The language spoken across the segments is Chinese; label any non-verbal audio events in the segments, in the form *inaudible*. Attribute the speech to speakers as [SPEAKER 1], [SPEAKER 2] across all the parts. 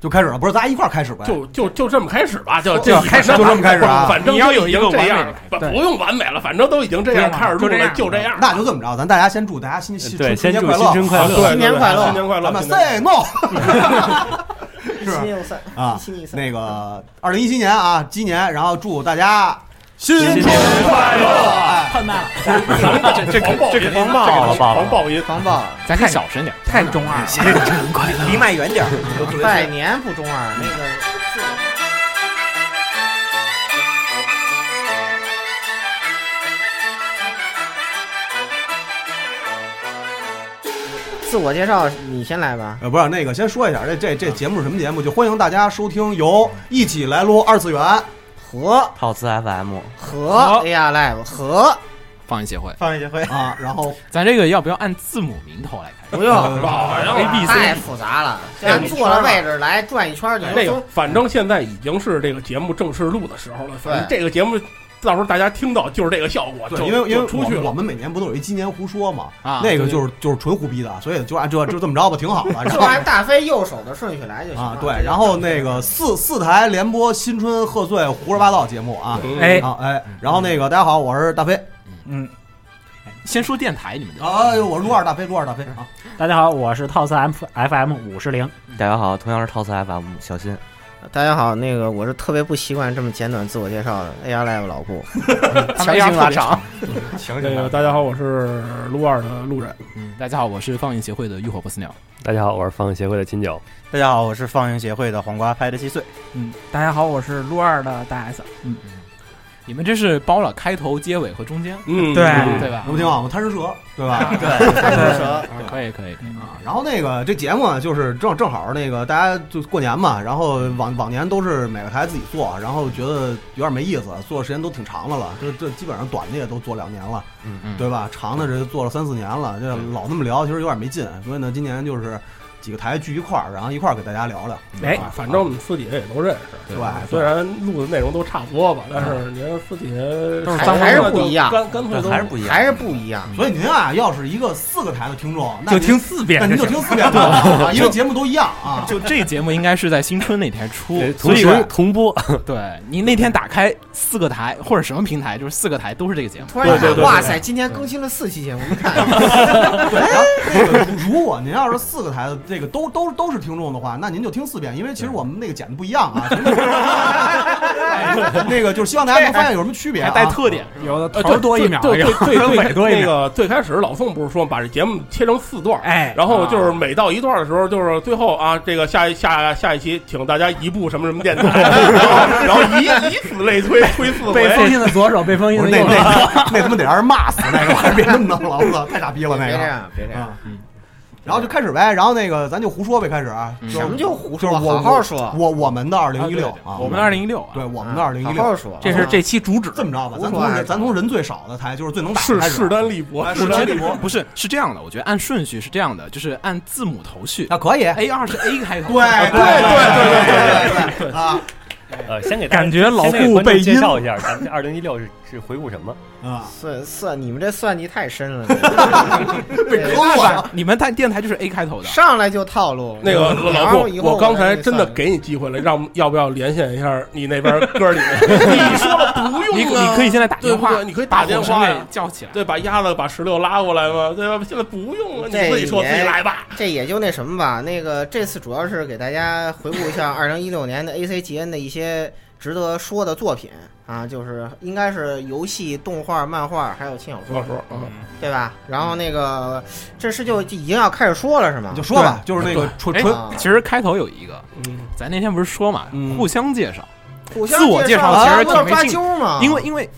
[SPEAKER 1] 就开始了，不是？咱一块儿开始呗。
[SPEAKER 2] 就就就这么开始吧，就
[SPEAKER 1] 就开始就这么开始啊
[SPEAKER 2] 反正
[SPEAKER 3] 你要有一个
[SPEAKER 2] 都已经这
[SPEAKER 3] 完美
[SPEAKER 2] 样
[SPEAKER 3] 的，
[SPEAKER 2] 不
[SPEAKER 4] 对
[SPEAKER 2] 不用完美了，反正都已经这样，
[SPEAKER 1] 啊
[SPEAKER 3] 不用
[SPEAKER 2] 开始录了就
[SPEAKER 3] 就
[SPEAKER 2] 这
[SPEAKER 3] 这
[SPEAKER 2] 样。
[SPEAKER 1] 那就这么着，咱大家先祝大家新新
[SPEAKER 5] 对，先
[SPEAKER 1] 春节
[SPEAKER 5] 祝
[SPEAKER 1] 快
[SPEAKER 5] 新
[SPEAKER 1] 乐，啊
[SPEAKER 5] 春快乐。
[SPEAKER 2] 对对对
[SPEAKER 4] 新年快乐
[SPEAKER 2] 新年快乐，
[SPEAKER 1] 咱们
[SPEAKER 2] 新年快
[SPEAKER 1] say no
[SPEAKER 4] 一
[SPEAKER 1] 是
[SPEAKER 4] 七一三，
[SPEAKER 1] 啊
[SPEAKER 4] 一七一三，
[SPEAKER 1] 那个二零一七年啊，鸡年，然后祝大家新
[SPEAKER 5] 春
[SPEAKER 1] 快乐！哎，
[SPEAKER 4] 快慢，
[SPEAKER 2] 乐
[SPEAKER 3] 这这
[SPEAKER 2] 狂暴
[SPEAKER 3] 这
[SPEAKER 2] 音
[SPEAKER 3] 肯
[SPEAKER 5] 定爆了爆了
[SPEAKER 2] 狂暴音，
[SPEAKER 4] 防爆，
[SPEAKER 3] 咱看小声点，太中二了。哎
[SPEAKER 4] *laughs*
[SPEAKER 6] 离麦远点儿，我特别
[SPEAKER 4] 拜年不中二，那个自个儿自我介绍，你先来吧。
[SPEAKER 1] 呃，不是那个，先说一下，这这这节目是什么节目？就欢迎大家收听由一起来撸二次元
[SPEAKER 4] 和
[SPEAKER 6] 套词 FM，
[SPEAKER 4] 和 AR Live 和
[SPEAKER 2] 啊
[SPEAKER 3] 放映协会，
[SPEAKER 6] 放一回。
[SPEAKER 1] 啊，然后
[SPEAKER 3] 咱这个要不要按字母名头来看
[SPEAKER 4] 不用，
[SPEAKER 2] 好像
[SPEAKER 3] ？A B
[SPEAKER 4] 啊
[SPEAKER 3] C，
[SPEAKER 4] 太复杂了，这
[SPEAKER 2] 哎
[SPEAKER 4] 样
[SPEAKER 2] 你哎
[SPEAKER 4] 坐着位置来转一圈儿，你
[SPEAKER 2] 那
[SPEAKER 4] 就
[SPEAKER 2] 个
[SPEAKER 4] 从，
[SPEAKER 2] 反正现在已经是这个节目正式录的时候了。反正这个节目到时候大家听到就是这个效果，就
[SPEAKER 1] 对，因为因为
[SPEAKER 2] 就出去
[SPEAKER 1] 我我
[SPEAKER 2] 了。
[SPEAKER 1] 们每年不都有一鸡年胡说嘛？
[SPEAKER 3] 啊
[SPEAKER 1] 那个就是就是纯胡逼的，所以就按这就这么着吧，挺
[SPEAKER 4] *laughs*
[SPEAKER 1] 好的。然
[SPEAKER 4] 就
[SPEAKER 1] 后
[SPEAKER 4] 按大飞右手的顺序来就行了
[SPEAKER 1] 啊，对，然后那个四四台联播新春贺岁胡说八道节目啊，
[SPEAKER 2] 嗯
[SPEAKER 3] 哎
[SPEAKER 1] 啊哎，然后那个大家好，我是大飞，
[SPEAKER 5] 嗯，
[SPEAKER 3] 先说电台，你们就
[SPEAKER 1] 哎呦，我是撸二大飞，撸二大飞啊，
[SPEAKER 5] 大家好，我是套词 M F M 五十零。
[SPEAKER 6] 大家好，同样是套词 FM，小新。
[SPEAKER 4] 大家好，那个我是特别不习惯这么简短自我介绍的 AR Live 老顾，
[SPEAKER 3] 他们 A 拉长。
[SPEAKER 6] 行
[SPEAKER 2] 那个，大家好，我是撸二的路人，
[SPEAKER 3] 嗯，大家好，我是放映协会的浴火不死鸟。
[SPEAKER 5] 大家好，我是放映协会的秦九。
[SPEAKER 6] 大家好，我是放映协会的黄瓜，拍的稀碎。
[SPEAKER 7] 嗯，大家好，我是撸二的大 S。
[SPEAKER 3] 你们这是包了开头、结尾和中间，
[SPEAKER 2] 嗯，
[SPEAKER 7] 对
[SPEAKER 3] 对吧
[SPEAKER 1] 那？不挺好吗？啊贪吃蛇，
[SPEAKER 8] *laughs*
[SPEAKER 1] 对吧？
[SPEAKER 8] 啊
[SPEAKER 1] *laughs*
[SPEAKER 3] 可以可以，
[SPEAKER 4] 嗯
[SPEAKER 1] 啊，然后那个这节目啊，就是正正好那个大家就过年嘛，然后往往年都是每个台自己做，然后觉得有点没意思，做的时间都挺长的了，这这基本上短的也都做两年了，
[SPEAKER 6] 嗯
[SPEAKER 3] 嗯
[SPEAKER 1] 对吧？长的这做了三四年了，这老那么聊，其实有点没劲，所以呢，今年就是几个台聚一块儿，然后一块儿给大家聊聊，
[SPEAKER 5] 哎
[SPEAKER 2] 啊反正我们私底下也都认识。
[SPEAKER 1] *laughs* 对
[SPEAKER 3] 对
[SPEAKER 1] 吧？
[SPEAKER 2] 虽然录的内容都差不多吧，但是您自己
[SPEAKER 4] 都是脏还是不一样
[SPEAKER 2] 干干脆都
[SPEAKER 6] 还是不一样，
[SPEAKER 4] 还是不一样。
[SPEAKER 1] 所以您啊，要是一个四个台的听众，那
[SPEAKER 5] 就
[SPEAKER 1] 您
[SPEAKER 5] 听，四遍
[SPEAKER 1] 那您就
[SPEAKER 5] 行
[SPEAKER 1] 听
[SPEAKER 3] *laughs*
[SPEAKER 1] 四遍就好了，因为节目都一样啊。
[SPEAKER 3] 就这节目应该是在新春那天出，
[SPEAKER 5] 同
[SPEAKER 3] 所以
[SPEAKER 5] 时同播，
[SPEAKER 3] *laughs* 对你那天打开四个台或者什么平台，就是四个台都是这个节目。
[SPEAKER 4] 突然一
[SPEAKER 2] 对对对
[SPEAKER 4] 看，
[SPEAKER 2] 对
[SPEAKER 4] 哇塞，今天更新了四期节目，你看，
[SPEAKER 1] 哎那个，如果您要是四个台的这个都都都是听众的话，那您就听四遍，因为其实我们那个剪的不一样啊。哎那个就是希望大家能发现有什么区别
[SPEAKER 3] 还
[SPEAKER 1] 啊。
[SPEAKER 3] 带特点，
[SPEAKER 5] 有的
[SPEAKER 2] 呃
[SPEAKER 5] 头儿多一秒，
[SPEAKER 2] 对对对对，
[SPEAKER 5] 尾多一
[SPEAKER 2] 那
[SPEAKER 5] 秒。
[SPEAKER 2] 个最开始老宋不是说把这节目切成四段儿，
[SPEAKER 5] 哎，
[SPEAKER 2] 然后
[SPEAKER 3] 啊
[SPEAKER 2] 就是每到一段的时候，就是最后啊，这个下一下下一期，请大家移步什么什么电
[SPEAKER 3] *laughs*
[SPEAKER 2] 台，然后然后以以此类推，推四
[SPEAKER 5] 被封
[SPEAKER 2] 回。
[SPEAKER 5] 印的左手，被封印
[SPEAKER 1] 不
[SPEAKER 5] 的
[SPEAKER 1] 是那
[SPEAKER 5] 右手。
[SPEAKER 1] 那那他妈得让人骂死那个，还是别那么弄了，我操，太傻逼了那
[SPEAKER 4] 别这
[SPEAKER 1] 个。
[SPEAKER 4] 样，别这样，
[SPEAKER 1] 啊，然后就开始呗，然后那个咱就胡说呗，开始啊。
[SPEAKER 3] 嗯
[SPEAKER 1] 就
[SPEAKER 4] 什么叫胡
[SPEAKER 1] 就是
[SPEAKER 4] 说？
[SPEAKER 1] 我
[SPEAKER 4] 好好说，嗯
[SPEAKER 1] 我我们的二零一六啊，
[SPEAKER 3] 我们二零一六啊，
[SPEAKER 1] 对我们的二零一
[SPEAKER 4] 好
[SPEAKER 1] 六啊
[SPEAKER 4] 好，说。
[SPEAKER 7] 这是这期主旨，
[SPEAKER 1] 这么着吧，咱
[SPEAKER 4] 胡说
[SPEAKER 1] 从
[SPEAKER 4] 还
[SPEAKER 1] 人
[SPEAKER 4] 是
[SPEAKER 1] 咱从人最少的台，就是最能打的
[SPEAKER 2] 势
[SPEAKER 1] 开始
[SPEAKER 2] 势单力薄，
[SPEAKER 1] 哎
[SPEAKER 2] 势
[SPEAKER 3] 我
[SPEAKER 2] 单
[SPEAKER 3] 觉
[SPEAKER 2] 力
[SPEAKER 3] 得
[SPEAKER 2] 薄。
[SPEAKER 3] *laughs* 不是是这样的，我觉得按顺序是这样的，就是按字母头序
[SPEAKER 1] 那啊可以。
[SPEAKER 3] ，A 二是 A 开
[SPEAKER 1] 哎对对对对
[SPEAKER 3] 头，
[SPEAKER 5] 啊
[SPEAKER 3] *laughs*
[SPEAKER 1] 对对对啊
[SPEAKER 5] 呃，先给
[SPEAKER 7] 感觉老
[SPEAKER 5] 顾
[SPEAKER 7] 顾被阴
[SPEAKER 5] 介。绍
[SPEAKER 7] *laughs*
[SPEAKER 5] 一下，咱们这二零一六是是回顾什么？
[SPEAKER 1] 啊！
[SPEAKER 4] 算算，你们这算计太深了，这
[SPEAKER 1] *laughs* 被
[SPEAKER 4] 对
[SPEAKER 1] 坑了，
[SPEAKER 3] 你们台电台就是 A 开头的，
[SPEAKER 4] *laughs* 上来就套路。
[SPEAKER 2] 那个老
[SPEAKER 4] 然后以
[SPEAKER 2] 宋，
[SPEAKER 4] 后
[SPEAKER 2] 我刚才
[SPEAKER 4] 再
[SPEAKER 2] 真的
[SPEAKER 4] 算计
[SPEAKER 2] 给你机会了，让要不要连线一下你那边歌里面？你说了不用啊，
[SPEAKER 3] *laughs* 你你可以现在打
[SPEAKER 2] 对
[SPEAKER 3] 电
[SPEAKER 2] 不
[SPEAKER 3] 话，
[SPEAKER 2] 对？你可以打
[SPEAKER 3] 把
[SPEAKER 2] 电
[SPEAKER 3] 火神
[SPEAKER 2] 话
[SPEAKER 3] 给
[SPEAKER 2] 呀，
[SPEAKER 3] 叫起来。
[SPEAKER 2] 对，把鸭子把石榴拉过来嘛，对吧？现在不用啊，你自己说自己来吧。
[SPEAKER 4] 这也就那什么吧，那个这次主要是给大家回顾一下二零一六年的 ACGN 的一些值得说的作品啊，就是应该是游戏、动画、漫画还有轻小
[SPEAKER 2] 我
[SPEAKER 4] 说，
[SPEAKER 2] 说，嗯
[SPEAKER 4] 对吧？然后那个这是就已经要开始说了是吗
[SPEAKER 1] 你就？说吧，就是那个纯纯
[SPEAKER 4] 啊
[SPEAKER 3] 哎其实开头有一个，
[SPEAKER 2] 嗯，
[SPEAKER 3] 咱那天不是说嘛
[SPEAKER 1] 嗯，
[SPEAKER 3] 互相介绍，
[SPEAKER 4] 互相
[SPEAKER 3] 自我介绍
[SPEAKER 4] 啊
[SPEAKER 3] 其实
[SPEAKER 4] 不
[SPEAKER 3] 挺
[SPEAKER 4] 要
[SPEAKER 3] 没
[SPEAKER 4] 抓
[SPEAKER 3] 劲
[SPEAKER 4] 阄嘛，
[SPEAKER 3] 因为因为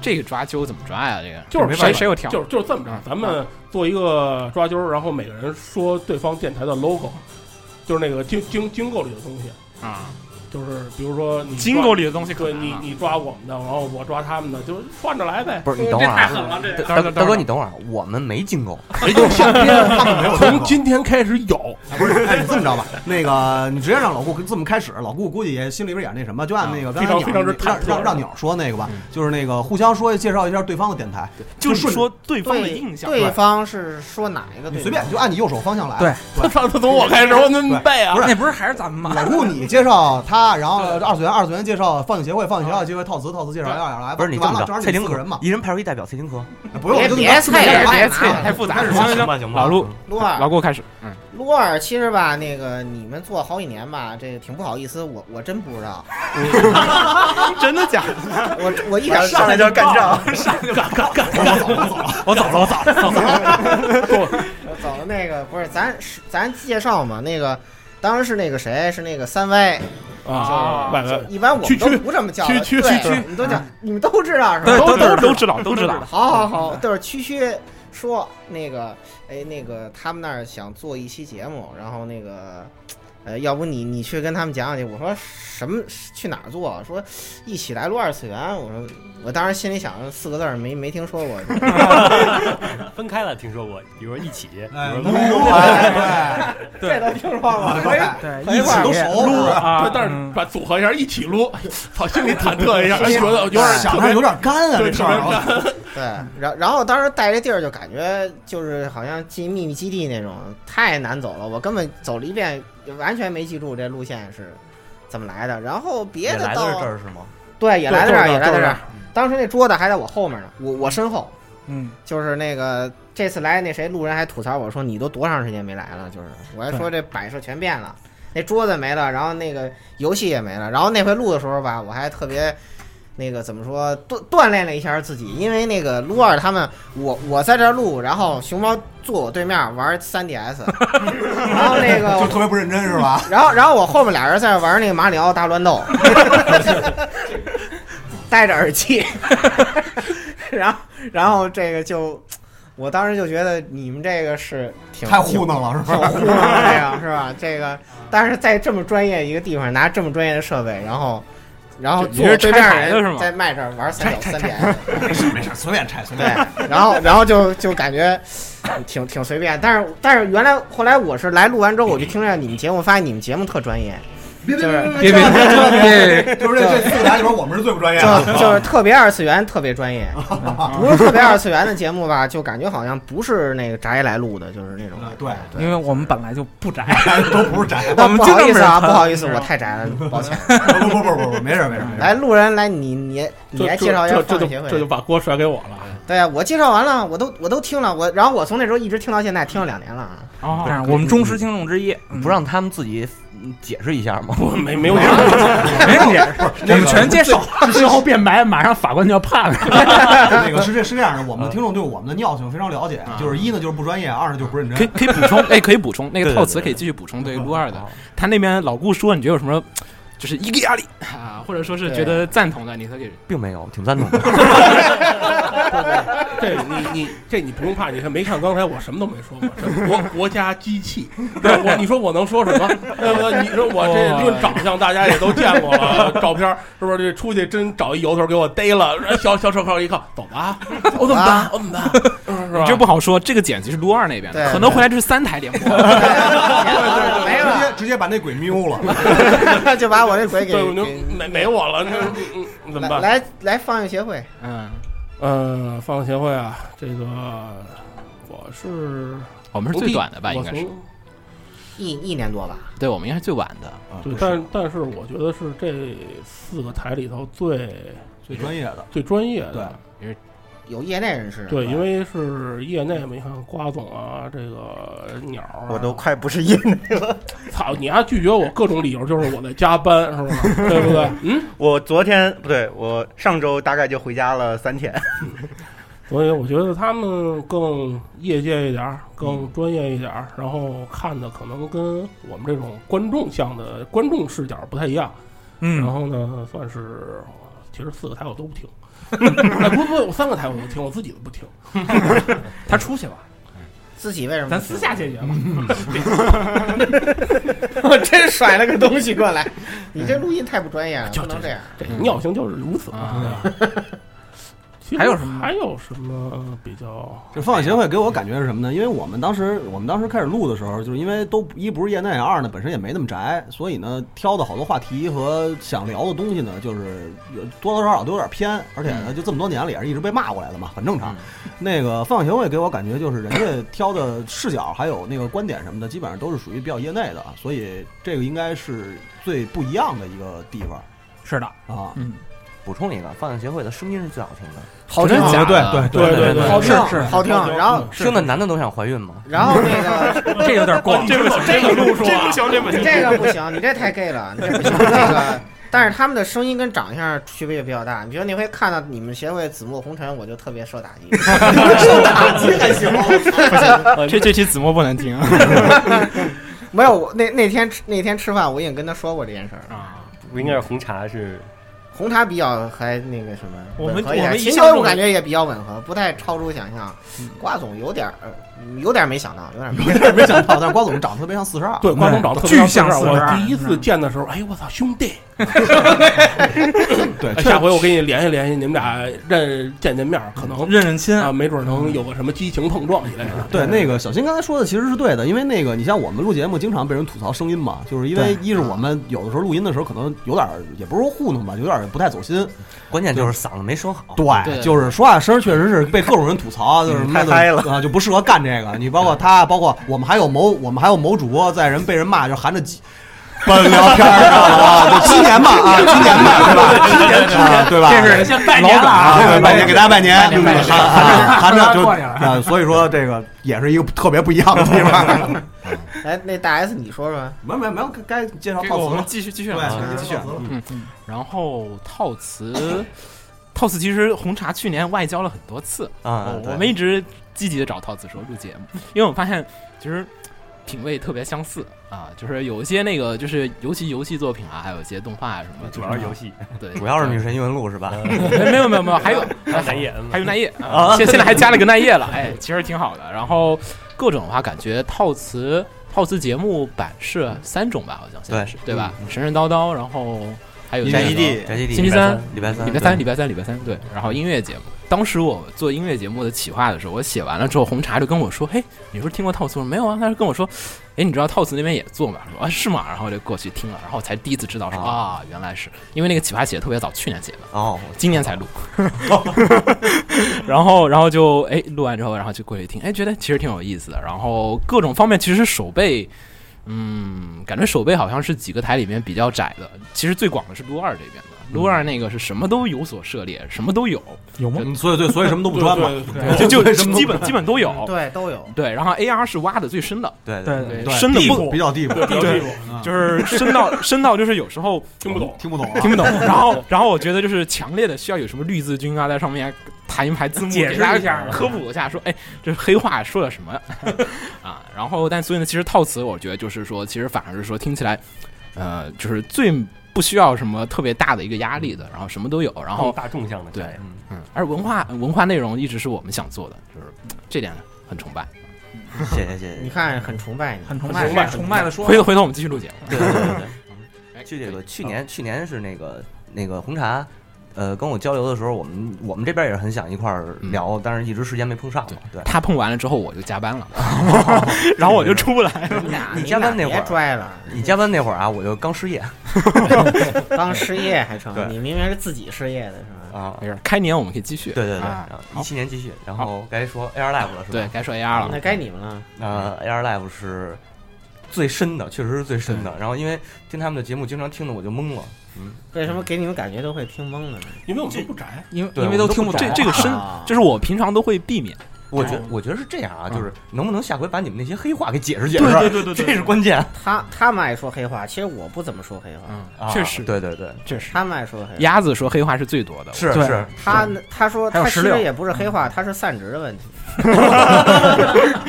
[SPEAKER 3] 这个抓阄怎么抓呀？这个
[SPEAKER 2] 就是
[SPEAKER 3] 谁谁有条，
[SPEAKER 2] 就是就是这
[SPEAKER 3] 嗯
[SPEAKER 2] 么着，咱们做一个抓阄，然后每个人说对方电台的 logo，就是那个经经经购里的东西。
[SPEAKER 3] 啊，
[SPEAKER 2] 就是比如说你
[SPEAKER 3] 金
[SPEAKER 2] 抓
[SPEAKER 3] 狗里的东西可
[SPEAKER 2] 对
[SPEAKER 3] 难啊
[SPEAKER 2] 你
[SPEAKER 3] 了
[SPEAKER 2] 你抓我们的，然后我抓他们的，就换着来呗。
[SPEAKER 9] 不是你等会儿
[SPEAKER 7] 太
[SPEAKER 9] 啊，
[SPEAKER 7] 狠了，这
[SPEAKER 9] 大
[SPEAKER 3] 等会儿
[SPEAKER 9] 大
[SPEAKER 3] 等会
[SPEAKER 9] 大
[SPEAKER 3] 儿
[SPEAKER 9] 哥，你等会儿啊，哎我们没进购， *laughs*
[SPEAKER 1] 他们没有
[SPEAKER 2] 从今天开始有，
[SPEAKER 1] 不是，哎，你这么着吧，那个你直接让老顾这么开始，老顾估计也心里边演那什么，就按那个
[SPEAKER 2] 啊
[SPEAKER 1] 刚才
[SPEAKER 2] 非常非
[SPEAKER 1] 鸟
[SPEAKER 2] 常之
[SPEAKER 1] 让
[SPEAKER 2] 忐忑啊嗯
[SPEAKER 1] 让让鸟说那个吧，就是那个互相说介绍一下对方的电台，
[SPEAKER 3] 就是
[SPEAKER 1] 顺
[SPEAKER 3] 说对方的
[SPEAKER 4] 对
[SPEAKER 3] 印象，
[SPEAKER 4] 对方是说哪一个对
[SPEAKER 1] 你
[SPEAKER 4] 方？
[SPEAKER 1] 随便就按你右手方向来。
[SPEAKER 7] 对
[SPEAKER 2] 上次从我开始，我
[SPEAKER 4] *laughs*
[SPEAKER 2] 怎么背啊
[SPEAKER 1] 不？是
[SPEAKER 7] 那不是还是咱们吗？
[SPEAKER 1] 老顾你介绍他，然后二次元二次元介绍放映协会，放映
[SPEAKER 2] 啊
[SPEAKER 1] 协会介绍套词，套词介绍要要来，
[SPEAKER 9] 不是你这
[SPEAKER 1] 完
[SPEAKER 9] 么
[SPEAKER 1] 了，正好
[SPEAKER 9] 着，蔡
[SPEAKER 1] 你
[SPEAKER 9] 丁
[SPEAKER 1] 四
[SPEAKER 9] 科
[SPEAKER 1] 个人嘛，
[SPEAKER 9] 一人派出一代表，蔡丁科，
[SPEAKER 1] 不用
[SPEAKER 4] 别
[SPEAKER 1] 就
[SPEAKER 4] 别菜
[SPEAKER 3] 别
[SPEAKER 4] 了，
[SPEAKER 3] 别
[SPEAKER 4] 菜
[SPEAKER 3] 菜了，太复杂了。
[SPEAKER 1] 开始
[SPEAKER 3] 行行
[SPEAKER 5] 吧
[SPEAKER 3] 行，
[SPEAKER 5] 行吧，
[SPEAKER 3] 老陆
[SPEAKER 4] 撸
[SPEAKER 9] 啊
[SPEAKER 4] 二
[SPEAKER 3] 老顾开始，嗯，
[SPEAKER 4] 撸二其实吧，那个你们做好几年吧，这个挺不好意思，我我真不知道，
[SPEAKER 3] *laughs* 真的假的？
[SPEAKER 4] *laughs* 我我一点儿
[SPEAKER 6] 上来就干仗，
[SPEAKER 5] 我走了，我走了，
[SPEAKER 4] *laughs* 我走了那个不是咱是咱介绍嘛，那个当时是那个谁是那个三歪，
[SPEAKER 2] 啊，
[SPEAKER 4] 就
[SPEAKER 2] 外来
[SPEAKER 4] 就一般我
[SPEAKER 2] 去
[SPEAKER 4] 们都
[SPEAKER 2] 去
[SPEAKER 4] 不这么叫
[SPEAKER 2] 去
[SPEAKER 4] 了，
[SPEAKER 2] 去
[SPEAKER 4] 对
[SPEAKER 2] 去去
[SPEAKER 4] 你们都叫你们都知啊道是吧
[SPEAKER 3] 对？
[SPEAKER 2] 都
[SPEAKER 3] 都
[SPEAKER 2] 知道嗯
[SPEAKER 3] 知道都知道，
[SPEAKER 4] 好好好，都是区区说那个，哎，那个他们那儿想做一期节目，然后那个，呃，要不你你去跟他们讲讲去。我说什么去哪儿做？啊说一起来撸二次元。我说我当时心里想四个字儿没没听说过，
[SPEAKER 1] *laughs*
[SPEAKER 5] 分开了，听说过，比如说一起，比
[SPEAKER 1] 哎，
[SPEAKER 5] 如
[SPEAKER 1] 撸
[SPEAKER 5] 说
[SPEAKER 1] 哎
[SPEAKER 4] 这都听说过。
[SPEAKER 1] 对，
[SPEAKER 7] 对，
[SPEAKER 1] 一起哎都熟，
[SPEAKER 7] 撸
[SPEAKER 1] 是吧
[SPEAKER 7] 啊
[SPEAKER 2] 对，，但是
[SPEAKER 7] 嗯
[SPEAKER 2] 把组合一下一起撸，哎操，心里忐忑一
[SPEAKER 1] *laughs*
[SPEAKER 2] 下，哎觉得有点
[SPEAKER 1] 啊想
[SPEAKER 2] 特
[SPEAKER 1] 着
[SPEAKER 2] 别
[SPEAKER 1] 有点干啊，
[SPEAKER 2] 对
[SPEAKER 1] 这事儿啊
[SPEAKER 4] 对，
[SPEAKER 2] *laughs*
[SPEAKER 4] 然然后当时带这地儿就感觉就是好像进秘密基地那种，太难走了。我根本走了一遍，完全没记住这路线是怎么来的。然后别
[SPEAKER 6] 也
[SPEAKER 4] 的
[SPEAKER 6] 来
[SPEAKER 4] 到
[SPEAKER 6] 到这儿是吗？
[SPEAKER 4] 对，也来
[SPEAKER 2] 就
[SPEAKER 4] 这儿，
[SPEAKER 2] 是
[SPEAKER 4] 也来
[SPEAKER 2] 这儿
[SPEAKER 4] 这
[SPEAKER 2] 就是这
[SPEAKER 4] 儿
[SPEAKER 2] 儿。
[SPEAKER 4] 当时那桌子还在我后面呢，我我身后，
[SPEAKER 7] 嗯，
[SPEAKER 4] 就是那个这次来那谁路人还吐槽我说你都多长时间没来了，就是我还说这摆设全变了，那桌子没了，然后那个游戏也没了，然后那回录的时候吧，我还特别。那个怎么说锻锻炼了一下自己，因为那个撸二他们，我我在这儿录，然后熊猫坐我对面玩 3DS，然后那个
[SPEAKER 1] 就特别不认真 *laughs* 是吧？
[SPEAKER 4] 然后，然后我后面俩人在玩那个马里奥大乱斗，戴着耳机， *laughs* 然后，然后这个就，我当时就觉得你们这个是挺
[SPEAKER 1] 太糊弄了是
[SPEAKER 4] 挺
[SPEAKER 1] 吧？
[SPEAKER 4] 糊弄的，这个是吧？
[SPEAKER 3] *laughs*
[SPEAKER 4] 这个，但是在这么专业一个地方拿这么专业的设备，然后，然后
[SPEAKER 3] 就
[SPEAKER 4] 坐我对
[SPEAKER 3] 你是拆
[SPEAKER 4] 面
[SPEAKER 3] 台的是吗
[SPEAKER 4] 人 *laughs* 在麦这儿玩三角三点，
[SPEAKER 7] *laughs*
[SPEAKER 1] 没事没事，随便拆随
[SPEAKER 4] 对
[SPEAKER 1] 便拆。，
[SPEAKER 4] 然后，然后就就感觉挺挺随便，但是但是原来后来我是来录完之后，我就听着你们节目，发现你们节目特专业。
[SPEAKER 1] 别 *laughs* 别
[SPEAKER 7] 别别
[SPEAKER 1] 别
[SPEAKER 7] 别别，
[SPEAKER 1] 就是这这四个台里边，我们是最不专业啊的。 *laughs*
[SPEAKER 4] 就就是特别二次元，特别专业。不是特别二次元的节目吧，就感觉好像不是那个宅来录的，就是那种。
[SPEAKER 1] 嗯对，
[SPEAKER 7] 因为我们本来就不宅，
[SPEAKER 1] *laughs* 都不是宅，
[SPEAKER 4] 不
[SPEAKER 7] 我们
[SPEAKER 4] 不
[SPEAKER 7] 就
[SPEAKER 4] 好
[SPEAKER 7] 这
[SPEAKER 4] 意
[SPEAKER 7] 么
[SPEAKER 4] 思啊，不好意思，
[SPEAKER 7] 是吧
[SPEAKER 4] 我太宅了，抱歉。
[SPEAKER 1] *laughs* 不不不不不，没事没事没事。
[SPEAKER 4] 来，路人来，你你你来
[SPEAKER 2] 这
[SPEAKER 4] 介绍一下
[SPEAKER 2] 这
[SPEAKER 4] 放
[SPEAKER 2] 这
[SPEAKER 4] 映
[SPEAKER 2] 就
[SPEAKER 4] 协
[SPEAKER 2] 这就
[SPEAKER 4] 会。
[SPEAKER 2] 把锅甩给我了。
[SPEAKER 4] 对啊，我介绍完了，我都我都听了，我然后我从那时候一直听到现在，听了两年了啊。
[SPEAKER 9] 嗯
[SPEAKER 7] 这样我们忠实听众之一，嗯
[SPEAKER 9] 不让他们自己嗯解释一下吗？
[SPEAKER 2] 我没没有这样，
[SPEAKER 7] 没问题，
[SPEAKER 9] *laughs*
[SPEAKER 7] 我们全接受。
[SPEAKER 5] 之
[SPEAKER 8] *laughs*
[SPEAKER 5] 后变白，马上法官就要判了。
[SPEAKER 1] 啊 *laughs* 那个是这是这样的，我们的听众对我们的尿性非常了解，就是一呢就是不专业，二呢就是不认
[SPEAKER 3] 可以
[SPEAKER 1] 真。
[SPEAKER 3] 可以
[SPEAKER 1] *laughs*
[SPEAKER 3] 补充，哎，可以补充那个
[SPEAKER 5] 对对
[SPEAKER 3] 套词
[SPEAKER 5] 对
[SPEAKER 3] 可以继续补充对于撸二的，他那边老顾说你觉得有什么，就是一个压力啊，或者说是觉得赞同的，你可以
[SPEAKER 9] 并没有，挺
[SPEAKER 3] *laughs*
[SPEAKER 9] 赞同的。
[SPEAKER 2] 这你你这你不用怕，你看没看刚才我什么都没说嘛，这国国家机器，对我你说我能说什么？对不对？你说我这论长相，大家也都见过了，照片是不是？这出去真找一由头给我逮了，小小手铐一靠，走吧，我怎么
[SPEAKER 4] 啊
[SPEAKER 2] 办？我怎
[SPEAKER 4] *laughs*
[SPEAKER 2] 么办？是吧？
[SPEAKER 3] 这不好说，这个剪辑是撸二那边的，
[SPEAKER 4] 对
[SPEAKER 3] 可能回来就是三台联
[SPEAKER 4] *laughs*
[SPEAKER 3] 播。
[SPEAKER 4] *laughs*
[SPEAKER 1] 直
[SPEAKER 4] 没
[SPEAKER 1] 接
[SPEAKER 4] 了，
[SPEAKER 1] 直接把那鬼瞄了，
[SPEAKER 4] *laughs* 就把我这鬼给
[SPEAKER 2] 对，我就
[SPEAKER 4] 给
[SPEAKER 2] 没没我
[SPEAKER 4] *laughs*
[SPEAKER 2] 了，那嗯嗯怎么
[SPEAKER 4] 来
[SPEAKER 2] 办？
[SPEAKER 4] 来来放映协会，
[SPEAKER 3] 嗯，
[SPEAKER 2] 嗯，放映协会啊，这个我是
[SPEAKER 3] 我们是最短的吧，应该是
[SPEAKER 2] 我，从
[SPEAKER 4] 一一年多吧。
[SPEAKER 3] 对，我们应该是最晚的。
[SPEAKER 1] 啊
[SPEAKER 2] 啊对，但但是我觉得是这四个台里头最
[SPEAKER 1] 最专业的。
[SPEAKER 2] 最专业
[SPEAKER 1] 对
[SPEAKER 2] 的。
[SPEAKER 4] 有业内人士，
[SPEAKER 2] 对，因为是业内嘛，你看瓜总啊，这个鸟、啊，
[SPEAKER 6] 我都快不是业内，
[SPEAKER 2] *laughs* 操你丫、拒绝我各种理由，就是我在加班，是吧？对不对？嗯，
[SPEAKER 6] 我昨天不对，我上周大概就回家了三天。
[SPEAKER 2] 所以我觉得他们更业界一点儿，更
[SPEAKER 7] 嗯
[SPEAKER 2] 专业一点儿，然后看的可能跟我们这种观众向的观众视角不太一样。然
[SPEAKER 7] 嗯，
[SPEAKER 2] 后呢，算是其实四个台我都
[SPEAKER 7] *laughs*
[SPEAKER 2] 不听，哎、不不，我三个台我都听，我自己都不听。
[SPEAKER 7] 他出去了，
[SPEAKER 4] 私企为什么不
[SPEAKER 7] 咱
[SPEAKER 4] 行
[SPEAKER 7] 私下解决嘛。 *laughs*
[SPEAKER 4] *laughs* 我真甩了个东西过来， *laughs* 你这录音太不专业了，
[SPEAKER 2] 就
[SPEAKER 4] 不能这样。
[SPEAKER 2] 这尿性就是如此
[SPEAKER 3] 啊
[SPEAKER 2] 对吧其实
[SPEAKER 7] *laughs* 还有什么
[SPEAKER 2] 还有什么比较？
[SPEAKER 1] 这风险协会给我感觉是什么呢？因为我们当时我们当时开始录的时候，就是因为都一不是业内，二呢本身也没那么宅，所以呢挑的好多话题和想聊的东西呢，就是有多多少少都有点偏，而且
[SPEAKER 9] 嗯
[SPEAKER 1] 呢就这么多年了也是一直被骂过来的嘛，很正常。那个风险协会给我感觉就是人家挑的视角还有那个观点什么的，基本上都是属于比较业内的，所以这个应该是最不一样的一个地方
[SPEAKER 7] 是的，
[SPEAKER 1] 啊。
[SPEAKER 7] 嗯，
[SPEAKER 9] 补充一个，放映协会的声音是最好听的，啊
[SPEAKER 4] 好
[SPEAKER 3] 真假的？
[SPEAKER 1] 对
[SPEAKER 2] 对对
[SPEAKER 4] 好
[SPEAKER 2] 对，
[SPEAKER 4] 听，好听。然后，
[SPEAKER 2] 是
[SPEAKER 9] 听的男的都想怀孕吗？
[SPEAKER 4] 然后哦那
[SPEAKER 9] *laughs*
[SPEAKER 4] 个
[SPEAKER 7] 这有点过
[SPEAKER 2] 哦，这个这个路数啊，
[SPEAKER 5] 行，这不
[SPEAKER 4] 你这个不行，你这太 gay 了，你这不行。那个，但是他们的声音跟长相区别就比较大。你比如那回看到你们协会紫陌红尘，我就特别受打击。 *laughs*
[SPEAKER 1] 受打击还行，
[SPEAKER 3] 这这期子墨不能听
[SPEAKER 4] *laughs* 没有，我那那天吃那天吃饭，我已经跟他说过这件事儿了。
[SPEAKER 3] 啊。
[SPEAKER 5] 不应该是红茶是
[SPEAKER 4] 红茶比较还那个什么，
[SPEAKER 7] 我们
[SPEAKER 4] 吻合一
[SPEAKER 7] 我
[SPEAKER 4] 点
[SPEAKER 7] 们一
[SPEAKER 4] 秦
[SPEAKER 7] 向
[SPEAKER 4] 哥
[SPEAKER 7] 都
[SPEAKER 4] 我感觉也比较吻合，不太超出想象。瓜总有点儿呃有点儿没想到，有点儿没想到。
[SPEAKER 1] 没想到，但是瓜总长得特别像四
[SPEAKER 4] 啊
[SPEAKER 1] 十二。
[SPEAKER 2] 对，瓜总长得特别
[SPEAKER 7] 巨像
[SPEAKER 2] 嗯四十二
[SPEAKER 7] 42
[SPEAKER 2] 我第一
[SPEAKER 4] 嗯
[SPEAKER 2] 次见的时候，哎，我操，兄弟！ *laughs*
[SPEAKER 1] 对，
[SPEAKER 2] 下回我给你联系联系，你们俩认见见面儿，可能
[SPEAKER 7] 认认亲
[SPEAKER 2] 啊，没准能有个什么激情碰撞一嗯类的。
[SPEAKER 1] 对，那个小新刚才说的其实是对的，因为那个你像我们录节目，经常被人吐槽声音嘛，就是因为一是我们有的时候录音的时候可能有点儿，也不是说糊弄吧，有点儿不太走心。
[SPEAKER 9] 关键就是嗓子没收好。
[SPEAKER 1] 对，就是说话声确实是被各种人吐槽，就是
[SPEAKER 6] 太嗨了
[SPEAKER 1] 啊，就不适合干这个。你包括他，包括我们还有某我们还有某主播在人被人骂，就含着鸡。奔聊天儿上了啊，就今年吧啊，今年吧，对吧？今年啊，对吧？
[SPEAKER 7] 这是先拜年了
[SPEAKER 1] 啊，
[SPEAKER 7] 啊，
[SPEAKER 1] 对拜年给大家拜年，
[SPEAKER 7] 拜年拜年
[SPEAKER 1] 嗯啊含着就
[SPEAKER 7] 过去了
[SPEAKER 1] 啊，所以说这个也是一个特别不一样的地方。
[SPEAKER 4] *laughs* 哎，那大 S 你说说，
[SPEAKER 1] 没没没有，该介绍
[SPEAKER 3] 这个
[SPEAKER 1] 套
[SPEAKER 3] 我
[SPEAKER 1] 词
[SPEAKER 3] 们
[SPEAKER 1] 了。
[SPEAKER 3] 继续继续
[SPEAKER 1] 对，
[SPEAKER 3] 啊
[SPEAKER 1] 该继续了。
[SPEAKER 3] 然后套词，套词其实红茶去年外交了很多次，
[SPEAKER 9] 啊，
[SPEAKER 3] 我
[SPEAKER 9] 对
[SPEAKER 3] 我们一直积极的找套词说录节目，因为我发现其实品味特别相似啊，就是有一些那个就是尤其游戏作品啊，还有一些动画啊什么的，
[SPEAKER 5] 主要是游戏，
[SPEAKER 3] 对，
[SPEAKER 9] 主要是女神异闻录是 *laughs* 吧？
[SPEAKER 3] 没没有没有没有， *laughs* 还有
[SPEAKER 5] 难演
[SPEAKER 3] 还有奈叶啊，现现在还加了个奈叶了，哎，其实挺好的。然后各种的话，感觉套词套词节目版是三种吧，好像现在是对
[SPEAKER 9] 嗯
[SPEAKER 3] 吧？神神叨叨，然后还有
[SPEAKER 6] 音
[SPEAKER 3] 那
[SPEAKER 6] 乐
[SPEAKER 3] 个
[SPEAKER 6] 基地
[SPEAKER 9] 宅基地
[SPEAKER 3] 星期三、
[SPEAKER 9] 礼拜三、
[SPEAKER 3] 礼拜三、礼拜三、礼拜三，对。然后音乐节目，当时我做音乐节目的企划的时候，我写完了之后，红茶就跟我说：“嘿，你是不是听过套词？”我说：“没有啊。”他就跟我说：“哎，你知道套词那边也做吗？”我说：“啊，是吗？”然后就过去听了，然后才第一次知道说啊，原来是因为那个企划写的特别早，去年写的。
[SPEAKER 9] 哦，
[SPEAKER 3] 今年才录，
[SPEAKER 7] *laughs*
[SPEAKER 3] 然后然后就哎录完之后，然后就过去听，哎觉得其实挺有意思的。然后各种方面其实手背，嗯，感觉手背好像是几个台里面比较窄的，其实最广的是撸二这边
[SPEAKER 7] 嗯
[SPEAKER 3] 的。撸二那个是什么都有所涉猎，什么都有，
[SPEAKER 7] 有吗？
[SPEAKER 1] 嗯，所以对，所以什么都不专嘛。
[SPEAKER 3] *laughs* 就就
[SPEAKER 1] 对什么都
[SPEAKER 3] 基本基本都有。
[SPEAKER 4] 对，都有。
[SPEAKER 3] 对，然后 AR 是挖的最深的，
[SPEAKER 9] 对
[SPEAKER 7] 对
[SPEAKER 3] 对，
[SPEAKER 1] 对
[SPEAKER 3] 深的不
[SPEAKER 1] 比较地啊方，
[SPEAKER 2] 对，
[SPEAKER 3] 就是呃深
[SPEAKER 1] *laughs*
[SPEAKER 3] 到深到就是有时候
[SPEAKER 2] 听不懂。
[SPEAKER 1] 听不懂啊。
[SPEAKER 3] 听不懂。然后然后我觉得就是强烈的需要有什么绿字军啊在上面弹一排字幕
[SPEAKER 7] 解释
[SPEAKER 3] 给大家
[SPEAKER 7] 一下
[SPEAKER 3] 科普一下，说哎，这黑话说了什么 *laughs* 啊？然后，但所以呢，其实套词，我觉得就是说，其实反而是说听起来，呃，就是最不需要什么特别大的一个压力的，然后什么都有，然
[SPEAKER 5] 更
[SPEAKER 3] 后
[SPEAKER 5] 大众向的
[SPEAKER 3] 对
[SPEAKER 5] 宅嗯
[SPEAKER 3] 嗯，而文化文化内容一直是我们想做的，就是这点很崇拜。
[SPEAKER 9] 谢谢谢
[SPEAKER 4] 你
[SPEAKER 9] 谢。
[SPEAKER 4] 看，很崇拜你，
[SPEAKER 7] 很崇
[SPEAKER 4] 很
[SPEAKER 7] 拜，
[SPEAKER 4] 崇拜
[SPEAKER 7] 很崇拜的说
[SPEAKER 3] 回头回头我们继续录节目。
[SPEAKER 9] 对对对对，
[SPEAKER 3] *laughs* 哎
[SPEAKER 9] 去这个去年去年是那个那个红茶。呃，跟我交流的时候，我们我们这边也是很想一块儿聊，但是一直时间没碰上嘛。
[SPEAKER 3] 嗯
[SPEAKER 9] 对，
[SPEAKER 3] 他碰完了之后，我就加
[SPEAKER 9] *laughs*
[SPEAKER 3] 班了，然后我就出不来。
[SPEAKER 4] 你俩
[SPEAKER 9] 你加班那
[SPEAKER 4] 你
[SPEAKER 9] 会
[SPEAKER 4] 俩
[SPEAKER 9] 儿
[SPEAKER 4] 别拽了，
[SPEAKER 9] 你加班那会儿啊，我就刚
[SPEAKER 3] *laughs*
[SPEAKER 9] 失
[SPEAKER 4] *laughs*
[SPEAKER 9] 业 *laughs*
[SPEAKER 4] 刚失业还成
[SPEAKER 9] 对，
[SPEAKER 4] 你明明是自己失业的是吧？
[SPEAKER 9] 啊
[SPEAKER 3] 没。事，开年我们可以继续。
[SPEAKER 9] 对对对
[SPEAKER 3] 啊，
[SPEAKER 9] 一七年继续，然后该说 Air Live 了是吧？
[SPEAKER 3] 对，该说 AR
[SPEAKER 4] 那
[SPEAKER 3] 了。
[SPEAKER 4] 该你们了。
[SPEAKER 9] 呃，Air Live 是最深的，确实是最深的。然后因为听他们的节目，经常听的我就懵了。嗯
[SPEAKER 4] 为什么给你们感觉都会听懵了呢？啊
[SPEAKER 2] 因为我们都不宅，
[SPEAKER 7] 因为
[SPEAKER 9] 对
[SPEAKER 7] 因为都听不懂
[SPEAKER 3] 这这个深，
[SPEAKER 9] 啊
[SPEAKER 3] 就是我平常都会避免。嗯
[SPEAKER 9] 我觉我觉得是这样啊，就是能不能下回把你们那些黑话给解释解释？
[SPEAKER 7] 对对对对对
[SPEAKER 9] 这是关键。
[SPEAKER 4] 他他们爱说黑话，其实我不怎么说黑话，
[SPEAKER 3] 嗯
[SPEAKER 9] 啊，
[SPEAKER 3] 确实，
[SPEAKER 9] 对对对，
[SPEAKER 3] 确实，
[SPEAKER 4] 他们爱说黑话。
[SPEAKER 3] 鸭子说黑话是最多的。
[SPEAKER 9] 是
[SPEAKER 7] 对
[SPEAKER 9] 是，
[SPEAKER 4] 他他说
[SPEAKER 7] 还有
[SPEAKER 4] 他其实
[SPEAKER 7] 16
[SPEAKER 4] 也不是黑话，他是散值的
[SPEAKER 7] *laughs*
[SPEAKER 4] 问题。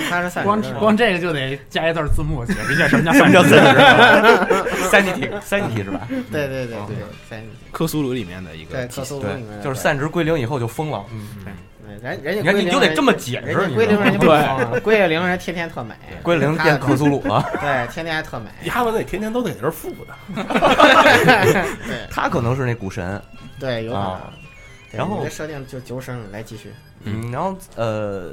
[SPEAKER 4] 他是散值的问
[SPEAKER 7] 光
[SPEAKER 4] 题。
[SPEAKER 7] 光这个就得加一段字幕解释一下
[SPEAKER 3] *laughs*
[SPEAKER 7] 什么叫
[SPEAKER 9] 什么叫三体？ *laughs* 三体三体是吧？
[SPEAKER 4] *laughs* 对对对对，散值
[SPEAKER 3] 科苏鲁里面的一个
[SPEAKER 4] 对
[SPEAKER 3] 体
[SPEAKER 4] 克
[SPEAKER 3] 系，
[SPEAKER 4] 苏鲁里面
[SPEAKER 9] 嗯对，
[SPEAKER 4] 的
[SPEAKER 9] 就是散值归零以后就疯了。嗯，
[SPEAKER 4] 哎人人
[SPEAKER 9] 你
[SPEAKER 4] 家
[SPEAKER 9] 看
[SPEAKER 4] 归
[SPEAKER 9] 你
[SPEAKER 4] 零
[SPEAKER 9] 就得
[SPEAKER 4] 人
[SPEAKER 9] 这么解
[SPEAKER 4] 人
[SPEAKER 9] 释，
[SPEAKER 4] 家
[SPEAKER 9] 你
[SPEAKER 4] 归
[SPEAKER 9] 知道
[SPEAKER 4] 零
[SPEAKER 9] 吗
[SPEAKER 4] 人家不疯了，啊归了零人天天特美，
[SPEAKER 9] *laughs* 归零变克苏鲁啊了。
[SPEAKER 4] *laughs* 对，天天还特美。
[SPEAKER 2] 丫们那天天都得是负的，
[SPEAKER 3] *laughs*
[SPEAKER 4] *laughs* 对
[SPEAKER 9] 他可能是那股神，
[SPEAKER 4] 对，有可能
[SPEAKER 9] 啊。
[SPEAKER 4] 对
[SPEAKER 9] 然后
[SPEAKER 4] 你的设定就九神了，来继续。
[SPEAKER 3] 嗯
[SPEAKER 9] 嗯，然后呃，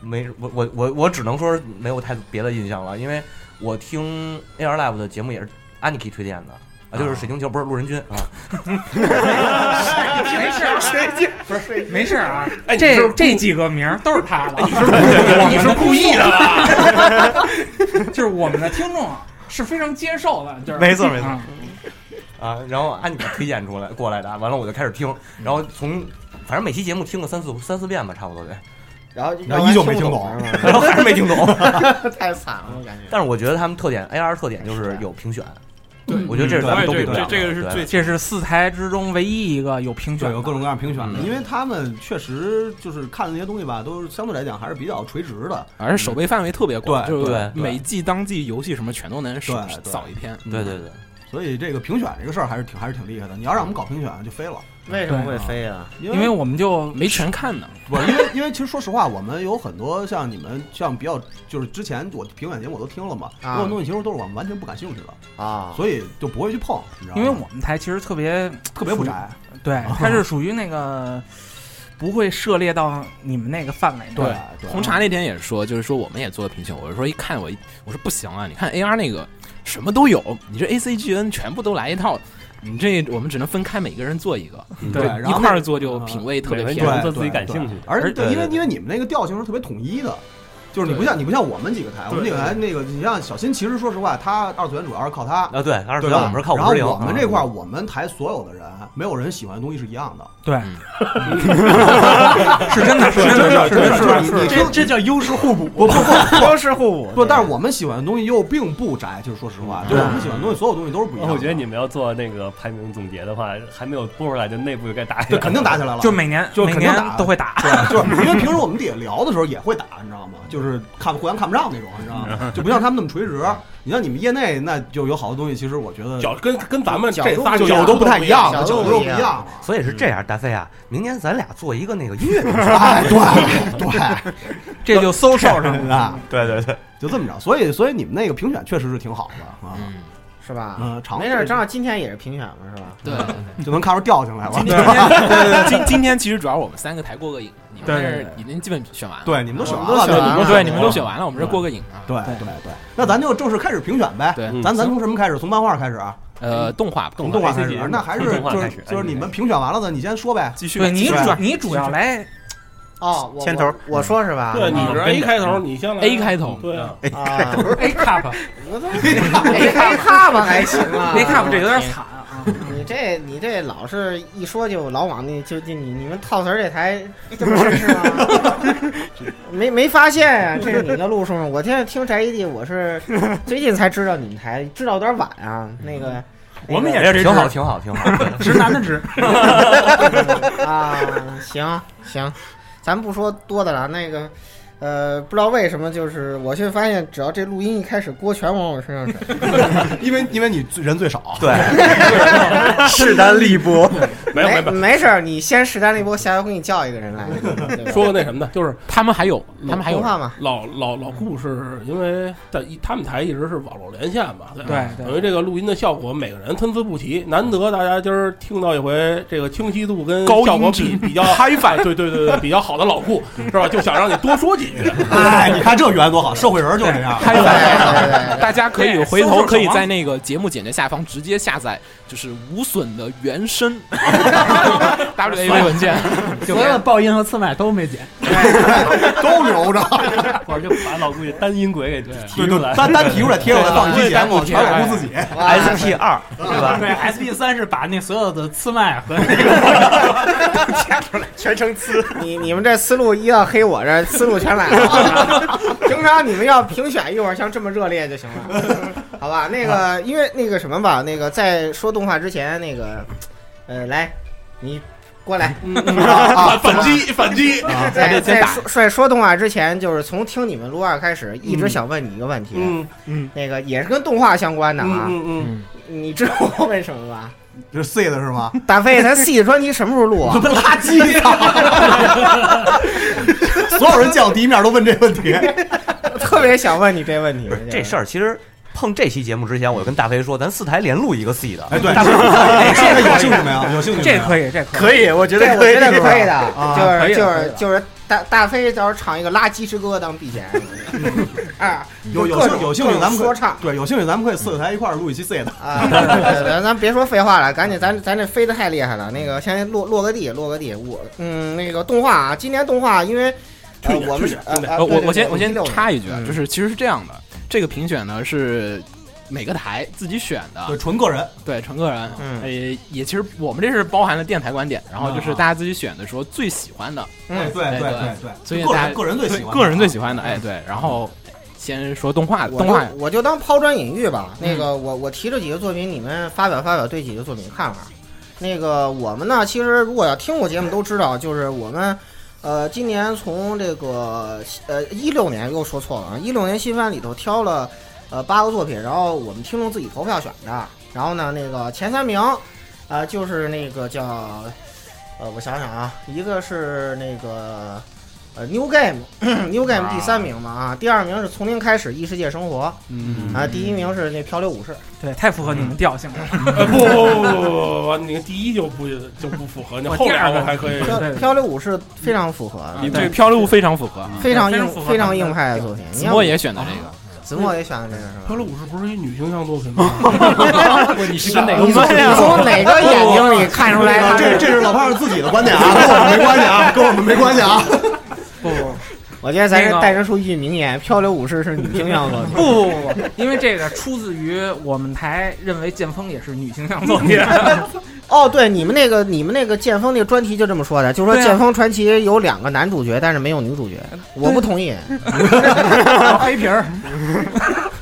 [SPEAKER 9] 没我我我我只能说没有太别的印象了，因为我听 AR Live 的节目也是 Aniki 推荐的。啊，就是水晶球，不是路人君
[SPEAKER 3] *laughs*
[SPEAKER 9] 啊！ *laughs*
[SPEAKER 7] 没事儿，
[SPEAKER 8] 啊
[SPEAKER 4] 不是，
[SPEAKER 7] 没事儿啊。
[SPEAKER 2] 哎，你
[SPEAKER 7] 这
[SPEAKER 2] 是
[SPEAKER 7] 这几个名儿 *laughs* 都是他的，
[SPEAKER 2] 你是故意的吧？
[SPEAKER 7] *laughs* 就是我们的听众啊是非常接受的，就是
[SPEAKER 6] 没错没错
[SPEAKER 7] 啊
[SPEAKER 9] 啊，然后 Aniki 推荐出来过来的，啊完了我就开始听，
[SPEAKER 1] 嗯
[SPEAKER 9] 然后从反正每期节目听个三四三四遍吧，差不多得，
[SPEAKER 4] 然后
[SPEAKER 1] 然后依旧没
[SPEAKER 4] 听
[SPEAKER 1] 听
[SPEAKER 4] 不
[SPEAKER 1] 懂
[SPEAKER 4] 是
[SPEAKER 9] *laughs* 然后还是没听懂。
[SPEAKER 4] 吗太惨了，我感觉。
[SPEAKER 9] 但是我觉得他们特点，AR 特点就是有评选，
[SPEAKER 7] 对
[SPEAKER 9] 我觉得这
[SPEAKER 3] 嗯
[SPEAKER 9] 是咱们都比不
[SPEAKER 1] 嗯对
[SPEAKER 9] 了的。
[SPEAKER 1] 这
[SPEAKER 9] 对
[SPEAKER 7] 这是四台之中唯一一个有评
[SPEAKER 1] 就
[SPEAKER 7] 选
[SPEAKER 1] 有
[SPEAKER 7] 的，
[SPEAKER 1] 各种各样评选的，
[SPEAKER 3] 嗯
[SPEAKER 1] 因为他们确实就是看的那些东西吧，都是相对来讲还是比较垂直的。
[SPEAKER 3] 而且手背范围特别广，
[SPEAKER 1] 对
[SPEAKER 3] 就是
[SPEAKER 9] 对对
[SPEAKER 3] 每季当季游戏什么全都能手
[SPEAKER 1] 对对
[SPEAKER 3] 扫一篇。
[SPEAKER 9] 对对对，
[SPEAKER 1] 嗯所以这个评选这个事儿还是挺还是挺厉害的。你要让我们搞评选就飞了，
[SPEAKER 4] 为什么会飞啊？
[SPEAKER 1] 因
[SPEAKER 7] 因为
[SPEAKER 1] 为
[SPEAKER 7] 我们就
[SPEAKER 3] 没全看呢，
[SPEAKER 1] 不是因为因为其实说实话，我们有很多像你们像比较就是之前我评选节目我都听了嘛，有
[SPEAKER 4] 啊
[SPEAKER 1] 很多东西其实都是我们完全不感兴趣的，
[SPEAKER 4] 啊，
[SPEAKER 1] 所以就不会去碰，你知道吗？
[SPEAKER 7] 因为我们台其实特别
[SPEAKER 1] 特别不哦窄，
[SPEAKER 7] 对，它是属于那个不会涉猎到你们那个范围内。
[SPEAKER 1] 对对
[SPEAKER 7] 啊
[SPEAKER 1] 哦
[SPEAKER 3] 红茶那天也说，就是说我们也做了评选，我是说一看我一我说不行啊，你看 AR 那个什么都有，你这 ACGN 全部都来一套，你这我们只能分开每个人做一个，
[SPEAKER 1] 对，然
[SPEAKER 3] 一
[SPEAKER 1] 后
[SPEAKER 3] 块
[SPEAKER 1] 那
[SPEAKER 3] 儿做就品味特别
[SPEAKER 5] 每
[SPEAKER 1] 对
[SPEAKER 5] 个人
[SPEAKER 3] 偏。
[SPEAKER 5] 做
[SPEAKER 1] 对
[SPEAKER 5] 自己感
[SPEAKER 1] 对
[SPEAKER 5] 兴趣的
[SPEAKER 1] 而且
[SPEAKER 9] 对
[SPEAKER 1] 因为
[SPEAKER 9] 对对
[SPEAKER 1] 因为你们那个调性是特别统一的。就是你不
[SPEAKER 3] 对
[SPEAKER 1] 像你不像我们几个台，我们几个台那个，你像小新，其实说实话，他二次元主要是靠他，
[SPEAKER 9] 啊对，二十
[SPEAKER 1] 对
[SPEAKER 9] 四
[SPEAKER 1] 吧？
[SPEAKER 9] 我们是靠
[SPEAKER 1] 然
[SPEAKER 9] 五
[SPEAKER 1] 后
[SPEAKER 9] 十零，啊
[SPEAKER 1] 我们这块儿，我们台所有的人，没有人喜欢的东西是一样的。
[SPEAKER 7] 对
[SPEAKER 3] 嗯
[SPEAKER 7] 是真的，是真的，是真的，
[SPEAKER 1] 就是你
[SPEAKER 5] 这
[SPEAKER 1] 你听
[SPEAKER 5] 这叫优势互补。
[SPEAKER 1] 不不不
[SPEAKER 4] 优势互补。
[SPEAKER 1] 不，但是我们喜欢的东西又并不窄，就是说实话，就
[SPEAKER 7] 对
[SPEAKER 1] 我们喜欢的东西，所有东西都是不一样的。
[SPEAKER 5] 哦我觉得你们要做那个排名总结的话，还没有播出来，就内部就该打起
[SPEAKER 1] 对
[SPEAKER 5] 来，
[SPEAKER 1] 肯定打起来了，
[SPEAKER 7] 就每年
[SPEAKER 1] 就
[SPEAKER 7] 每
[SPEAKER 1] 肯定
[SPEAKER 7] 年
[SPEAKER 1] 打
[SPEAKER 7] 都会打。
[SPEAKER 1] 对，就是因为平时我们底下聊的时候也会打，你知道吗？就是看互相看不上那种，你知道吗？就不像他们那么垂直。你像你们业内，那就有好多东西，其实我觉得
[SPEAKER 2] 角跟跟咱们
[SPEAKER 4] 角
[SPEAKER 2] 这
[SPEAKER 4] 度
[SPEAKER 2] 仨
[SPEAKER 4] 不一
[SPEAKER 1] 角
[SPEAKER 4] 样啊
[SPEAKER 1] 都不太一样了，
[SPEAKER 4] 角
[SPEAKER 1] 角
[SPEAKER 4] 度
[SPEAKER 1] 度
[SPEAKER 4] 不
[SPEAKER 1] 又
[SPEAKER 4] 一
[SPEAKER 1] 不一
[SPEAKER 4] 样
[SPEAKER 1] 样了。
[SPEAKER 9] 所以是这样，大飞啊，明年咱俩做一个那个音乐评
[SPEAKER 1] *laughs*
[SPEAKER 9] 选，
[SPEAKER 1] 哎，对对，
[SPEAKER 7] 这就搜售上了。
[SPEAKER 1] 啊，
[SPEAKER 6] 对对对，
[SPEAKER 1] 就这么着。所以所以你们那个评选确实是挺好的啊，
[SPEAKER 3] 嗯，
[SPEAKER 4] 是吧？
[SPEAKER 1] 嗯，
[SPEAKER 9] 啊
[SPEAKER 1] 长
[SPEAKER 4] 没事儿，正好今天也是评选嘛，是吧？
[SPEAKER 3] 对。
[SPEAKER 1] 就能看出调性来了
[SPEAKER 3] 今。天对对对今今天其实主要我们三个台过个瘾，你们
[SPEAKER 7] 对
[SPEAKER 3] 那
[SPEAKER 7] 对
[SPEAKER 3] 儿
[SPEAKER 7] 对
[SPEAKER 3] 已经基本选完了。
[SPEAKER 1] 对，你啊哦们都选完
[SPEAKER 4] 我们
[SPEAKER 1] 了，啊
[SPEAKER 4] 都选完了
[SPEAKER 3] 对，你们都选完了，我们这过个瘾啊。
[SPEAKER 1] 对对对，那咱就正式开始评选呗。
[SPEAKER 3] 对
[SPEAKER 1] 咱咱从什么开始？从漫画开始啊？
[SPEAKER 3] 呃，动画吧，
[SPEAKER 1] 从动画开始
[SPEAKER 5] ACG？
[SPEAKER 1] 那还是
[SPEAKER 5] 从动画
[SPEAKER 1] 就
[SPEAKER 5] 开
[SPEAKER 1] 是
[SPEAKER 5] 始
[SPEAKER 1] 就是你们
[SPEAKER 5] 哎
[SPEAKER 1] 评选完了的，你先说呗。
[SPEAKER 3] 继续吧
[SPEAKER 7] 对你
[SPEAKER 3] 继续
[SPEAKER 7] 主
[SPEAKER 3] 吧
[SPEAKER 7] 你主要来
[SPEAKER 4] 哦，我
[SPEAKER 6] 牵头
[SPEAKER 4] 我我说是吧？
[SPEAKER 2] 对，你是 A 开头，你先来
[SPEAKER 3] A 开头，
[SPEAKER 2] 对啊，
[SPEAKER 4] 啊，
[SPEAKER 7] A cup
[SPEAKER 4] 我 *laughs* 都没没看吧，还行
[SPEAKER 7] *laughs*
[SPEAKER 4] 啊。
[SPEAKER 7] A cup 这
[SPEAKER 4] *laughs*
[SPEAKER 7] 有点惨啊。
[SPEAKER 4] 你这你这老是一说就老往那就就你你们套词儿这台这么是吗？ *laughs* 没没发现呀、这是你的路数吗？我现在听宅基地，我是最近才知道你们台，知道有点晚啊。那个
[SPEAKER 7] 我们也是
[SPEAKER 9] 也嗯哎挺好，挺好，挺好。
[SPEAKER 2] *laughs*
[SPEAKER 9] 对
[SPEAKER 7] 直男的直。
[SPEAKER 4] *laughs* 啊，行行，咱不说多的了。那个，呃，不知道为什么，就是我却发现，只要这录音一开始，锅全往我身上甩。
[SPEAKER 1] *laughs*
[SPEAKER 4] *laughs*
[SPEAKER 1] 因为因为你人最少，
[SPEAKER 9] 对，势单力薄。
[SPEAKER 2] 没有没有没有。
[SPEAKER 4] 没事儿，你先试单一波，下回我给你叫一个人来。对吧
[SPEAKER 2] 嗯说个那什么的，就是
[SPEAKER 3] 他们还有，
[SPEAKER 7] 嗯
[SPEAKER 3] 他们还有
[SPEAKER 4] 文
[SPEAKER 2] *laughs*
[SPEAKER 4] 化嘛？
[SPEAKER 2] 老老老顾是因为在一他们台一直是网络连线嘛，对吧？
[SPEAKER 7] 对对
[SPEAKER 2] 等于这个录音的效果，每个人参差不齐，难得大家今儿听到一回这个清晰度跟
[SPEAKER 3] 高音
[SPEAKER 2] 效果
[SPEAKER 3] 质
[SPEAKER 2] 比比较嗨翻，对对对对，比较好的老顾
[SPEAKER 3] *laughs*
[SPEAKER 2] 是吧？就想让你多说几句，
[SPEAKER 1] *laughs* 哎，你看这缘多好，社会人就这样。
[SPEAKER 3] 开
[SPEAKER 4] *laughs* 对
[SPEAKER 3] 载。
[SPEAKER 4] 对 *laughs* 对对
[SPEAKER 3] 大家可以
[SPEAKER 7] 对
[SPEAKER 3] 回
[SPEAKER 7] 搜
[SPEAKER 3] 头
[SPEAKER 7] 索
[SPEAKER 3] 可以
[SPEAKER 7] 小王
[SPEAKER 3] 在那个节目简介下方直接下载，就是无损的原
[SPEAKER 4] *laughs*
[SPEAKER 3] 声 WAV 文件。
[SPEAKER 7] 所有的爆音和刺麦都没剪，
[SPEAKER 1] 都留着，
[SPEAKER 5] 或者就把老顾这单音轨给提
[SPEAKER 1] 对
[SPEAKER 5] 出
[SPEAKER 1] 对
[SPEAKER 5] 来，，
[SPEAKER 1] 单单提出来贴出来放一期
[SPEAKER 8] 啊
[SPEAKER 1] 节目，
[SPEAKER 3] 对
[SPEAKER 1] 全老顾自己。
[SPEAKER 4] 哇
[SPEAKER 9] SP 二对吧？
[SPEAKER 7] 对，SP 三是把那所有的刺麦和那个
[SPEAKER 6] 全程呲。
[SPEAKER 4] 你你们这思路一要黑我这思路全来了， *laughs* 平常你们要 *laughs* 评
[SPEAKER 8] 哎
[SPEAKER 4] 选一会儿像这么热烈就行了，好吧？那个因为那个什么吧，那个在说动画之前，那个呃，来，你过来。 *laughs* 啊
[SPEAKER 2] 反反击反击，
[SPEAKER 3] 还
[SPEAKER 4] 在
[SPEAKER 3] 得先
[SPEAKER 4] 在
[SPEAKER 3] 打
[SPEAKER 4] 说在说动画之前，就是从听你们撸啊开始，一直想问你一个问题，
[SPEAKER 2] 嗯
[SPEAKER 4] 那个也是跟动画相关的
[SPEAKER 2] 嗯
[SPEAKER 4] 啊，
[SPEAKER 2] 嗯嗯，
[SPEAKER 3] 嗯，
[SPEAKER 4] 你知道我问什么吧？
[SPEAKER 1] 这是 C 的是吗？
[SPEAKER 4] *laughs* 大飞，咱戏专题什么时候录啊？
[SPEAKER 1] 垃圾 *laughs* 所有人见我第一面都问这问题，
[SPEAKER 4] *laughs* 特别想问你这问题
[SPEAKER 9] 不是。这事儿，其实碰这期节目之前，我就跟大飞说，咱四台连录一个 C 的。
[SPEAKER 1] 哎对
[SPEAKER 9] 大飞，
[SPEAKER 1] 哎，这个有兴趣没有？有兴趣没有
[SPEAKER 7] 这可以，这可以，
[SPEAKER 6] 可以，我觉
[SPEAKER 4] 这
[SPEAKER 6] 得
[SPEAKER 4] 我觉得
[SPEAKER 6] 可
[SPEAKER 4] 可以的，
[SPEAKER 7] 可以
[SPEAKER 4] 就是
[SPEAKER 7] 的可以的
[SPEAKER 4] 就是就是大大飞到时候唱一个《垃圾之歌》当避嫌，啊，
[SPEAKER 1] 有有
[SPEAKER 4] 各
[SPEAKER 1] 兴
[SPEAKER 4] 种
[SPEAKER 1] 有兴趣
[SPEAKER 4] 各种
[SPEAKER 1] 咱们可以
[SPEAKER 4] 说唱
[SPEAKER 1] 对有兴趣咱们可以四个台一块儿录一期 C 的。
[SPEAKER 4] 啊，对对对咱别说废话了，赶紧，咱咱这飞得太厉害了，那个先落落个地，落个地。我嗯，那个动画啊，今年动画因为
[SPEAKER 2] 退
[SPEAKER 4] 呃
[SPEAKER 2] 一点
[SPEAKER 4] 我们
[SPEAKER 2] 退一
[SPEAKER 4] 是
[SPEAKER 2] 点退
[SPEAKER 4] 呃
[SPEAKER 2] 一点
[SPEAKER 4] 啊
[SPEAKER 3] 呃，我
[SPEAKER 4] 对对
[SPEAKER 3] 我先
[SPEAKER 4] 对
[SPEAKER 3] 我先
[SPEAKER 4] 16
[SPEAKER 3] 插一句啊，
[SPEAKER 4] 嗯
[SPEAKER 3] 就是其实是这样的，这个评选呢是每个台自己选
[SPEAKER 1] 对，
[SPEAKER 3] 的，
[SPEAKER 1] 纯个人，
[SPEAKER 3] 对，纯个人，
[SPEAKER 4] 嗯
[SPEAKER 3] 呃，也其实我们这是包含了电台观点，然后就是
[SPEAKER 1] 啊
[SPEAKER 3] 大家自己选的说最喜欢的，
[SPEAKER 1] 哎
[SPEAKER 4] 嗯，
[SPEAKER 1] 对对
[SPEAKER 3] 对
[SPEAKER 1] 对对，
[SPEAKER 3] 所以
[SPEAKER 1] 个
[SPEAKER 3] 大
[SPEAKER 1] 人
[SPEAKER 3] 家
[SPEAKER 1] 个人最喜
[SPEAKER 3] 对
[SPEAKER 1] 欢，
[SPEAKER 3] 个人最喜欢的，哎，对，然后先说动画，
[SPEAKER 4] 我
[SPEAKER 3] 动画嗯
[SPEAKER 4] 就我就当抛砖引玉吧。那个我我提了几个作品，你们发表发表对几个作品看法。那个我们呢，其实如果要听过节目都知道，就是我们呃今年从这个呃一六年又说错了啊，一六年新番里头挑了呃八个作品，然后我们听众自己投票选的。然后呢，那个前三名呃就是那个叫呃我想想啊，一个是那个。呃，New Game，New Game *clears throat* 第三名嘛啊，第二名是从零开始异世界生活
[SPEAKER 3] 嗯
[SPEAKER 4] 啊，第一名是那漂流武士，
[SPEAKER 7] 对，太符合你们调性了。
[SPEAKER 2] 呃不不不不不不，你第一就不就不符合，你
[SPEAKER 7] 我
[SPEAKER 2] 后
[SPEAKER 7] *laughs* 第
[SPEAKER 2] 俩
[SPEAKER 7] 二
[SPEAKER 2] 我
[SPEAKER 7] 个
[SPEAKER 2] 还可以，
[SPEAKER 4] 漂
[SPEAKER 7] 对对
[SPEAKER 4] 漂流武士非常符合，
[SPEAKER 3] 你嗯对漂流物非常符合，
[SPEAKER 4] 非常
[SPEAKER 7] 非常
[SPEAKER 4] 硬
[SPEAKER 7] 符合
[SPEAKER 4] 非常硬派的作品。
[SPEAKER 3] 子
[SPEAKER 4] 你看
[SPEAKER 3] 墨也选的这个，
[SPEAKER 4] *laughs* 子墨也选的这个是吧？
[SPEAKER 2] 漂流武士不是一女形象作品
[SPEAKER 4] *laughs*
[SPEAKER 2] 吗？
[SPEAKER 5] 你是跟哪个
[SPEAKER 4] 你从你从哪个眼睛里 *laughs* 看出来
[SPEAKER 1] 啊
[SPEAKER 4] 他
[SPEAKER 1] 这这是老胖子自己的观点啊，跟我们没关系
[SPEAKER 4] *laughs*
[SPEAKER 1] 啊，跟我们没关系
[SPEAKER 7] *laughs*
[SPEAKER 1] 啊。
[SPEAKER 7] 不不
[SPEAKER 4] 我觉得咱是
[SPEAKER 7] 那个
[SPEAKER 4] 带着出一句名言：漂流武士是女性向作
[SPEAKER 7] *laughs* 不
[SPEAKER 4] 品。
[SPEAKER 7] 不不不，因为这个出自于我们台认为剑锋也是女形象作
[SPEAKER 1] *laughs*
[SPEAKER 7] 品，
[SPEAKER 4] 哦，对，你们那个你们那个剑锋那个专题就这么说的，就说
[SPEAKER 7] 对啊
[SPEAKER 4] 剑锋传奇有两个男主角，但是没有女主角， *laughs* 我不同意。
[SPEAKER 7] *laughs* 黑皮儿。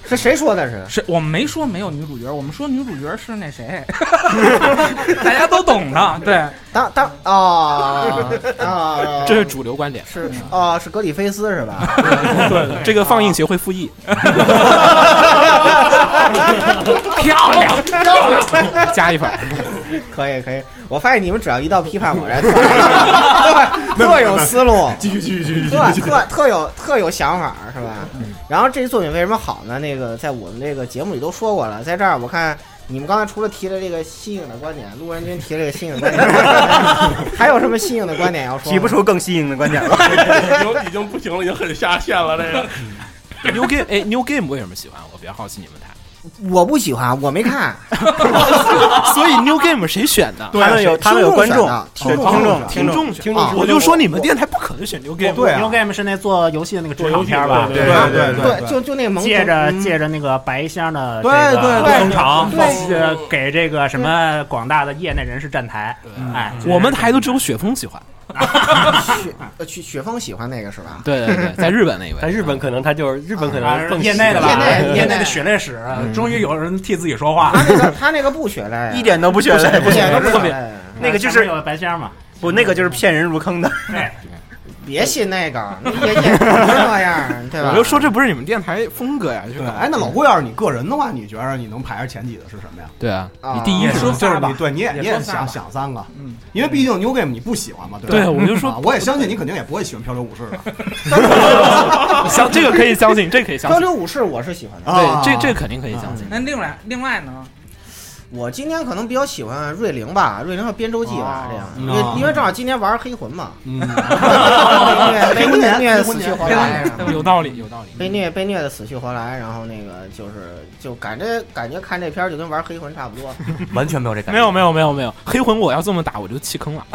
[SPEAKER 4] 是谁说的是？
[SPEAKER 7] 是我们没说没有女主角，我们说女主角是那谁， *laughs* 大家都懂的。对，
[SPEAKER 4] 当当啊啊！
[SPEAKER 3] *laughs* 这是主流观点，
[SPEAKER 4] 是是哦，是格里菲斯
[SPEAKER 3] *laughs*
[SPEAKER 4] 是吧？ *laughs*
[SPEAKER 2] 对对，
[SPEAKER 3] 这个放映协会复议，
[SPEAKER 7] 漂亮。
[SPEAKER 3] 加一分儿，
[SPEAKER 4] 可以可以，我发现你们只要一到批判我，这特特有思路，
[SPEAKER 1] 继续继续继续继
[SPEAKER 4] 特
[SPEAKER 1] 续。
[SPEAKER 4] 特特有特有想法是吧？然后这作品为什么好呢？那个在我们这个节目里都说过了，在这儿我看你们刚才除了提了这个新颖的观点，路人君提了这个新颖的观点，还有什么新颖的观点要说吗？
[SPEAKER 6] 提不出更新颖的观
[SPEAKER 4] *laughs*
[SPEAKER 2] 啊
[SPEAKER 6] 点了。
[SPEAKER 2] 已经已经不行了，已经很下线了。这个
[SPEAKER 3] New Game，哎，New Game 为什么喜欢？我比较好奇你们台。
[SPEAKER 4] 我不喜欢，我没看。啊
[SPEAKER 3] 所以 New Game 是谁选的？
[SPEAKER 6] 他们有他们有观众，
[SPEAKER 8] 啊
[SPEAKER 4] 听
[SPEAKER 6] 对
[SPEAKER 4] 众选的
[SPEAKER 6] 听众
[SPEAKER 3] 选
[SPEAKER 6] 听
[SPEAKER 4] 啊
[SPEAKER 3] 我就说你们电台不可能选 New Game。
[SPEAKER 1] 对啊
[SPEAKER 8] New Game 是那做游戏的那个职场片儿吧？
[SPEAKER 2] 做游戏
[SPEAKER 1] 对对
[SPEAKER 4] 对，就就那个萌
[SPEAKER 8] 借着
[SPEAKER 4] 嗯
[SPEAKER 8] 借着那个白箱的这
[SPEAKER 1] 对对
[SPEAKER 8] 个
[SPEAKER 1] 对
[SPEAKER 8] 风潮，
[SPEAKER 4] 对
[SPEAKER 8] 是给这个什么广大的业内人士站台。
[SPEAKER 4] 嗯
[SPEAKER 8] 哎，
[SPEAKER 3] 我们台都只有雪峰喜欢。
[SPEAKER 4] 雪呃雪雪峰喜欢那个是吧？
[SPEAKER 3] 对对对，
[SPEAKER 8] *laughs*
[SPEAKER 3] 在日本那一位，
[SPEAKER 5] 在日本可能他就是日本可
[SPEAKER 8] 啊
[SPEAKER 5] 能更
[SPEAKER 8] 业内的吧，
[SPEAKER 4] 业内业内嗯
[SPEAKER 8] 的血泪史，终于有人替自己说话。
[SPEAKER 4] 他那个他那个不血
[SPEAKER 3] *laughs*
[SPEAKER 4] 泪，
[SPEAKER 6] 一点都不血泪，
[SPEAKER 4] 一点都不
[SPEAKER 6] 特
[SPEAKER 4] 血
[SPEAKER 6] 别
[SPEAKER 8] 哎
[SPEAKER 4] 泪。
[SPEAKER 6] 那个就是
[SPEAKER 8] 前面有白箱嘛，
[SPEAKER 6] 不，那个就是骗人入坑的。
[SPEAKER 8] 哎
[SPEAKER 4] 别信那个，那也也不是那样，对吧？
[SPEAKER 3] 我就说这不是你们电台风格呀，就
[SPEAKER 1] 对，
[SPEAKER 3] 是
[SPEAKER 1] 哎，那老郭，要是你个人的话，你觉得你能排上前几的是什么呀？
[SPEAKER 3] 对啊，
[SPEAKER 4] 啊
[SPEAKER 3] 你第一
[SPEAKER 1] 也
[SPEAKER 3] 是
[SPEAKER 1] 是就是你对，你也
[SPEAKER 7] 也
[SPEAKER 1] 你也
[SPEAKER 7] 说仨吧
[SPEAKER 1] 想想三个，
[SPEAKER 7] 嗯，
[SPEAKER 1] 因为毕竟 New Game 你不喜欢嘛，对
[SPEAKER 3] 对，
[SPEAKER 1] 吧？
[SPEAKER 3] 我就
[SPEAKER 1] 啊
[SPEAKER 3] 说
[SPEAKER 1] 我也相信你肯定也不会喜欢漂流武士
[SPEAKER 3] *laughs*
[SPEAKER 1] 的
[SPEAKER 3] *laughs* 相这个可以相信，这个可以相
[SPEAKER 4] 漂
[SPEAKER 3] 信，
[SPEAKER 4] 流武士我是喜欢的，
[SPEAKER 1] 啊。
[SPEAKER 3] 对，这这个肯定可以相信。
[SPEAKER 7] 那另外另外呢？
[SPEAKER 4] 我今天可能比较喜欢瑞灵吧，瑞灵和边周记
[SPEAKER 7] 哦
[SPEAKER 4] 吧，这样，因
[SPEAKER 1] 嗯
[SPEAKER 4] 为因为正好今天玩黑魂嘛， *laughs*
[SPEAKER 1] 嗯，
[SPEAKER 4] 被
[SPEAKER 1] 黑魂
[SPEAKER 4] 虐
[SPEAKER 1] 年
[SPEAKER 4] 虐
[SPEAKER 1] 黑
[SPEAKER 4] 得
[SPEAKER 1] 魂
[SPEAKER 4] 死去
[SPEAKER 1] 年
[SPEAKER 4] 活来，然后
[SPEAKER 3] 有道理，有道理。
[SPEAKER 4] 被虐被虐的死去活来，然后那个就是就感觉感觉看这片儿就跟玩黑魂差不多，
[SPEAKER 9] 完全没有这感觉。
[SPEAKER 3] 没有没有没有没有，黑魂我要这么打我就弃坑了。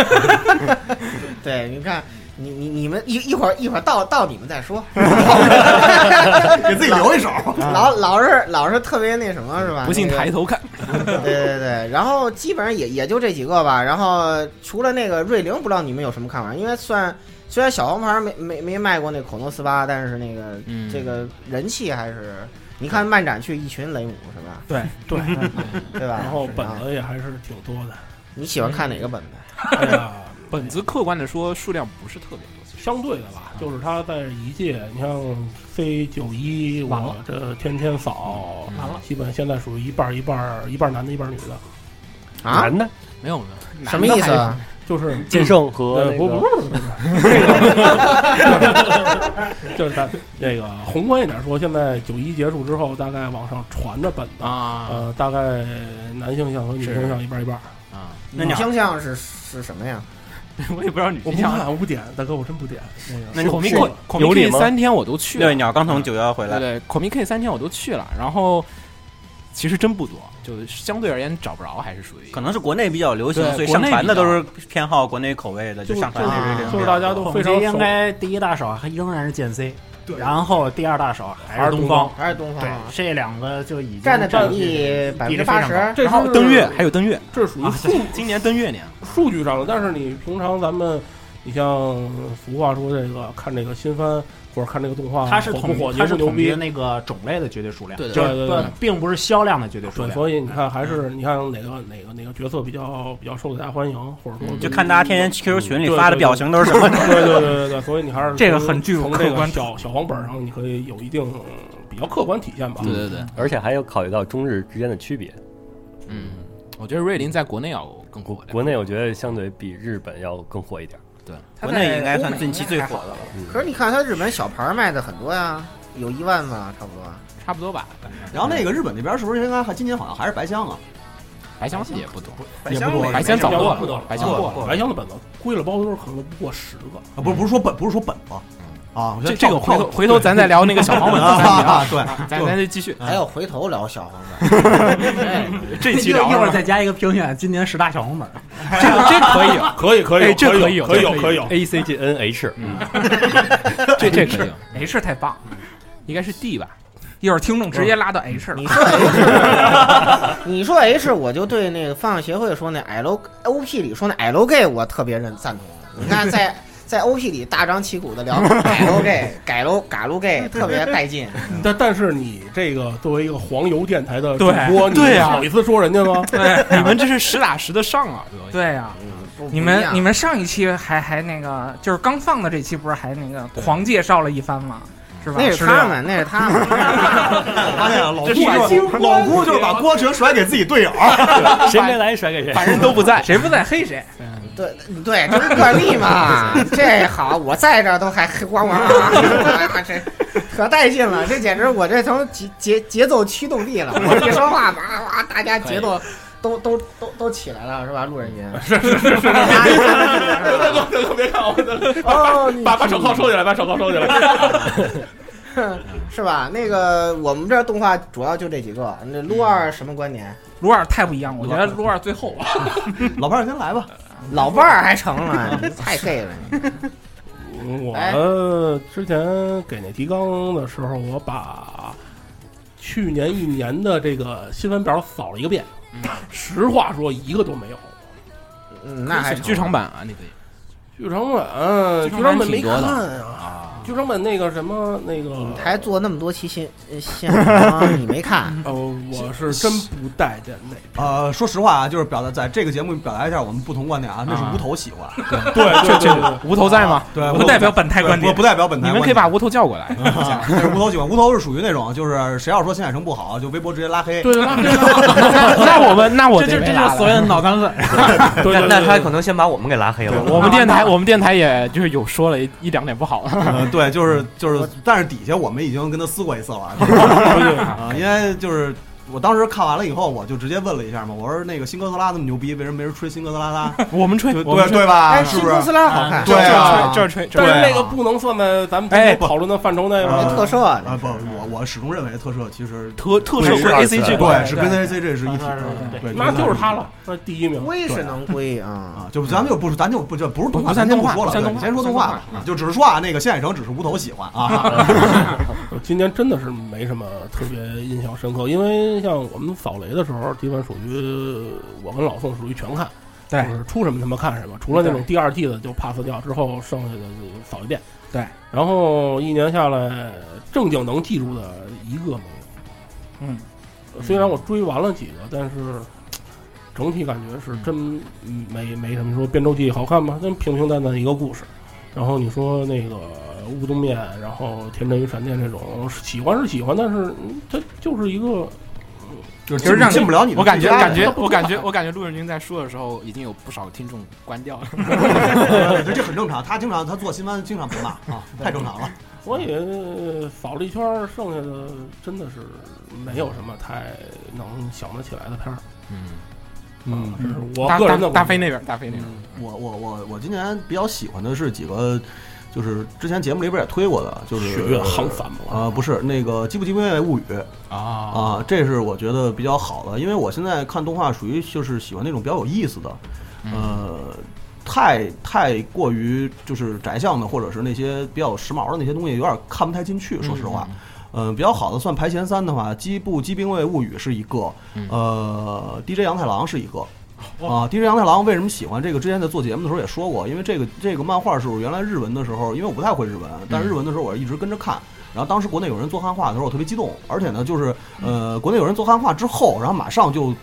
[SPEAKER 4] *laughs* 对，你看。你你你们一一会儿一会儿到到你们再说，
[SPEAKER 1] *laughs* 给自己留一手。
[SPEAKER 4] 老老是老是特别那什么是吧？
[SPEAKER 3] 不信
[SPEAKER 4] 那个
[SPEAKER 3] 抬头看。
[SPEAKER 4] 对对对，然后基本上也也就这几个吧。然后除了那个瑞灵，不知道你们有什么看法？因为算虽然小黄牌没没没卖过那口诺斯巴，但是那个、
[SPEAKER 3] 嗯
[SPEAKER 4] 这个人气还是，你看漫展去一群雷姆是吧？ *laughs*
[SPEAKER 8] 对对，
[SPEAKER 4] 对吧？
[SPEAKER 2] 然后本
[SPEAKER 4] 啊
[SPEAKER 2] 子也还是挺多的，
[SPEAKER 4] 你喜欢看哪个本子？
[SPEAKER 2] 哎 *laughs* 呀，
[SPEAKER 9] 啊
[SPEAKER 3] 本子客观的说，数量不是特别多。其实
[SPEAKER 2] 相对的
[SPEAKER 3] 嗯
[SPEAKER 2] 吧，就是他在一届，你像 C 九一，我这天天扫，
[SPEAKER 3] 嗯完了，
[SPEAKER 2] 基本现在属于一半儿一半儿，一半儿男的，一半儿女的，
[SPEAKER 4] 啊？
[SPEAKER 5] 男的
[SPEAKER 3] 没有没有，
[SPEAKER 4] 什么意思啊？
[SPEAKER 2] 就是
[SPEAKER 5] 剑圣和
[SPEAKER 2] 呃，
[SPEAKER 5] 那
[SPEAKER 2] 不不
[SPEAKER 5] 个
[SPEAKER 2] 不不，就是 *laughs* 咱这个宏观一点说，现在九一结束之后，大概网上传的本子，
[SPEAKER 3] 啊
[SPEAKER 2] 呃，大概男性向和女性向一半一半。
[SPEAKER 3] 啊，
[SPEAKER 8] 那
[SPEAKER 4] 你
[SPEAKER 8] 你
[SPEAKER 4] 倾向是是什么 *laughs* 呀？
[SPEAKER 3] 我也不知道女
[SPEAKER 2] 我不看，我不点，大哥，我真不点。那个
[SPEAKER 8] 那你
[SPEAKER 2] 我
[SPEAKER 3] 孔明
[SPEAKER 2] 过，
[SPEAKER 3] 孔明
[SPEAKER 5] 有理
[SPEAKER 3] K
[SPEAKER 5] 吗
[SPEAKER 3] 三天我都去了
[SPEAKER 6] 六，鸟刚从九幺回
[SPEAKER 3] 对
[SPEAKER 6] 来，
[SPEAKER 3] 对，孔明 K 三天我都去了，然后其实真不多，就是相对而言找不着，还是属于
[SPEAKER 6] 可能是国内比较流行
[SPEAKER 3] 对，
[SPEAKER 6] 所以
[SPEAKER 3] 国
[SPEAKER 6] 上
[SPEAKER 3] 内
[SPEAKER 6] 传的
[SPEAKER 3] 比较
[SPEAKER 6] 都是偏好国内口味的，
[SPEAKER 2] 就
[SPEAKER 6] 就上传
[SPEAKER 2] 就
[SPEAKER 6] 的这个
[SPEAKER 4] 啊
[SPEAKER 2] 就是大家都
[SPEAKER 8] 我
[SPEAKER 2] 非
[SPEAKER 8] 们
[SPEAKER 2] 常
[SPEAKER 8] 这应
[SPEAKER 2] 熟
[SPEAKER 8] 该第一大手还仍然是剑 C，
[SPEAKER 1] 对
[SPEAKER 8] 然后第二大手还
[SPEAKER 2] 还是
[SPEAKER 8] 是
[SPEAKER 2] 东
[SPEAKER 8] 东
[SPEAKER 2] 方
[SPEAKER 8] 方。
[SPEAKER 4] 还是东方
[SPEAKER 8] 对
[SPEAKER 4] 啊？，
[SPEAKER 8] 这两个就已经
[SPEAKER 4] 占的比例百分
[SPEAKER 8] 比
[SPEAKER 4] 之
[SPEAKER 8] 例
[SPEAKER 4] 八
[SPEAKER 8] 非常
[SPEAKER 4] 十
[SPEAKER 8] 高，
[SPEAKER 2] 这
[SPEAKER 3] 然后
[SPEAKER 2] 是
[SPEAKER 3] 登月还有登月
[SPEAKER 2] 这属于
[SPEAKER 3] 啊，
[SPEAKER 2] 数
[SPEAKER 3] 对今年登月年，
[SPEAKER 2] *laughs* 数据上的，但是你平常咱们，你像俗话说这个看这个新番或者看这个动画，
[SPEAKER 8] 它是
[SPEAKER 2] 火不
[SPEAKER 8] 统
[SPEAKER 2] 火
[SPEAKER 8] 它
[SPEAKER 2] 牛不
[SPEAKER 8] 是
[SPEAKER 2] 牛
[SPEAKER 8] 统计
[SPEAKER 2] 逼？
[SPEAKER 8] 那个种类的绝对数量，
[SPEAKER 3] 对对
[SPEAKER 8] 就
[SPEAKER 2] 对
[SPEAKER 8] 是
[SPEAKER 2] 对对
[SPEAKER 8] 不并不是销量的绝对数
[SPEAKER 2] 对，
[SPEAKER 8] 量。
[SPEAKER 2] 所以你看还是你看哪个哪个哪个角色比较比较受大家欢迎，或者说
[SPEAKER 3] 嗯
[SPEAKER 6] 就看大家天天 QQ 群里
[SPEAKER 2] 对
[SPEAKER 6] 发的
[SPEAKER 2] 对
[SPEAKER 6] 表情都是什么。
[SPEAKER 2] 对对对对对，所以你还是
[SPEAKER 8] 这个很具有
[SPEAKER 2] 从
[SPEAKER 8] 客
[SPEAKER 2] 这个
[SPEAKER 8] 观
[SPEAKER 2] 小小黄本上，你可以有一定比较客观体现吧。
[SPEAKER 3] 对对对，
[SPEAKER 5] 而且还有考虑到中日之间的区别。
[SPEAKER 3] 嗯，我觉得瑞林在国内要更
[SPEAKER 5] 国
[SPEAKER 3] 火点，
[SPEAKER 5] 国内我觉得相对比日本要更火一点。
[SPEAKER 4] 它
[SPEAKER 6] 国
[SPEAKER 4] 在
[SPEAKER 6] 内应该算
[SPEAKER 4] 欧美
[SPEAKER 6] 近期最
[SPEAKER 4] 还
[SPEAKER 6] 火
[SPEAKER 4] 好
[SPEAKER 6] 的了。
[SPEAKER 5] 嗯
[SPEAKER 4] 可是你看，它日本小牌儿卖的很多呀，有一万吧，差不多。
[SPEAKER 3] 差不多吧。反正
[SPEAKER 1] 然后那个日本那边是不是应该还今年好像还是白箱啊？
[SPEAKER 3] 白箱子也不多，
[SPEAKER 2] 也不多，
[SPEAKER 3] 白箱早
[SPEAKER 2] 过
[SPEAKER 3] 过
[SPEAKER 2] 了，
[SPEAKER 3] 了，白箱
[SPEAKER 1] 过
[SPEAKER 3] 过
[SPEAKER 1] 了
[SPEAKER 3] 了。
[SPEAKER 2] 白箱的本子归了包堆儿可能不过十个。
[SPEAKER 1] 啊，不是不是说本不是说本子啊，我觉
[SPEAKER 3] 这
[SPEAKER 1] 得
[SPEAKER 3] 这个
[SPEAKER 1] 照
[SPEAKER 3] 回头
[SPEAKER 1] 照
[SPEAKER 3] 回头咱再聊那个小
[SPEAKER 1] *laughs*
[SPEAKER 3] 黄文的三年
[SPEAKER 1] 啊
[SPEAKER 3] 啊，
[SPEAKER 1] 对，
[SPEAKER 3] 咱咱再继续。
[SPEAKER 4] 还要回头聊小黄本， *laughs* 哎
[SPEAKER 8] *laughs*
[SPEAKER 3] 这期
[SPEAKER 8] 一
[SPEAKER 3] 聊
[SPEAKER 8] 会儿
[SPEAKER 3] 了，
[SPEAKER 8] 再加一个评选今年十大小红 *laughs* 本，
[SPEAKER 3] 这这可以有，
[SPEAKER 8] *laughs*
[SPEAKER 2] 可以可
[SPEAKER 3] 哎，
[SPEAKER 2] 以，
[SPEAKER 3] 这
[SPEAKER 2] 可
[SPEAKER 3] 以有，
[SPEAKER 2] 可以
[SPEAKER 3] 这
[SPEAKER 2] 有可以有。
[SPEAKER 5] A C G N H，
[SPEAKER 3] 嗯，这这可以有，
[SPEAKER 8] ，H 太棒
[SPEAKER 4] 嗯
[SPEAKER 8] 了。
[SPEAKER 3] 应该是 D 吧？
[SPEAKER 7] 一会儿听众直接拉到 H 了
[SPEAKER 4] 你。说 H，你 *laughs* 说 H，我就对那个放映协会说那 L O P 里说那 L G，我特别认赞同。你看在在 O P 里大张旗鼓的聊 L G，改楼改楼 G 特别带劲。
[SPEAKER 2] *laughs* 但但是你这个作为一个黄油电台的主
[SPEAKER 7] 对
[SPEAKER 2] 播，你
[SPEAKER 7] 对啊
[SPEAKER 2] 好意思说人家吗？
[SPEAKER 7] 对
[SPEAKER 3] 你们这是实打实的上啊！
[SPEAKER 7] *laughs*
[SPEAKER 2] *laughs*
[SPEAKER 7] 对呀，
[SPEAKER 4] 嗯，不
[SPEAKER 7] 你
[SPEAKER 4] 不一
[SPEAKER 7] 们
[SPEAKER 4] 样
[SPEAKER 7] 你们上一期还还那个，就是刚放的这期不是还那个狂介绍了一番吗？是吧？
[SPEAKER 4] 那是他们，那是他们。
[SPEAKER 6] 发
[SPEAKER 1] 哎
[SPEAKER 6] 现了，老
[SPEAKER 1] 这是老姑
[SPEAKER 3] 啊
[SPEAKER 1] 就是把锅全甩给自己队友， *laughs*
[SPEAKER 5] 谁没来甩给谁。
[SPEAKER 3] 反正都 *laughs* 不在，
[SPEAKER 7] 谁不在黑谁。
[SPEAKER 4] 对对，这是惯例嘛。这好，我在这儿都还黑光光啊， *laughs* 这可带劲了，这简直我这成节节节奏驱动力了。我一说话，哇哇，大家节奏都都都都起来了，是吧？路人云
[SPEAKER 8] *laughs*
[SPEAKER 4] 是是是，
[SPEAKER 2] 大哥大哥别看我，大哥
[SPEAKER 4] 哦，你
[SPEAKER 2] 把把手铐收起来，把手铐收起来。
[SPEAKER 4] 是吧？那个我们这儿动画主要就这几个。那撸二什么观点？
[SPEAKER 7] *laughs* 卢二嗯太不一样，我觉得卢二最后啊，
[SPEAKER 1] *laughs* 老伴儿先来吧，
[SPEAKER 4] *laughs* 老伴儿还成了，你太 gay 了你。
[SPEAKER 2] 嗯
[SPEAKER 4] 哎
[SPEAKER 2] 我之前给那提纲的时候，我把去年一年的这个新闻表扫了一个遍，
[SPEAKER 3] 嗯
[SPEAKER 2] 实话说一个都没有。
[SPEAKER 4] 嗯，那还成
[SPEAKER 3] 剧场版啊，你可以
[SPEAKER 2] 剧场版，
[SPEAKER 3] 剧
[SPEAKER 2] 剧
[SPEAKER 3] 场版
[SPEAKER 2] 场版没
[SPEAKER 3] 挺多的
[SPEAKER 2] 看啊，
[SPEAKER 3] 啊，
[SPEAKER 2] 剧场版那个什么那个，
[SPEAKER 4] 还做那么多期新新 *laughs* 闻，你没看？
[SPEAKER 2] 呃，我是真不待见那边。
[SPEAKER 1] 呃，说实话啊，就是表达在这个节目表达一下我们不同观点啊，那是
[SPEAKER 3] 啊
[SPEAKER 1] 无头喜欢，
[SPEAKER 2] 对
[SPEAKER 3] *laughs*
[SPEAKER 2] 对对对，
[SPEAKER 3] 无头在吗？
[SPEAKER 1] 对，
[SPEAKER 7] 不代表本台观
[SPEAKER 1] 我
[SPEAKER 7] 点。
[SPEAKER 1] 不代表本台
[SPEAKER 3] 你
[SPEAKER 1] 观点，
[SPEAKER 3] 们可以把无头叫过 *laughs* 来。
[SPEAKER 1] 啊那是无头喜欢，无头是属于那种就是谁要说新海诚不好，就微博直接拉黑。
[SPEAKER 2] 对对
[SPEAKER 1] *laughs*
[SPEAKER 7] *laughs*
[SPEAKER 3] 那我们那我
[SPEAKER 7] 这就
[SPEAKER 3] 得
[SPEAKER 7] 这
[SPEAKER 3] 被拉
[SPEAKER 7] 就是
[SPEAKER 3] 了
[SPEAKER 7] 所谓的脑残
[SPEAKER 3] *laughs*
[SPEAKER 7] 粉。
[SPEAKER 2] 对，
[SPEAKER 9] 那那他可能先把我们给拉黑了。
[SPEAKER 3] 我们电台我们电台也就是有说了一一两点不好的，
[SPEAKER 1] 嗯，对，就是就是，但是底下我们已经跟他撕过一次 *laughs* 了，啊，因为就是我当时看完了以后，我就直接问了一下嘛，我说那个新哥斯拉那么牛逼，为什么没人吹新哥斯拉 *laughs* 拉？
[SPEAKER 3] 我们吹
[SPEAKER 1] 对
[SPEAKER 3] 我们
[SPEAKER 1] 对
[SPEAKER 3] 吹，
[SPEAKER 1] 对吧？
[SPEAKER 4] 哎，
[SPEAKER 1] 是
[SPEAKER 4] 新
[SPEAKER 1] 不
[SPEAKER 4] 哥
[SPEAKER 1] 是
[SPEAKER 4] 斯？拉好看，
[SPEAKER 1] 对啊
[SPEAKER 3] 这儿吹这
[SPEAKER 2] 但
[SPEAKER 3] 儿
[SPEAKER 2] 是
[SPEAKER 3] 吹，
[SPEAKER 2] 那个不能算在咱们今天讨论的范畴内
[SPEAKER 1] 哎
[SPEAKER 2] 吗？
[SPEAKER 4] 那特摄
[SPEAKER 1] 啊
[SPEAKER 4] 呢？
[SPEAKER 1] 不，我我始终认为特摄其实
[SPEAKER 3] 特特摄
[SPEAKER 6] 不
[SPEAKER 3] 是
[SPEAKER 6] 是
[SPEAKER 3] A C G
[SPEAKER 1] 对是跟 A C G 是一体的，对，
[SPEAKER 2] 那啊就是他了，那第一名。
[SPEAKER 4] 龟是能龟啊，
[SPEAKER 1] 啊，就是咱们就不咱就不就不是动画，
[SPEAKER 3] 不算
[SPEAKER 1] 咱
[SPEAKER 3] 动
[SPEAKER 1] 先
[SPEAKER 3] 画
[SPEAKER 1] 说
[SPEAKER 3] 不
[SPEAKER 1] 了，
[SPEAKER 3] 算
[SPEAKER 1] 对
[SPEAKER 3] 动画
[SPEAKER 1] 先
[SPEAKER 3] 不
[SPEAKER 1] 说
[SPEAKER 3] 算
[SPEAKER 1] 动画
[SPEAKER 3] 动
[SPEAKER 1] 吧，就只是说啊，那个新海诚只是无头喜欢
[SPEAKER 3] *laughs*
[SPEAKER 1] 啊，
[SPEAKER 2] *laughs* 我今年真的是没什么特别印象深刻，因为像我们扫雷的时候，基本属于我跟老宋属于全看，
[SPEAKER 7] 对
[SPEAKER 2] 就是出什么他妈看什么，除了那种第二季的就 pass 掉，之后剩下的就扫一遍。
[SPEAKER 7] 对，
[SPEAKER 2] 然后一年下来，正经能记住的一个没有。
[SPEAKER 7] 嗯，
[SPEAKER 2] 虽然我追完了几个，但是整体感觉是真嗯没没什么。你说变奏记好看吗？那平平淡淡一个故事。然后你说那个乌冬面，然后天真与闪电这种，喜欢是喜欢，但是嗯它就是一个嗯
[SPEAKER 1] 就是
[SPEAKER 7] 其实
[SPEAKER 1] 进
[SPEAKER 7] 让
[SPEAKER 1] 进不了你的
[SPEAKER 3] 我感觉，
[SPEAKER 1] 最佳的
[SPEAKER 3] 感觉，我感觉，我感觉陆仁君在说的时候，已经有不少听众关掉了。
[SPEAKER 1] 对 *laughs* 对这很正常。他经常他做新番经常被骂啊，太正常了。
[SPEAKER 2] 我也呃扫了一圈儿，剩下的真的是没有什么太能想得起来的片儿。
[SPEAKER 3] 嗯，
[SPEAKER 2] 嗯，这是我
[SPEAKER 3] 大
[SPEAKER 2] 个人
[SPEAKER 3] 大
[SPEAKER 2] 的嗯
[SPEAKER 3] 大飞那边，大飞那边，
[SPEAKER 1] 我我我我今年比较喜欢的是几个，就是之前节目里边也推过的，就是
[SPEAKER 2] 血月항상嘛，
[SPEAKER 1] 啊，不是那个《基不基灭物语》
[SPEAKER 3] 啊
[SPEAKER 1] 啊，这是我觉得比较好的，因为我现在看动画属于就是喜欢那种比较有意思的，呃，太太过于就是宅向的，或者是那些比较时髦的那些东西，有点看不太进去，说实话。嗯、比较好的算排前三的话，《机部机兵卫物语》是一个，呃，DJ 杨太郎是一个，啊，DJ 杨太郎为什么喜欢这个？之前在做节目的时候也说过，因为这个这个漫画是我原来日文的时候，因为我不太会日文，但是日文的时候我一直跟着看。然后当时国内有人做汉化的时候，我特别激动，而且呢，就是呃，国内有人做汉化之后，然后马上就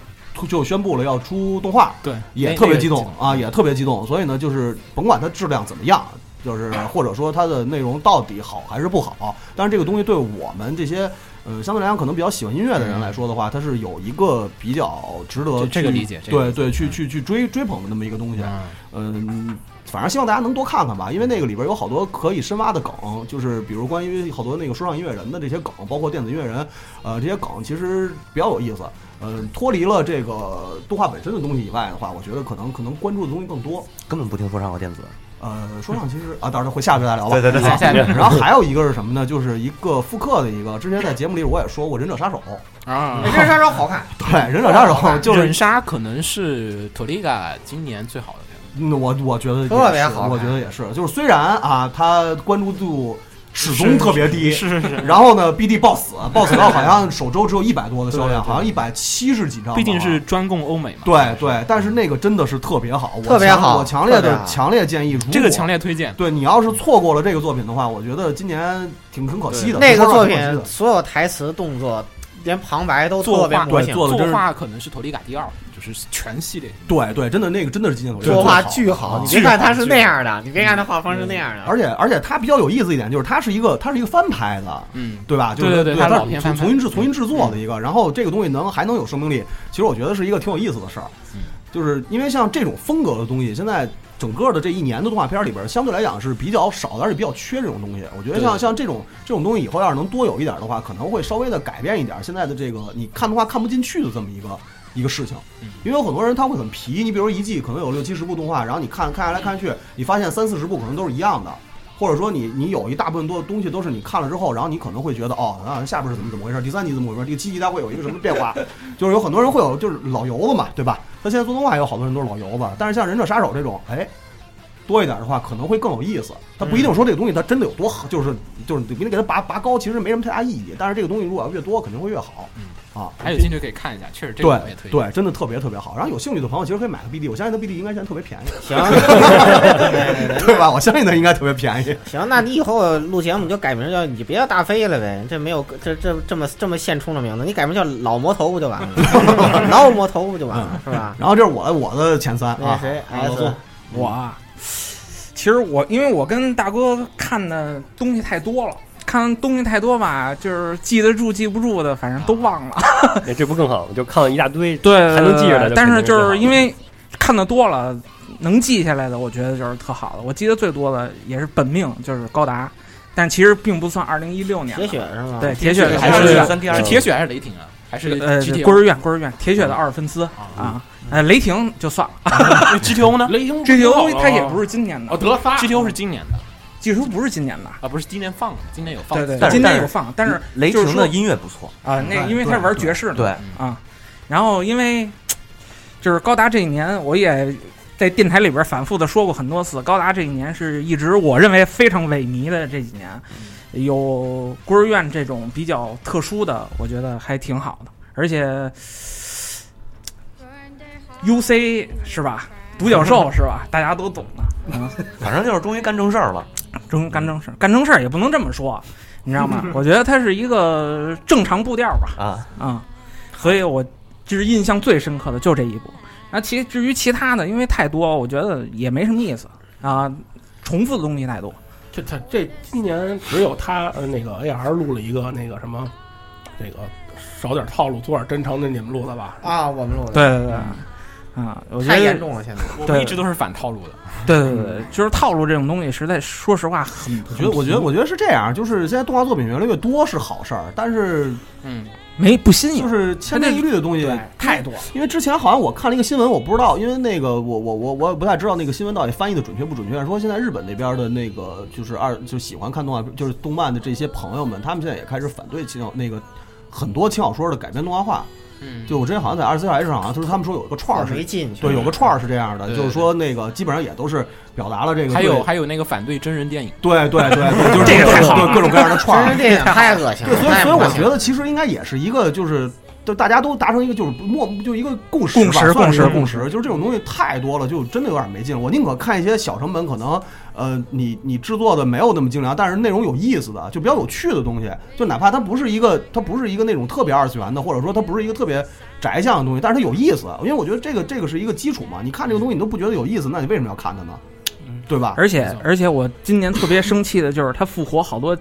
[SPEAKER 1] 就宣布了要出动画，
[SPEAKER 3] 对，
[SPEAKER 1] 也
[SPEAKER 3] 那
[SPEAKER 1] 特别
[SPEAKER 3] 那个
[SPEAKER 1] 激动
[SPEAKER 3] 动
[SPEAKER 1] 啊，也特别激动。所以呢，就是甭管它质量怎么样，就是或者说它的内容到底好还是不好，但是这个东西对我们这些呃相对来讲可能比较喜欢音乐的人来说的话，它是有一个比较值得
[SPEAKER 3] 嗯这这个
[SPEAKER 1] 去
[SPEAKER 3] 理解这个
[SPEAKER 1] 对
[SPEAKER 3] 理解
[SPEAKER 1] 对，去去去追追捧的那么一个东西。
[SPEAKER 3] 嗯
[SPEAKER 1] 嗯，反正希望大家能多看看吧，因为那个里边有好多可以深挖的梗，就是比如关于好多那个说唱音乐人的这些梗，包括电子音乐人，呃，这些梗其实比较有意思。呃，脱离了这个动画本身的东西以外的话，我觉得可能可能关注的东西更多。
[SPEAKER 9] 根本不听说唱和电子。
[SPEAKER 1] 呃，说唱其实啊，到时候会下边再聊吧。
[SPEAKER 9] 对对对
[SPEAKER 1] 啊
[SPEAKER 3] 下边
[SPEAKER 1] 然后还有一个是什么呢？就是一个复刻的一个，之前在节目里我也说过《忍者杀手》。
[SPEAKER 3] 啊
[SPEAKER 4] 人。生杀手好看，
[SPEAKER 1] 对，《忍者杀手》
[SPEAKER 3] *laughs*
[SPEAKER 1] 就是
[SPEAKER 3] 忍杀可能是 t o l i g a 今年最好的片子，
[SPEAKER 1] 嗯，我我觉得也是
[SPEAKER 4] 特别好看
[SPEAKER 1] 我觉得也是，就是虽然啊，他关注度始终特别低，
[SPEAKER 3] 是是是，
[SPEAKER 1] 然后呢，BD 爆死，爆死到好像首周只有一百多的销量，好像一百七十几张吧，
[SPEAKER 3] 毕竟是专供欧美嘛。
[SPEAKER 1] 对对，但是那个真的是特别好，我
[SPEAKER 4] 特别
[SPEAKER 1] 强
[SPEAKER 4] 好
[SPEAKER 1] 我强烈
[SPEAKER 4] 特别
[SPEAKER 1] 的
[SPEAKER 4] 好
[SPEAKER 1] 强烈建议，如果
[SPEAKER 3] 这个强烈推荐。
[SPEAKER 1] 对你要是错过了这个作品的话，我觉得今年挺挺可惜的，
[SPEAKER 4] 那个
[SPEAKER 1] 挺可
[SPEAKER 4] 作
[SPEAKER 1] 惜
[SPEAKER 4] 品
[SPEAKER 1] 的
[SPEAKER 4] 所有台词、动作，连旁白都特
[SPEAKER 3] 作
[SPEAKER 4] 别
[SPEAKER 3] 画
[SPEAKER 4] 魔
[SPEAKER 1] 对
[SPEAKER 4] 性，
[SPEAKER 1] 做得真是
[SPEAKER 3] 作画可能是 t o l i g a 第二，就是全系列。
[SPEAKER 1] 对对，真的那个真的是今年可惜
[SPEAKER 4] 作
[SPEAKER 1] 好
[SPEAKER 4] 画
[SPEAKER 1] 嗯
[SPEAKER 4] 巨好。你
[SPEAKER 3] 巨
[SPEAKER 4] 别看他
[SPEAKER 3] 好
[SPEAKER 4] 是
[SPEAKER 3] 巨
[SPEAKER 4] 那样的，你别看他画风是那样的，
[SPEAKER 1] 而且而且它比较有意思一点就是它是一个它是一个翻拍的，
[SPEAKER 3] 嗯，
[SPEAKER 1] 对吧？就是
[SPEAKER 3] 对对对它是
[SPEAKER 1] 它
[SPEAKER 3] 老片
[SPEAKER 1] 重
[SPEAKER 3] 翻拍
[SPEAKER 1] 重新
[SPEAKER 4] 嗯
[SPEAKER 1] 制重新制作的一个，然后这个东西能还能有生命力，其实我觉得是一个挺有意思的事儿
[SPEAKER 3] 嗯。
[SPEAKER 1] 就是因为像这种风格的东西，现在整个的这一年的动画片里边，相对来讲是比较少的，而且比较缺这种东西。我觉得像
[SPEAKER 3] 对
[SPEAKER 1] 像这种这种东西以后要是能多有一点的话，可能会稍微的改变一点现在的这个你看动画看不进去的这么一个一个事情。因为有很多人他会很皮，你比如一季可能有六七十部动画，然后你看看来看去，你发现三四十部可能都是一样的，或者说你你有一大部分多东西都是你看了之后，然后你可能会觉得哦，啊下边是怎么怎么回事，第三集怎么回事，第七集它会有一个什么变化，就是有很多人会有就是老油子嘛，对吧？他现在做动画也有好多人都是老油子，但是像忍者杀手这种，哎。多一点的话，可能会更有意思。它不一定说这个东西它真的有多好，就是就是你给它拔拔高，其实没什么太大意义。但是这个东西如果要越多，肯定会越好。啊，
[SPEAKER 3] 还有兴趣可以看一下，确实这个我也
[SPEAKER 1] 对
[SPEAKER 3] 推荐。
[SPEAKER 1] 对，真的特别特别好。然后有兴趣的朋友其实可以买个 BD，我相信它 BD 应该现在特别
[SPEAKER 7] *laughs*
[SPEAKER 1] 便宜，
[SPEAKER 2] *laughs*
[SPEAKER 4] 行，对
[SPEAKER 1] *laughs*
[SPEAKER 4] 对
[SPEAKER 1] 对吧？我相信它应该特别便宜。
[SPEAKER 4] 行，那你以后录节目你就改名叫你别叫大飞了呗，这没有这这这么这么现充的名字，你改名叫老魔头不就完了吗？老魔头不就完了是吧？
[SPEAKER 1] 然后这是我的我的前三
[SPEAKER 4] 那
[SPEAKER 1] 啊，
[SPEAKER 4] 谁
[SPEAKER 1] 啊老宋
[SPEAKER 4] S
[SPEAKER 7] 我啊，其实我因为我跟大哥看的东西太多了，看东西太多吧，就是记得住记不住的，反正都忘了。
[SPEAKER 5] 哎这不更好？我就看了一大堆，
[SPEAKER 7] 对
[SPEAKER 5] 还能记着来就
[SPEAKER 7] 呃但是
[SPEAKER 5] 肯定
[SPEAKER 7] 就是是因为看的多了，能记下来的，我觉得就是特好的。我记得最多的也是本命，就是高达，但其实并不算二零一六年的。
[SPEAKER 4] 铁血是吗？
[SPEAKER 7] 对铁血的
[SPEAKER 3] 还
[SPEAKER 7] 二分
[SPEAKER 3] 是
[SPEAKER 7] 之
[SPEAKER 9] 三 D 二
[SPEAKER 3] 是铁血还是雷霆啊？还是
[SPEAKER 7] 呃
[SPEAKER 3] GTO？
[SPEAKER 7] 孤儿院，孤儿院，铁血
[SPEAKER 3] 嗯
[SPEAKER 7] 的阿尔芬斯啊，呃，雷霆就
[SPEAKER 3] *laughs*
[SPEAKER 7] 算了啊，*laughs*
[SPEAKER 3] GTO 呢
[SPEAKER 2] 雷霆
[SPEAKER 7] 这些东西
[SPEAKER 2] 不
[SPEAKER 7] 它也
[SPEAKER 2] 错啊
[SPEAKER 7] 不是今年
[SPEAKER 2] 哦，
[SPEAKER 7] 的，
[SPEAKER 2] 得仨
[SPEAKER 3] ？GTO 是今年的
[SPEAKER 7] 技术不是今年的。
[SPEAKER 3] 啊，不是今年放的，今年有放。
[SPEAKER 7] 对对，对
[SPEAKER 9] 但是
[SPEAKER 7] 今
[SPEAKER 9] 但
[SPEAKER 7] 年
[SPEAKER 9] 是嗯
[SPEAKER 7] 有放，但是
[SPEAKER 9] 雷
[SPEAKER 7] 就是
[SPEAKER 9] 霆的
[SPEAKER 7] 说
[SPEAKER 9] 音乐不错，
[SPEAKER 7] 啊，那
[SPEAKER 3] 嗯
[SPEAKER 7] 因为他是玩爵士的，
[SPEAKER 9] 对，
[SPEAKER 7] 啊，然后因为就是高达这一年，我也在电台里边反复的说过很多次，高达这一年是一直我认为非常萎靡的这几年，
[SPEAKER 9] 嗯
[SPEAKER 7] 有孤儿院这种比较特殊的，我觉得还挺好的，而且 UC 是吧？独角兽是吧？大家都懂的，啊，
[SPEAKER 9] 反正就是终于干正事儿了。
[SPEAKER 7] 正干正事儿，干正事儿也不能这么说，你知
[SPEAKER 2] *laughs*
[SPEAKER 7] 道吗？我觉得它是一个正常步调吧，嗯
[SPEAKER 9] 啊，
[SPEAKER 7] 啊、所以我就是印象最深刻的就这一部。然后其至于其他的，因为太多，我觉得也没什么意思啊，重复的东西太多。
[SPEAKER 2] 这他这今年只有他呃那个 AR 录了一个那个什么，那个少点套路，做点真诚的，你们录的吧？嗯
[SPEAKER 4] 啊，我们录的，
[SPEAKER 7] 对对对，啊，我觉
[SPEAKER 4] 太严
[SPEAKER 7] 得
[SPEAKER 4] 重了，现在
[SPEAKER 3] 我
[SPEAKER 7] 对
[SPEAKER 3] 们一直都是反套路的，
[SPEAKER 7] 对对对对，就是套路这种东西，实在说实话很，
[SPEAKER 1] 我觉得，我觉得，我觉得是这样，就是现在动画作品越来越多是好事儿，但是
[SPEAKER 3] 嗯，
[SPEAKER 7] 没不新颖
[SPEAKER 1] 就。是千篇一律的东西
[SPEAKER 7] 对，太多了。
[SPEAKER 1] 因为之前好像我看了一个新闻，我不知道，因为那个我我我我也不太知道那个新闻到底翻译的准确不准确。说现在日本那边的那个就是二就是喜欢看动画就是动漫的这些朋友们，他们现在也开始反对轻小那个很多轻小说的改编动画化。
[SPEAKER 3] 嗯哦
[SPEAKER 1] 就我之前好像在二十四小时上好啊像就是他们说有一个串儿
[SPEAKER 4] 没
[SPEAKER 1] 是，
[SPEAKER 4] 进去。
[SPEAKER 1] 对，有个串儿是这样的，
[SPEAKER 3] 对
[SPEAKER 1] 就是说那个基本上也都是表达了这个
[SPEAKER 3] 还有还有那个反对真人电影，
[SPEAKER 1] 对对对
[SPEAKER 3] *laughs*
[SPEAKER 1] 对，就是
[SPEAKER 8] 这个太好了
[SPEAKER 1] 对各种各样的串
[SPEAKER 4] 真
[SPEAKER 1] 儿
[SPEAKER 4] 人。电影太恶心了
[SPEAKER 1] 对，，所以
[SPEAKER 4] 太
[SPEAKER 1] 所以
[SPEAKER 4] 恶
[SPEAKER 1] 我
[SPEAKER 4] 心
[SPEAKER 1] 觉
[SPEAKER 4] 了
[SPEAKER 1] 得其实应该也是一个就是。就大家都达成一个就是默就一个共识
[SPEAKER 7] 共
[SPEAKER 1] 吧
[SPEAKER 7] 识
[SPEAKER 1] 算是一个
[SPEAKER 7] 共
[SPEAKER 1] 共
[SPEAKER 7] 识
[SPEAKER 1] 就是这种东西太多了，就真的有点没劲了。我宁可看一些小成本，可能呃你你制作的没有那么精良，但是内容有意思的，就比较有趣的东西。就哪怕它不是一个它不是一个那种特别二次元的，或者说它不是一个特别宅向的东西，但是它有意思。因为我觉得这个这个是一个基础嘛，你看这个东西你都不觉得有意思，那你为什么要看它呢？对吧？
[SPEAKER 7] 而且而且我今年特别生气的就是他复活好多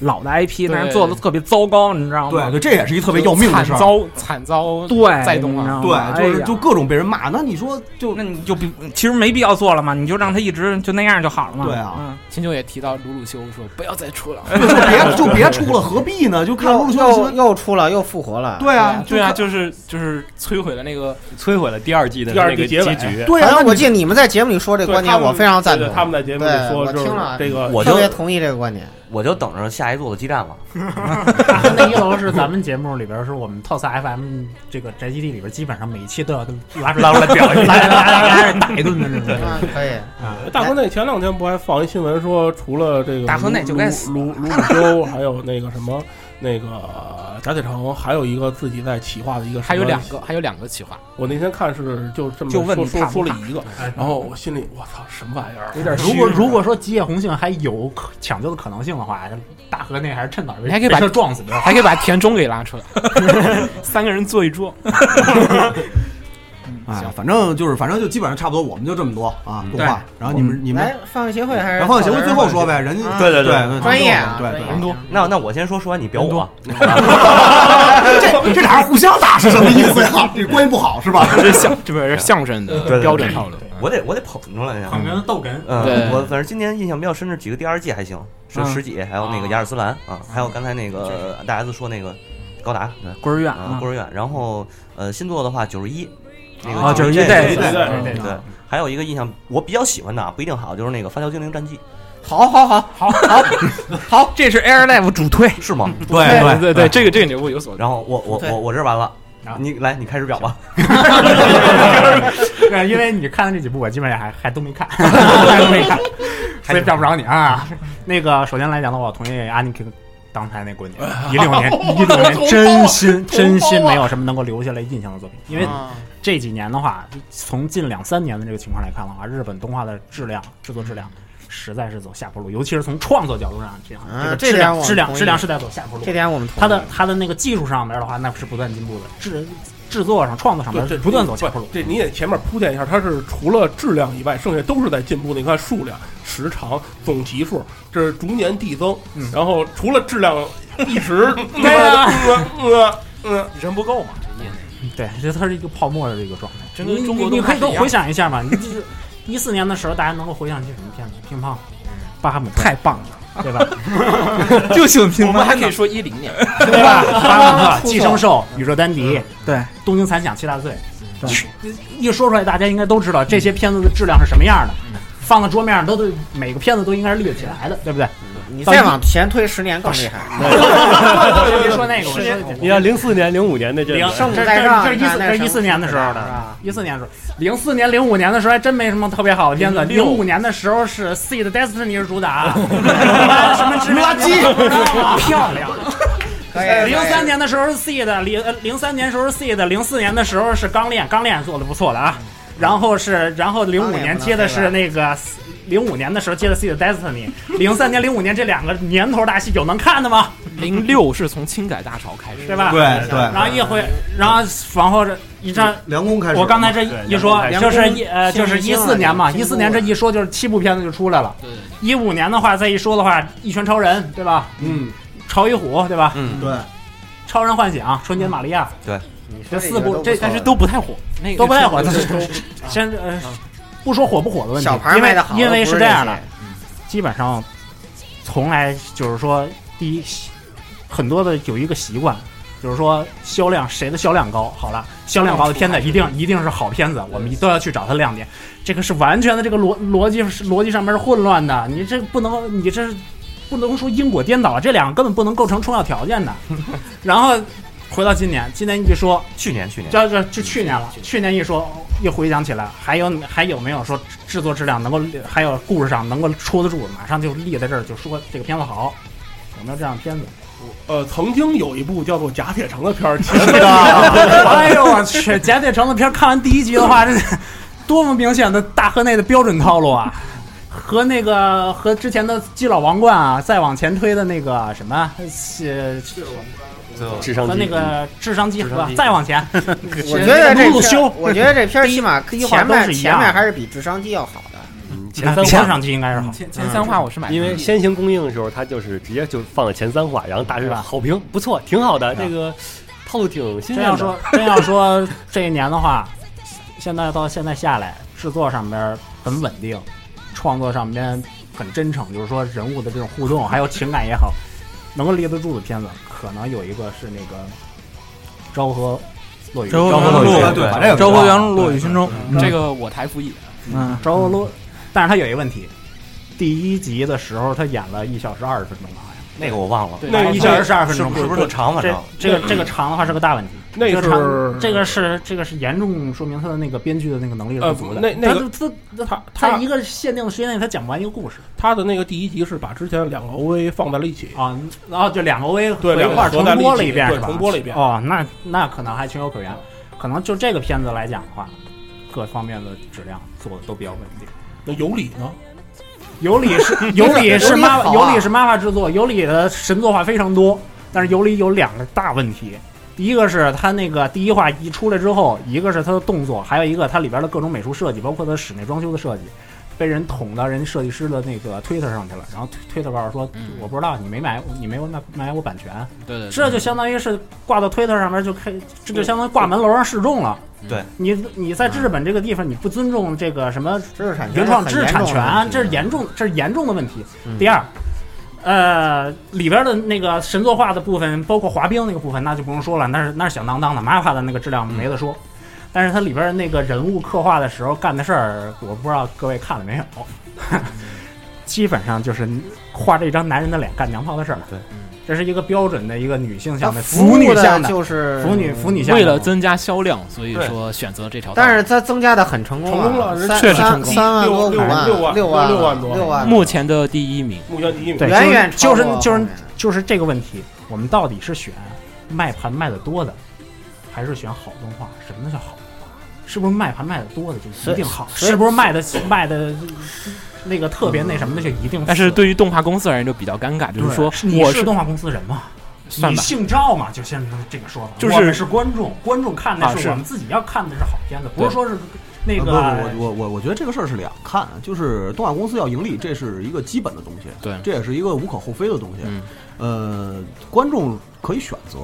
[SPEAKER 7] 老的 IP，
[SPEAKER 3] 对
[SPEAKER 7] 但是做的特别糟糕，你知道
[SPEAKER 1] 对
[SPEAKER 7] 吗？
[SPEAKER 1] 对，这也是一个特别要命的
[SPEAKER 3] 惨
[SPEAKER 1] 事儿。
[SPEAKER 3] 遭惨遭，
[SPEAKER 7] 对，
[SPEAKER 3] 再动
[SPEAKER 7] 你知
[SPEAKER 3] 啊
[SPEAKER 7] 道吗
[SPEAKER 1] 对，就是
[SPEAKER 7] 哎呀
[SPEAKER 1] 就各种被人骂。那你说就
[SPEAKER 7] 那你就不其实没必要做了嘛，你就让他一直就那样就好了嘛。嗯
[SPEAKER 1] 对啊
[SPEAKER 3] 秦九也提到鲁鲁修
[SPEAKER 7] *laughs*
[SPEAKER 3] 说不要再出了，
[SPEAKER 1] *laughs* 就别就别出了，何必呢？就看
[SPEAKER 4] 又
[SPEAKER 1] 陆秀新
[SPEAKER 4] 又
[SPEAKER 1] 闻。
[SPEAKER 4] 又出了，又复活了。
[SPEAKER 1] 对啊，
[SPEAKER 3] 对啊，
[SPEAKER 1] 就
[SPEAKER 3] 就是就是摧毁了那个
[SPEAKER 5] 摧毁了第二季的
[SPEAKER 2] 第二
[SPEAKER 5] 啊那
[SPEAKER 2] 季
[SPEAKER 5] 个
[SPEAKER 2] 结
[SPEAKER 5] 结
[SPEAKER 2] 尾
[SPEAKER 5] 局。
[SPEAKER 1] 对
[SPEAKER 4] 反
[SPEAKER 1] 啊。
[SPEAKER 4] 正我
[SPEAKER 1] 你
[SPEAKER 4] 记得你们在节目里说这
[SPEAKER 2] 对
[SPEAKER 4] 观
[SPEAKER 2] 他
[SPEAKER 4] 点，
[SPEAKER 2] 们
[SPEAKER 4] 我非常赞
[SPEAKER 2] 对
[SPEAKER 4] 同
[SPEAKER 2] 对，他们在节目里
[SPEAKER 4] 对
[SPEAKER 2] 说
[SPEAKER 4] 我
[SPEAKER 2] 就是
[SPEAKER 4] 听了
[SPEAKER 2] 这个
[SPEAKER 9] 我
[SPEAKER 4] 特
[SPEAKER 9] 就
[SPEAKER 4] 别同意这个观点。
[SPEAKER 9] 我就等着下一座的基站了。
[SPEAKER 8] *laughs* 那一楼是咱们节目里边，是我们套萨 FM 这个宅基地里边，基本上每一期都要拉出来拉出来表一 *laughs* 拉拉拉拉嗯人打一顿的那 *laughs* 种。
[SPEAKER 4] 啊，可以，
[SPEAKER 2] 大河内前两天不还放一新闻说，除了这个
[SPEAKER 7] 大河内就该死
[SPEAKER 2] 卢卢鲁修，还有那个什么那个贾铁城，还有一个自己在企划的一个，
[SPEAKER 3] 还有两个还有两个企划，
[SPEAKER 2] 我那天看是就这么
[SPEAKER 7] 就问
[SPEAKER 2] 说
[SPEAKER 7] 你
[SPEAKER 2] 说
[SPEAKER 7] 看不
[SPEAKER 2] 说
[SPEAKER 7] 看
[SPEAKER 2] 了一个，然后我心里我操什么玩意儿？
[SPEAKER 8] 如果如果说吉野红杏还有可抢救的可能性的话，大河内还是趁早
[SPEAKER 3] 你
[SPEAKER 8] 被
[SPEAKER 3] 还可以
[SPEAKER 8] 被
[SPEAKER 3] 把
[SPEAKER 8] 车撞死的。
[SPEAKER 3] 还可以把田中给拉出来， *laughs* 三个人坐一桌，嗯
[SPEAKER 1] 哎，反正就是反正就基本上差不多，我们就这么多啊，
[SPEAKER 9] 嗯
[SPEAKER 1] 动画。然后你们你们，
[SPEAKER 4] 来放映协会还是？
[SPEAKER 1] 然后行，最后说，
[SPEAKER 9] 嗯
[SPEAKER 1] 呗，人家
[SPEAKER 4] 对
[SPEAKER 1] 对
[SPEAKER 6] 对对
[SPEAKER 1] 对
[SPEAKER 4] 专业啊，
[SPEAKER 1] 对
[SPEAKER 4] 专
[SPEAKER 1] 对
[SPEAKER 4] 业。
[SPEAKER 1] 对。
[SPEAKER 9] 那那我先说，说完你表我。
[SPEAKER 1] *laughs* 这这俩人互相打是什么意思呀？这关系不好是吧？
[SPEAKER 3] 这是相这不是相声
[SPEAKER 9] 对对
[SPEAKER 3] 的
[SPEAKER 9] 对
[SPEAKER 3] 标准套路，
[SPEAKER 9] 我得我得捧出来一下。
[SPEAKER 8] 捧哏逗哏，
[SPEAKER 3] 对
[SPEAKER 9] 嗯，我反正今年印象比较深的几个第二季还行，是
[SPEAKER 7] 嗯
[SPEAKER 9] 十几，还有那个雅尔斯兰啊，还有刚才那个大 S 说那个高达，对，
[SPEAKER 7] 孤儿院
[SPEAKER 9] 啊
[SPEAKER 7] 啊，
[SPEAKER 9] 孤儿院。然后呃，新作的话九十一，那个
[SPEAKER 7] 啊
[SPEAKER 9] 91
[SPEAKER 7] 91对
[SPEAKER 9] 对
[SPEAKER 2] 对
[SPEAKER 9] 对对。还有一个印象我比较喜欢的啊，不一定好，就是那个《发条精灵战记
[SPEAKER 7] 好好好好
[SPEAKER 9] *laughs*
[SPEAKER 7] 好好，这是 Air Live 主推，》，
[SPEAKER 9] 是吗？
[SPEAKER 1] 对
[SPEAKER 3] 对对对，这个这个牛我有所
[SPEAKER 9] 然后我我
[SPEAKER 4] 对
[SPEAKER 9] 我我这儿完了
[SPEAKER 8] 啊。
[SPEAKER 9] 你来，你开始表吧。
[SPEAKER 8] *laughs* 对，因为你看的这几部，我基本上还还都没看， *laughs* 还都没看，所以找不着你啊。那个，首先来讲的话，我同意阿尼克刚才那
[SPEAKER 4] *laughs*
[SPEAKER 8] 观点，一六
[SPEAKER 4] 哦
[SPEAKER 8] 年，一六年
[SPEAKER 4] 啊
[SPEAKER 8] 真心真心没有什么能够留下来印象的作品，因为
[SPEAKER 4] 啊
[SPEAKER 8] 这几年的话，从近两三年的这个情况来看的话，日本动画的质量、制作质量。实在是走下坡路，尤其是从创作角度上，这样、
[SPEAKER 4] 啊
[SPEAKER 8] 这个
[SPEAKER 4] 这
[SPEAKER 8] 质
[SPEAKER 4] 点我
[SPEAKER 8] 量、质量、
[SPEAKER 4] 同意
[SPEAKER 8] 质量是在走下坡路
[SPEAKER 4] 这。点我们同意
[SPEAKER 8] 它的它的那个技术上面的话，那是不断进步的，制制作上、创作上面
[SPEAKER 2] 对，这
[SPEAKER 8] 不断走下坡路。
[SPEAKER 2] 这你得前面铺垫一下，它是除了质量以外，剩下都是在进步的。你看数量、时长、总集数，这是逐年递增。
[SPEAKER 8] 嗯
[SPEAKER 2] 然后除了质量一
[SPEAKER 8] *laughs*
[SPEAKER 2] 直，
[SPEAKER 8] 对啊
[SPEAKER 2] 嗯嗯嗯
[SPEAKER 3] 人不够嘛，这业内
[SPEAKER 8] 对，这它是一个泡沫的一个状态。
[SPEAKER 3] 真
[SPEAKER 8] 你
[SPEAKER 3] 跟中国
[SPEAKER 8] 你你
[SPEAKER 3] 动画
[SPEAKER 8] 可以
[SPEAKER 3] 一样
[SPEAKER 8] 都回想一下嘛，你就是一四年的时候，大家能够回想起什么片子？乒乓、
[SPEAKER 3] 嗯
[SPEAKER 8] 巴哈姆特，
[SPEAKER 7] 太棒了，
[SPEAKER 8] 对吧？
[SPEAKER 7] 就喜欢乒
[SPEAKER 3] 我们还
[SPEAKER 7] 乓
[SPEAKER 3] 可以说一零年，
[SPEAKER 8] *laughs* 对吧？巴哈姆特、寄生兽、宇宙丹迪、
[SPEAKER 7] 对，
[SPEAKER 8] 东京残响、七大罪，
[SPEAKER 3] 嗯
[SPEAKER 8] 对一说出来，大家应该都知道这些片子的质量是什么样的。
[SPEAKER 3] 嗯
[SPEAKER 8] 放到桌面上都都每个片子都应该是立得起来的，对不对？
[SPEAKER 3] 嗯
[SPEAKER 4] 你再往前推十年更厉害，
[SPEAKER 8] *laughs*
[SPEAKER 3] *laughs*
[SPEAKER 8] 先 *laughs* 别说那个，我说
[SPEAKER 5] 你看零四年、零五年的这
[SPEAKER 8] 零
[SPEAKER 5] 个，
[SPEAKER 4] 圣母
[SPEAKER 8] 这
[SPEAKER 4] 在上
[SPEAKER 8] 这这一四
[SPEAKER 4] 那那
[SPEAKER 8] 这一四年的时候
[SPEAKER 4] 是吧
[SPEAKER 8] 的，一四年的时候，零四年、零五年的时候还真没什么特别好的片子。零五年的时候是《C 的 Destiny》是主打，什么什么知名
[SPEAKER 1] 垃圾啊
[SPEAKER 8] 漂亮。
[SPEAKER 4] 可以。
[SPEAKER 8] 哎零三年的时候是 C 的，零呃零三年时候是 C 的，零四年的时候是钢炼，钢炼做的不错的啊。然后是，然后零五年接的是那个，零五年的时候接的 C 的 Destiny，零三年、零五年这两个年头大戏有能看的吗？
[SPEAKER 3] 零六是从轻改大潮开始，
[SPEAKER 8] 对吧？
[SPEAKER 1] 对对
[SPEAKER 8] 然后一回，然后往后这一站，
[SPEAKER 1] 梁工开始，
[SPEAKER 8] 我刚才这
[SPEAKER 5] 对
[SPEAKER 8] 一说
[SPEAKER 5] 梁公
[SPEAKER 8] 就是一呃，
[SPEAKER 4] 新
[SPEAKER 8] 就是
[SPEAKER 4] 明星
[SPEAKER 8] 一
[SPEAKER 4] 了
[SPEAKER 8] 四年嘛，
[SPEAKER 4] 新
[SPEAKER 8] 一
[SPEAKER 4] 中
[SPEAKER 8] 四年这一说就是七部片子就出来了。
[SPEAKER 3] 对对
[SPEAKER 8] 一五年的话，再一说的话，《一拳超人》对吧？
[SPEAKER 1] 嗯
[SPEAKER 8] 潮与虎对吧？
[SPEAKER 9] 嗯，
[SPEAKER 1] 对，
[SPEAKER 8] 超人幻想、春节玛利亚，
[SPEAKER 4] 你
[SPEAKER 8] 这
[SPEAKER 4] 说
[SPEAKER 8] 四
[SPEAKER 4] 个
[SPEAKER 8] 部
[SPEAKER 4] 都
[SPEAKER 8] 这
[SPEAKER 4] 不错
[SPEAKER 8] 但是
[SPEAKER 3] 都不太火，那个
[SPEAKER 8] 都不太火。
[SPEAKER 3] 对
[SPEAKER 8] 但
[SPEAKER 3] 对
[SPEAKER 8] 是
[SPEAKER 3] 对
[SPEAKER 8] 先呃，
[SPEAKER 2] 嗯
[SPEAKER 8] 不说火不火的问题，
[SPEAKER 4] 小牌
[SPEAKER 8] 因为
[SPEAKER 4] 卖的好，
[SPEAKER 8] 因为
[SPEAKER 4] 不是
[SPEAKER 8] 是这样
[SPEAKER 4] 些
[SPEAKER 8] 的，，基本上从来就是说，第一很多的有一个习惯，就是说销量谁的销量高，好了，销量高的片子一
[SPEAKER 4] 嗯
[SPEAKER 8] 定一定是好片子，我们都要去找它亮点。这个是完全的这个逻逻辑是逻辑上面是混乱的，你这不能你这是不能说因果颠倒，这两个根本不能构成重要条件的。然后回到今年，今年一说
[SPEAKER 9] 去年去年嗯
[SPEAKER 8] 这这就去年了，去年一说又回想起来，还有还有没有说制作质量能够，还有故事上能够戳得住，马上就立在这儿就说这个片子好，有没有这样的片子？
[SPEAKER 2] 呃，曾经有一部叫做《贾铁城》的片儿，其实
[SPEAKER 8] 哎呦我去！贾铁城的片儿看完第一集的话，这多么明显的大河内的标准套路啊！和那个和之前的基佬王冠啊，再往前推的那个什么，呃，
[SPEAKER 5] 智商
[SPEAKER 8] 和
[SPEAKER 5] 低
[SPEAKER 8] 那个智商机
[SPEAKER 5] 商机
[SPEAKER 8] 再往前，
[SPEAKER 4] 我觉得这
[SPEAKER 8] 鲁鲁
[SPEAKER 4] 片
[SPEAKER 8] 修
[SPEAKER 4] 儿，我觉得这片儿起码
[SPEAKER 8] 第一话
[SPEAKER 4] 前
[SPEAKER 8] 都
[SPEAKER 4] 面
[SPEAKER 8] 是一
[SPEAKER 4] 前
[SPEAKER 8] 样
[SPEAKER 4] 面还是比智商机要好的。
[SPEAKER 5] 嗯前
[SPEAKER 8] 前
[SPEAKER 5] 三
[SPEAKER 8] 前
[SPEAKER 5] 话，
[SPEAKER 8] 上期应该是好。
[SPEAKER 3] 前前三话我是买的，
[SPEAKER 5] 因为先行公映的时候，它就是直接就放了前三话，然后大致
[SPEAKER 8] 对吧
[SPEAKER 5] 好评不错，挺好的，
[SPEAKER 8] 对
[SPEAKER 5] 这个套路挺新
[SPEAKER 8] 真
[SPEAKER 5] 鲜
[SPEAKER 8] 要
[SPEAKER 5] 的。
[SPEAKER 8] 说真要说这一年的话，现在到现在下来，制作上边很稳定，创作上边很真诚，就是说人物的这种互动，还有情感也好，能够立得住的片子，可能有一个是那个《昭和落雨》。
[SPEAKER 7] 昭和
[SPEAKER 9] 和
[SPEAKER 7] 落
[SPEAKER 9] 落雨
[SPEAKER 7] 雨，
[SPEAKER 1] 对
[SPEAKER 9] 对
[SPEAKER 1] 把这个
[SPEAKER 7] 昭和元禄落雨寻钟，
[SPEAKER 3] 这个我台服役，
[SPEAKER 7] 嗯，
[SPEAKER 8] 昭和落，但是他有一个问题，第一集的时候他演了一小时二十分钟吧，好像
[SPEAKER 9] 那个我忘了，
[SPEAKER 3] 对
[SPEAKER 2] 那
[SPEAKER 8] 一
[SPEAKER 2] 一
[SPEAKER 8] 小
[SPEAKER 2] 下
[SPEAKER 8] 时二十分
[SPEAKER 9] 是
[SPEAKER 8] 钟
[SPEAKER 9] 不是不是特长反
[SPEAKER 8] 这
[SPEAKER 9] 正
[SPEAKER 8] 这个这个长的话是个大问题。
[SPEAKER 2] 那
[SPEAKER 8] 这个
[SPEAKER 2] 是
[SPEAKER 8] 长这个是这个是严重说明他的那个编剧的那个能力是
[SPEAKER 2] 呃
[SPEAKER 8] 不足的。
[SPEAKER 2] 那那个
[SPEAKER 8] 他他他
[SPEAKER 2] 他
[SPEAKER 8] 他一个限定的时间内，他讲不完一个故事
[SPEAKER 2] 他的那个第一集是把之前两个 OV 放在了一起，
[SPEAKER 8] 啊，然后就两个 OV
[SPEAKER 2] 对，
[SPEAKER 8] 合一
[SPEAKER 2] 两
[SPEAKER 8] 块
[SPEAKER 2] 个
[SPEAKER 8] 儿重
[SPEAKER 2] 合在了
[SPEAKER 8] 播
[SPEAKER 2] 一
[SPEAKER 8] 了
[SPEAKER 2] 起，
[SPEAKER 8] 一遍，
[SPEAKER 2] 对，
[SPEAKER 8] 是吧
[SPEAKER 2] 重播了一遍。
[SPEAKER 8] 哦，那那可能还情有可原，可能就这个片子来讲的话，各方面的质量做的都比较稳定。
[SPEAKER 2] 那有理呢？
[SPEAKER 8] 有理是有
[SPEAKER 2] *laughs*
[SPEAKER 8] 理是妈
[SPEAKER 4] 有理好
[SPEAKER 8] 有
[SPEAKER 4] 啊
[SPEAKER 8] 理是妈妈制作，有理的神作画非常多，但是有理有两个大问题，一个是他那个第一话一出来之后，一个是他的动作，还有一个它里边的各种美术设计，包括它室内装修的设计，被人捅到人家设计师的那个推特上去了，然后推特告诉说
[SPEAKER 3] 嗯
[SPEAKER 8] 我不知道你没买你没有买买我版权，
[SPEAKER 3] 对对，对
[SPEAKER 8] 这就相当于是挂到推特上面就开，这就相当于挂门楼上示众了。
[SPEAKER 9] 对
[SPEAKER 8] 你你在日本这个地方你不尊重这个什么
[SPEAKER 4] 知识产权
[SPEAKER 8] 原
[SPEAKER 4] 是
[SPEAKER 8] 创
[SPEAKER 4] 很
[SPEAKER 8] 知识
[SPEAKER 4] 严
[SPEAKER 8] 产
[SPEAKER 4] 重的问
[SPEAKER 8] 权，
[SPEAKER 4] 题
[SPEAKER 8] 这是严重，这是严重的问题。
[SPEAKER 4] 嗯
[SPEAKER 8] 第二，呃，里边的那个神作画的部分，包括滑冰那个部分，那就不用说了，那是那是响当当的，玛法的那个质量没得说。但是它里边那个人物刻画的时候干的事儿，我不知道各位看了没有，
[SPEAKER 4] 嗯
[SPEAKER 8] *laughs* 基本上就是画这张男人的脸干娘炮的事儿。
[SPEAKER 9] 对
[SPEAKER 3] 嗯，
[SPEAKER 8] 这是一个标准的一个 *laughs* 女性
[SPEAKER 4] 它
[SPEAKER 8] 向
[SPEAKER 3] 啊
[SPEAKER 8] 的
[SPEAKER 4] 服
[SPEAKER 8] 腐女
[SPEAKER 4] 务的
[SPEAKER 8] 向的
[SPEAKER 4] 就是
[SPEAKER 8] 腐女腐女向的。
[SPEAKER 3] 嗯为了增加销量，所以
[SPEAKER 9] 对
[SPEAKER 3] 说选择这条道路。
[SPEAKER 4] 但是它增加的很成功啊，
[SPEAKER 2] 成功了
[SPEAKER 4] 三
[SPEAKER 3] 确实
[SPEAKER 4] 三
[SPEAKER 3] 成功
[SPEAKER 4] 三万多
[SPEAKER 2] 六
[SPEAKER 4] 五万
[SPEAKER 2] 六万
[SPEAKER 4] 六万
[SPEAKER 2] 六万多
[SPEAKER 4] 六万
[SPEAKER 3] 目前的第一名，
[SPEAKER 2] 目前第一名，
[SPEAKER 8] 对，
[SPEAKER 4] 远远
[SPEAKER 8] 就是
[SPEAKER 4] 超过
[SPEAKER 8] 就是
[SPEAKER 4] 后面
[SPEAKER 8] 就是这个问题，我们到底是选卖盘卖的多的，还是选好动画？什么叫好动画？是不是卖盘卖的多的就
[SPEAKER 4] 所
[SPEAKER 8] 一
[SPEAKER 4] 以
[SPEAKER 8] 定好？
[SPEAKER 4] 所以
[SPEAKER 8] 是不是卖的卖的那个特别那什么的就一定死？
[SPEAKER 3] 但是对于动画公司而言就比较尴尬，就是说
[SPEAKER 8] 你
[SPEAKER 3] 我
[SPEAKER 8] 是
[SPEAKER 3] 是
[SPEAKER 8] 动画公司人吗？
[SPEAKER 3] 算
[SPEAKER 8] 你
[SPEAKER 3] 吧，
[SPEAKER 8] 姓赵嘛？就先说这个说法，
[SPEAKER 3] 就是
[SPEAKER 8] 我们是观众，观众看
[SPEAKER 3] 啊
[SPEAKER 8] 的是
[SPEAKER 3] 是
[SPEAKER 8] 我们自己要看的是好片子，不
[SPEAKER 3] 对
[SPEAKER 8] 是说是那个
[SPEAKER 1] 啊不不我我我我觉得这个事儿是两看，就是动画公司要盈利，这是一个基本的东西，
[SPEAKER 3] 对
[SPEAKER 1] 这也是一个无可厚非的东西。
[SPEAKER 3] 嗯
[SPEAKER 1] 呃，观众可以选择，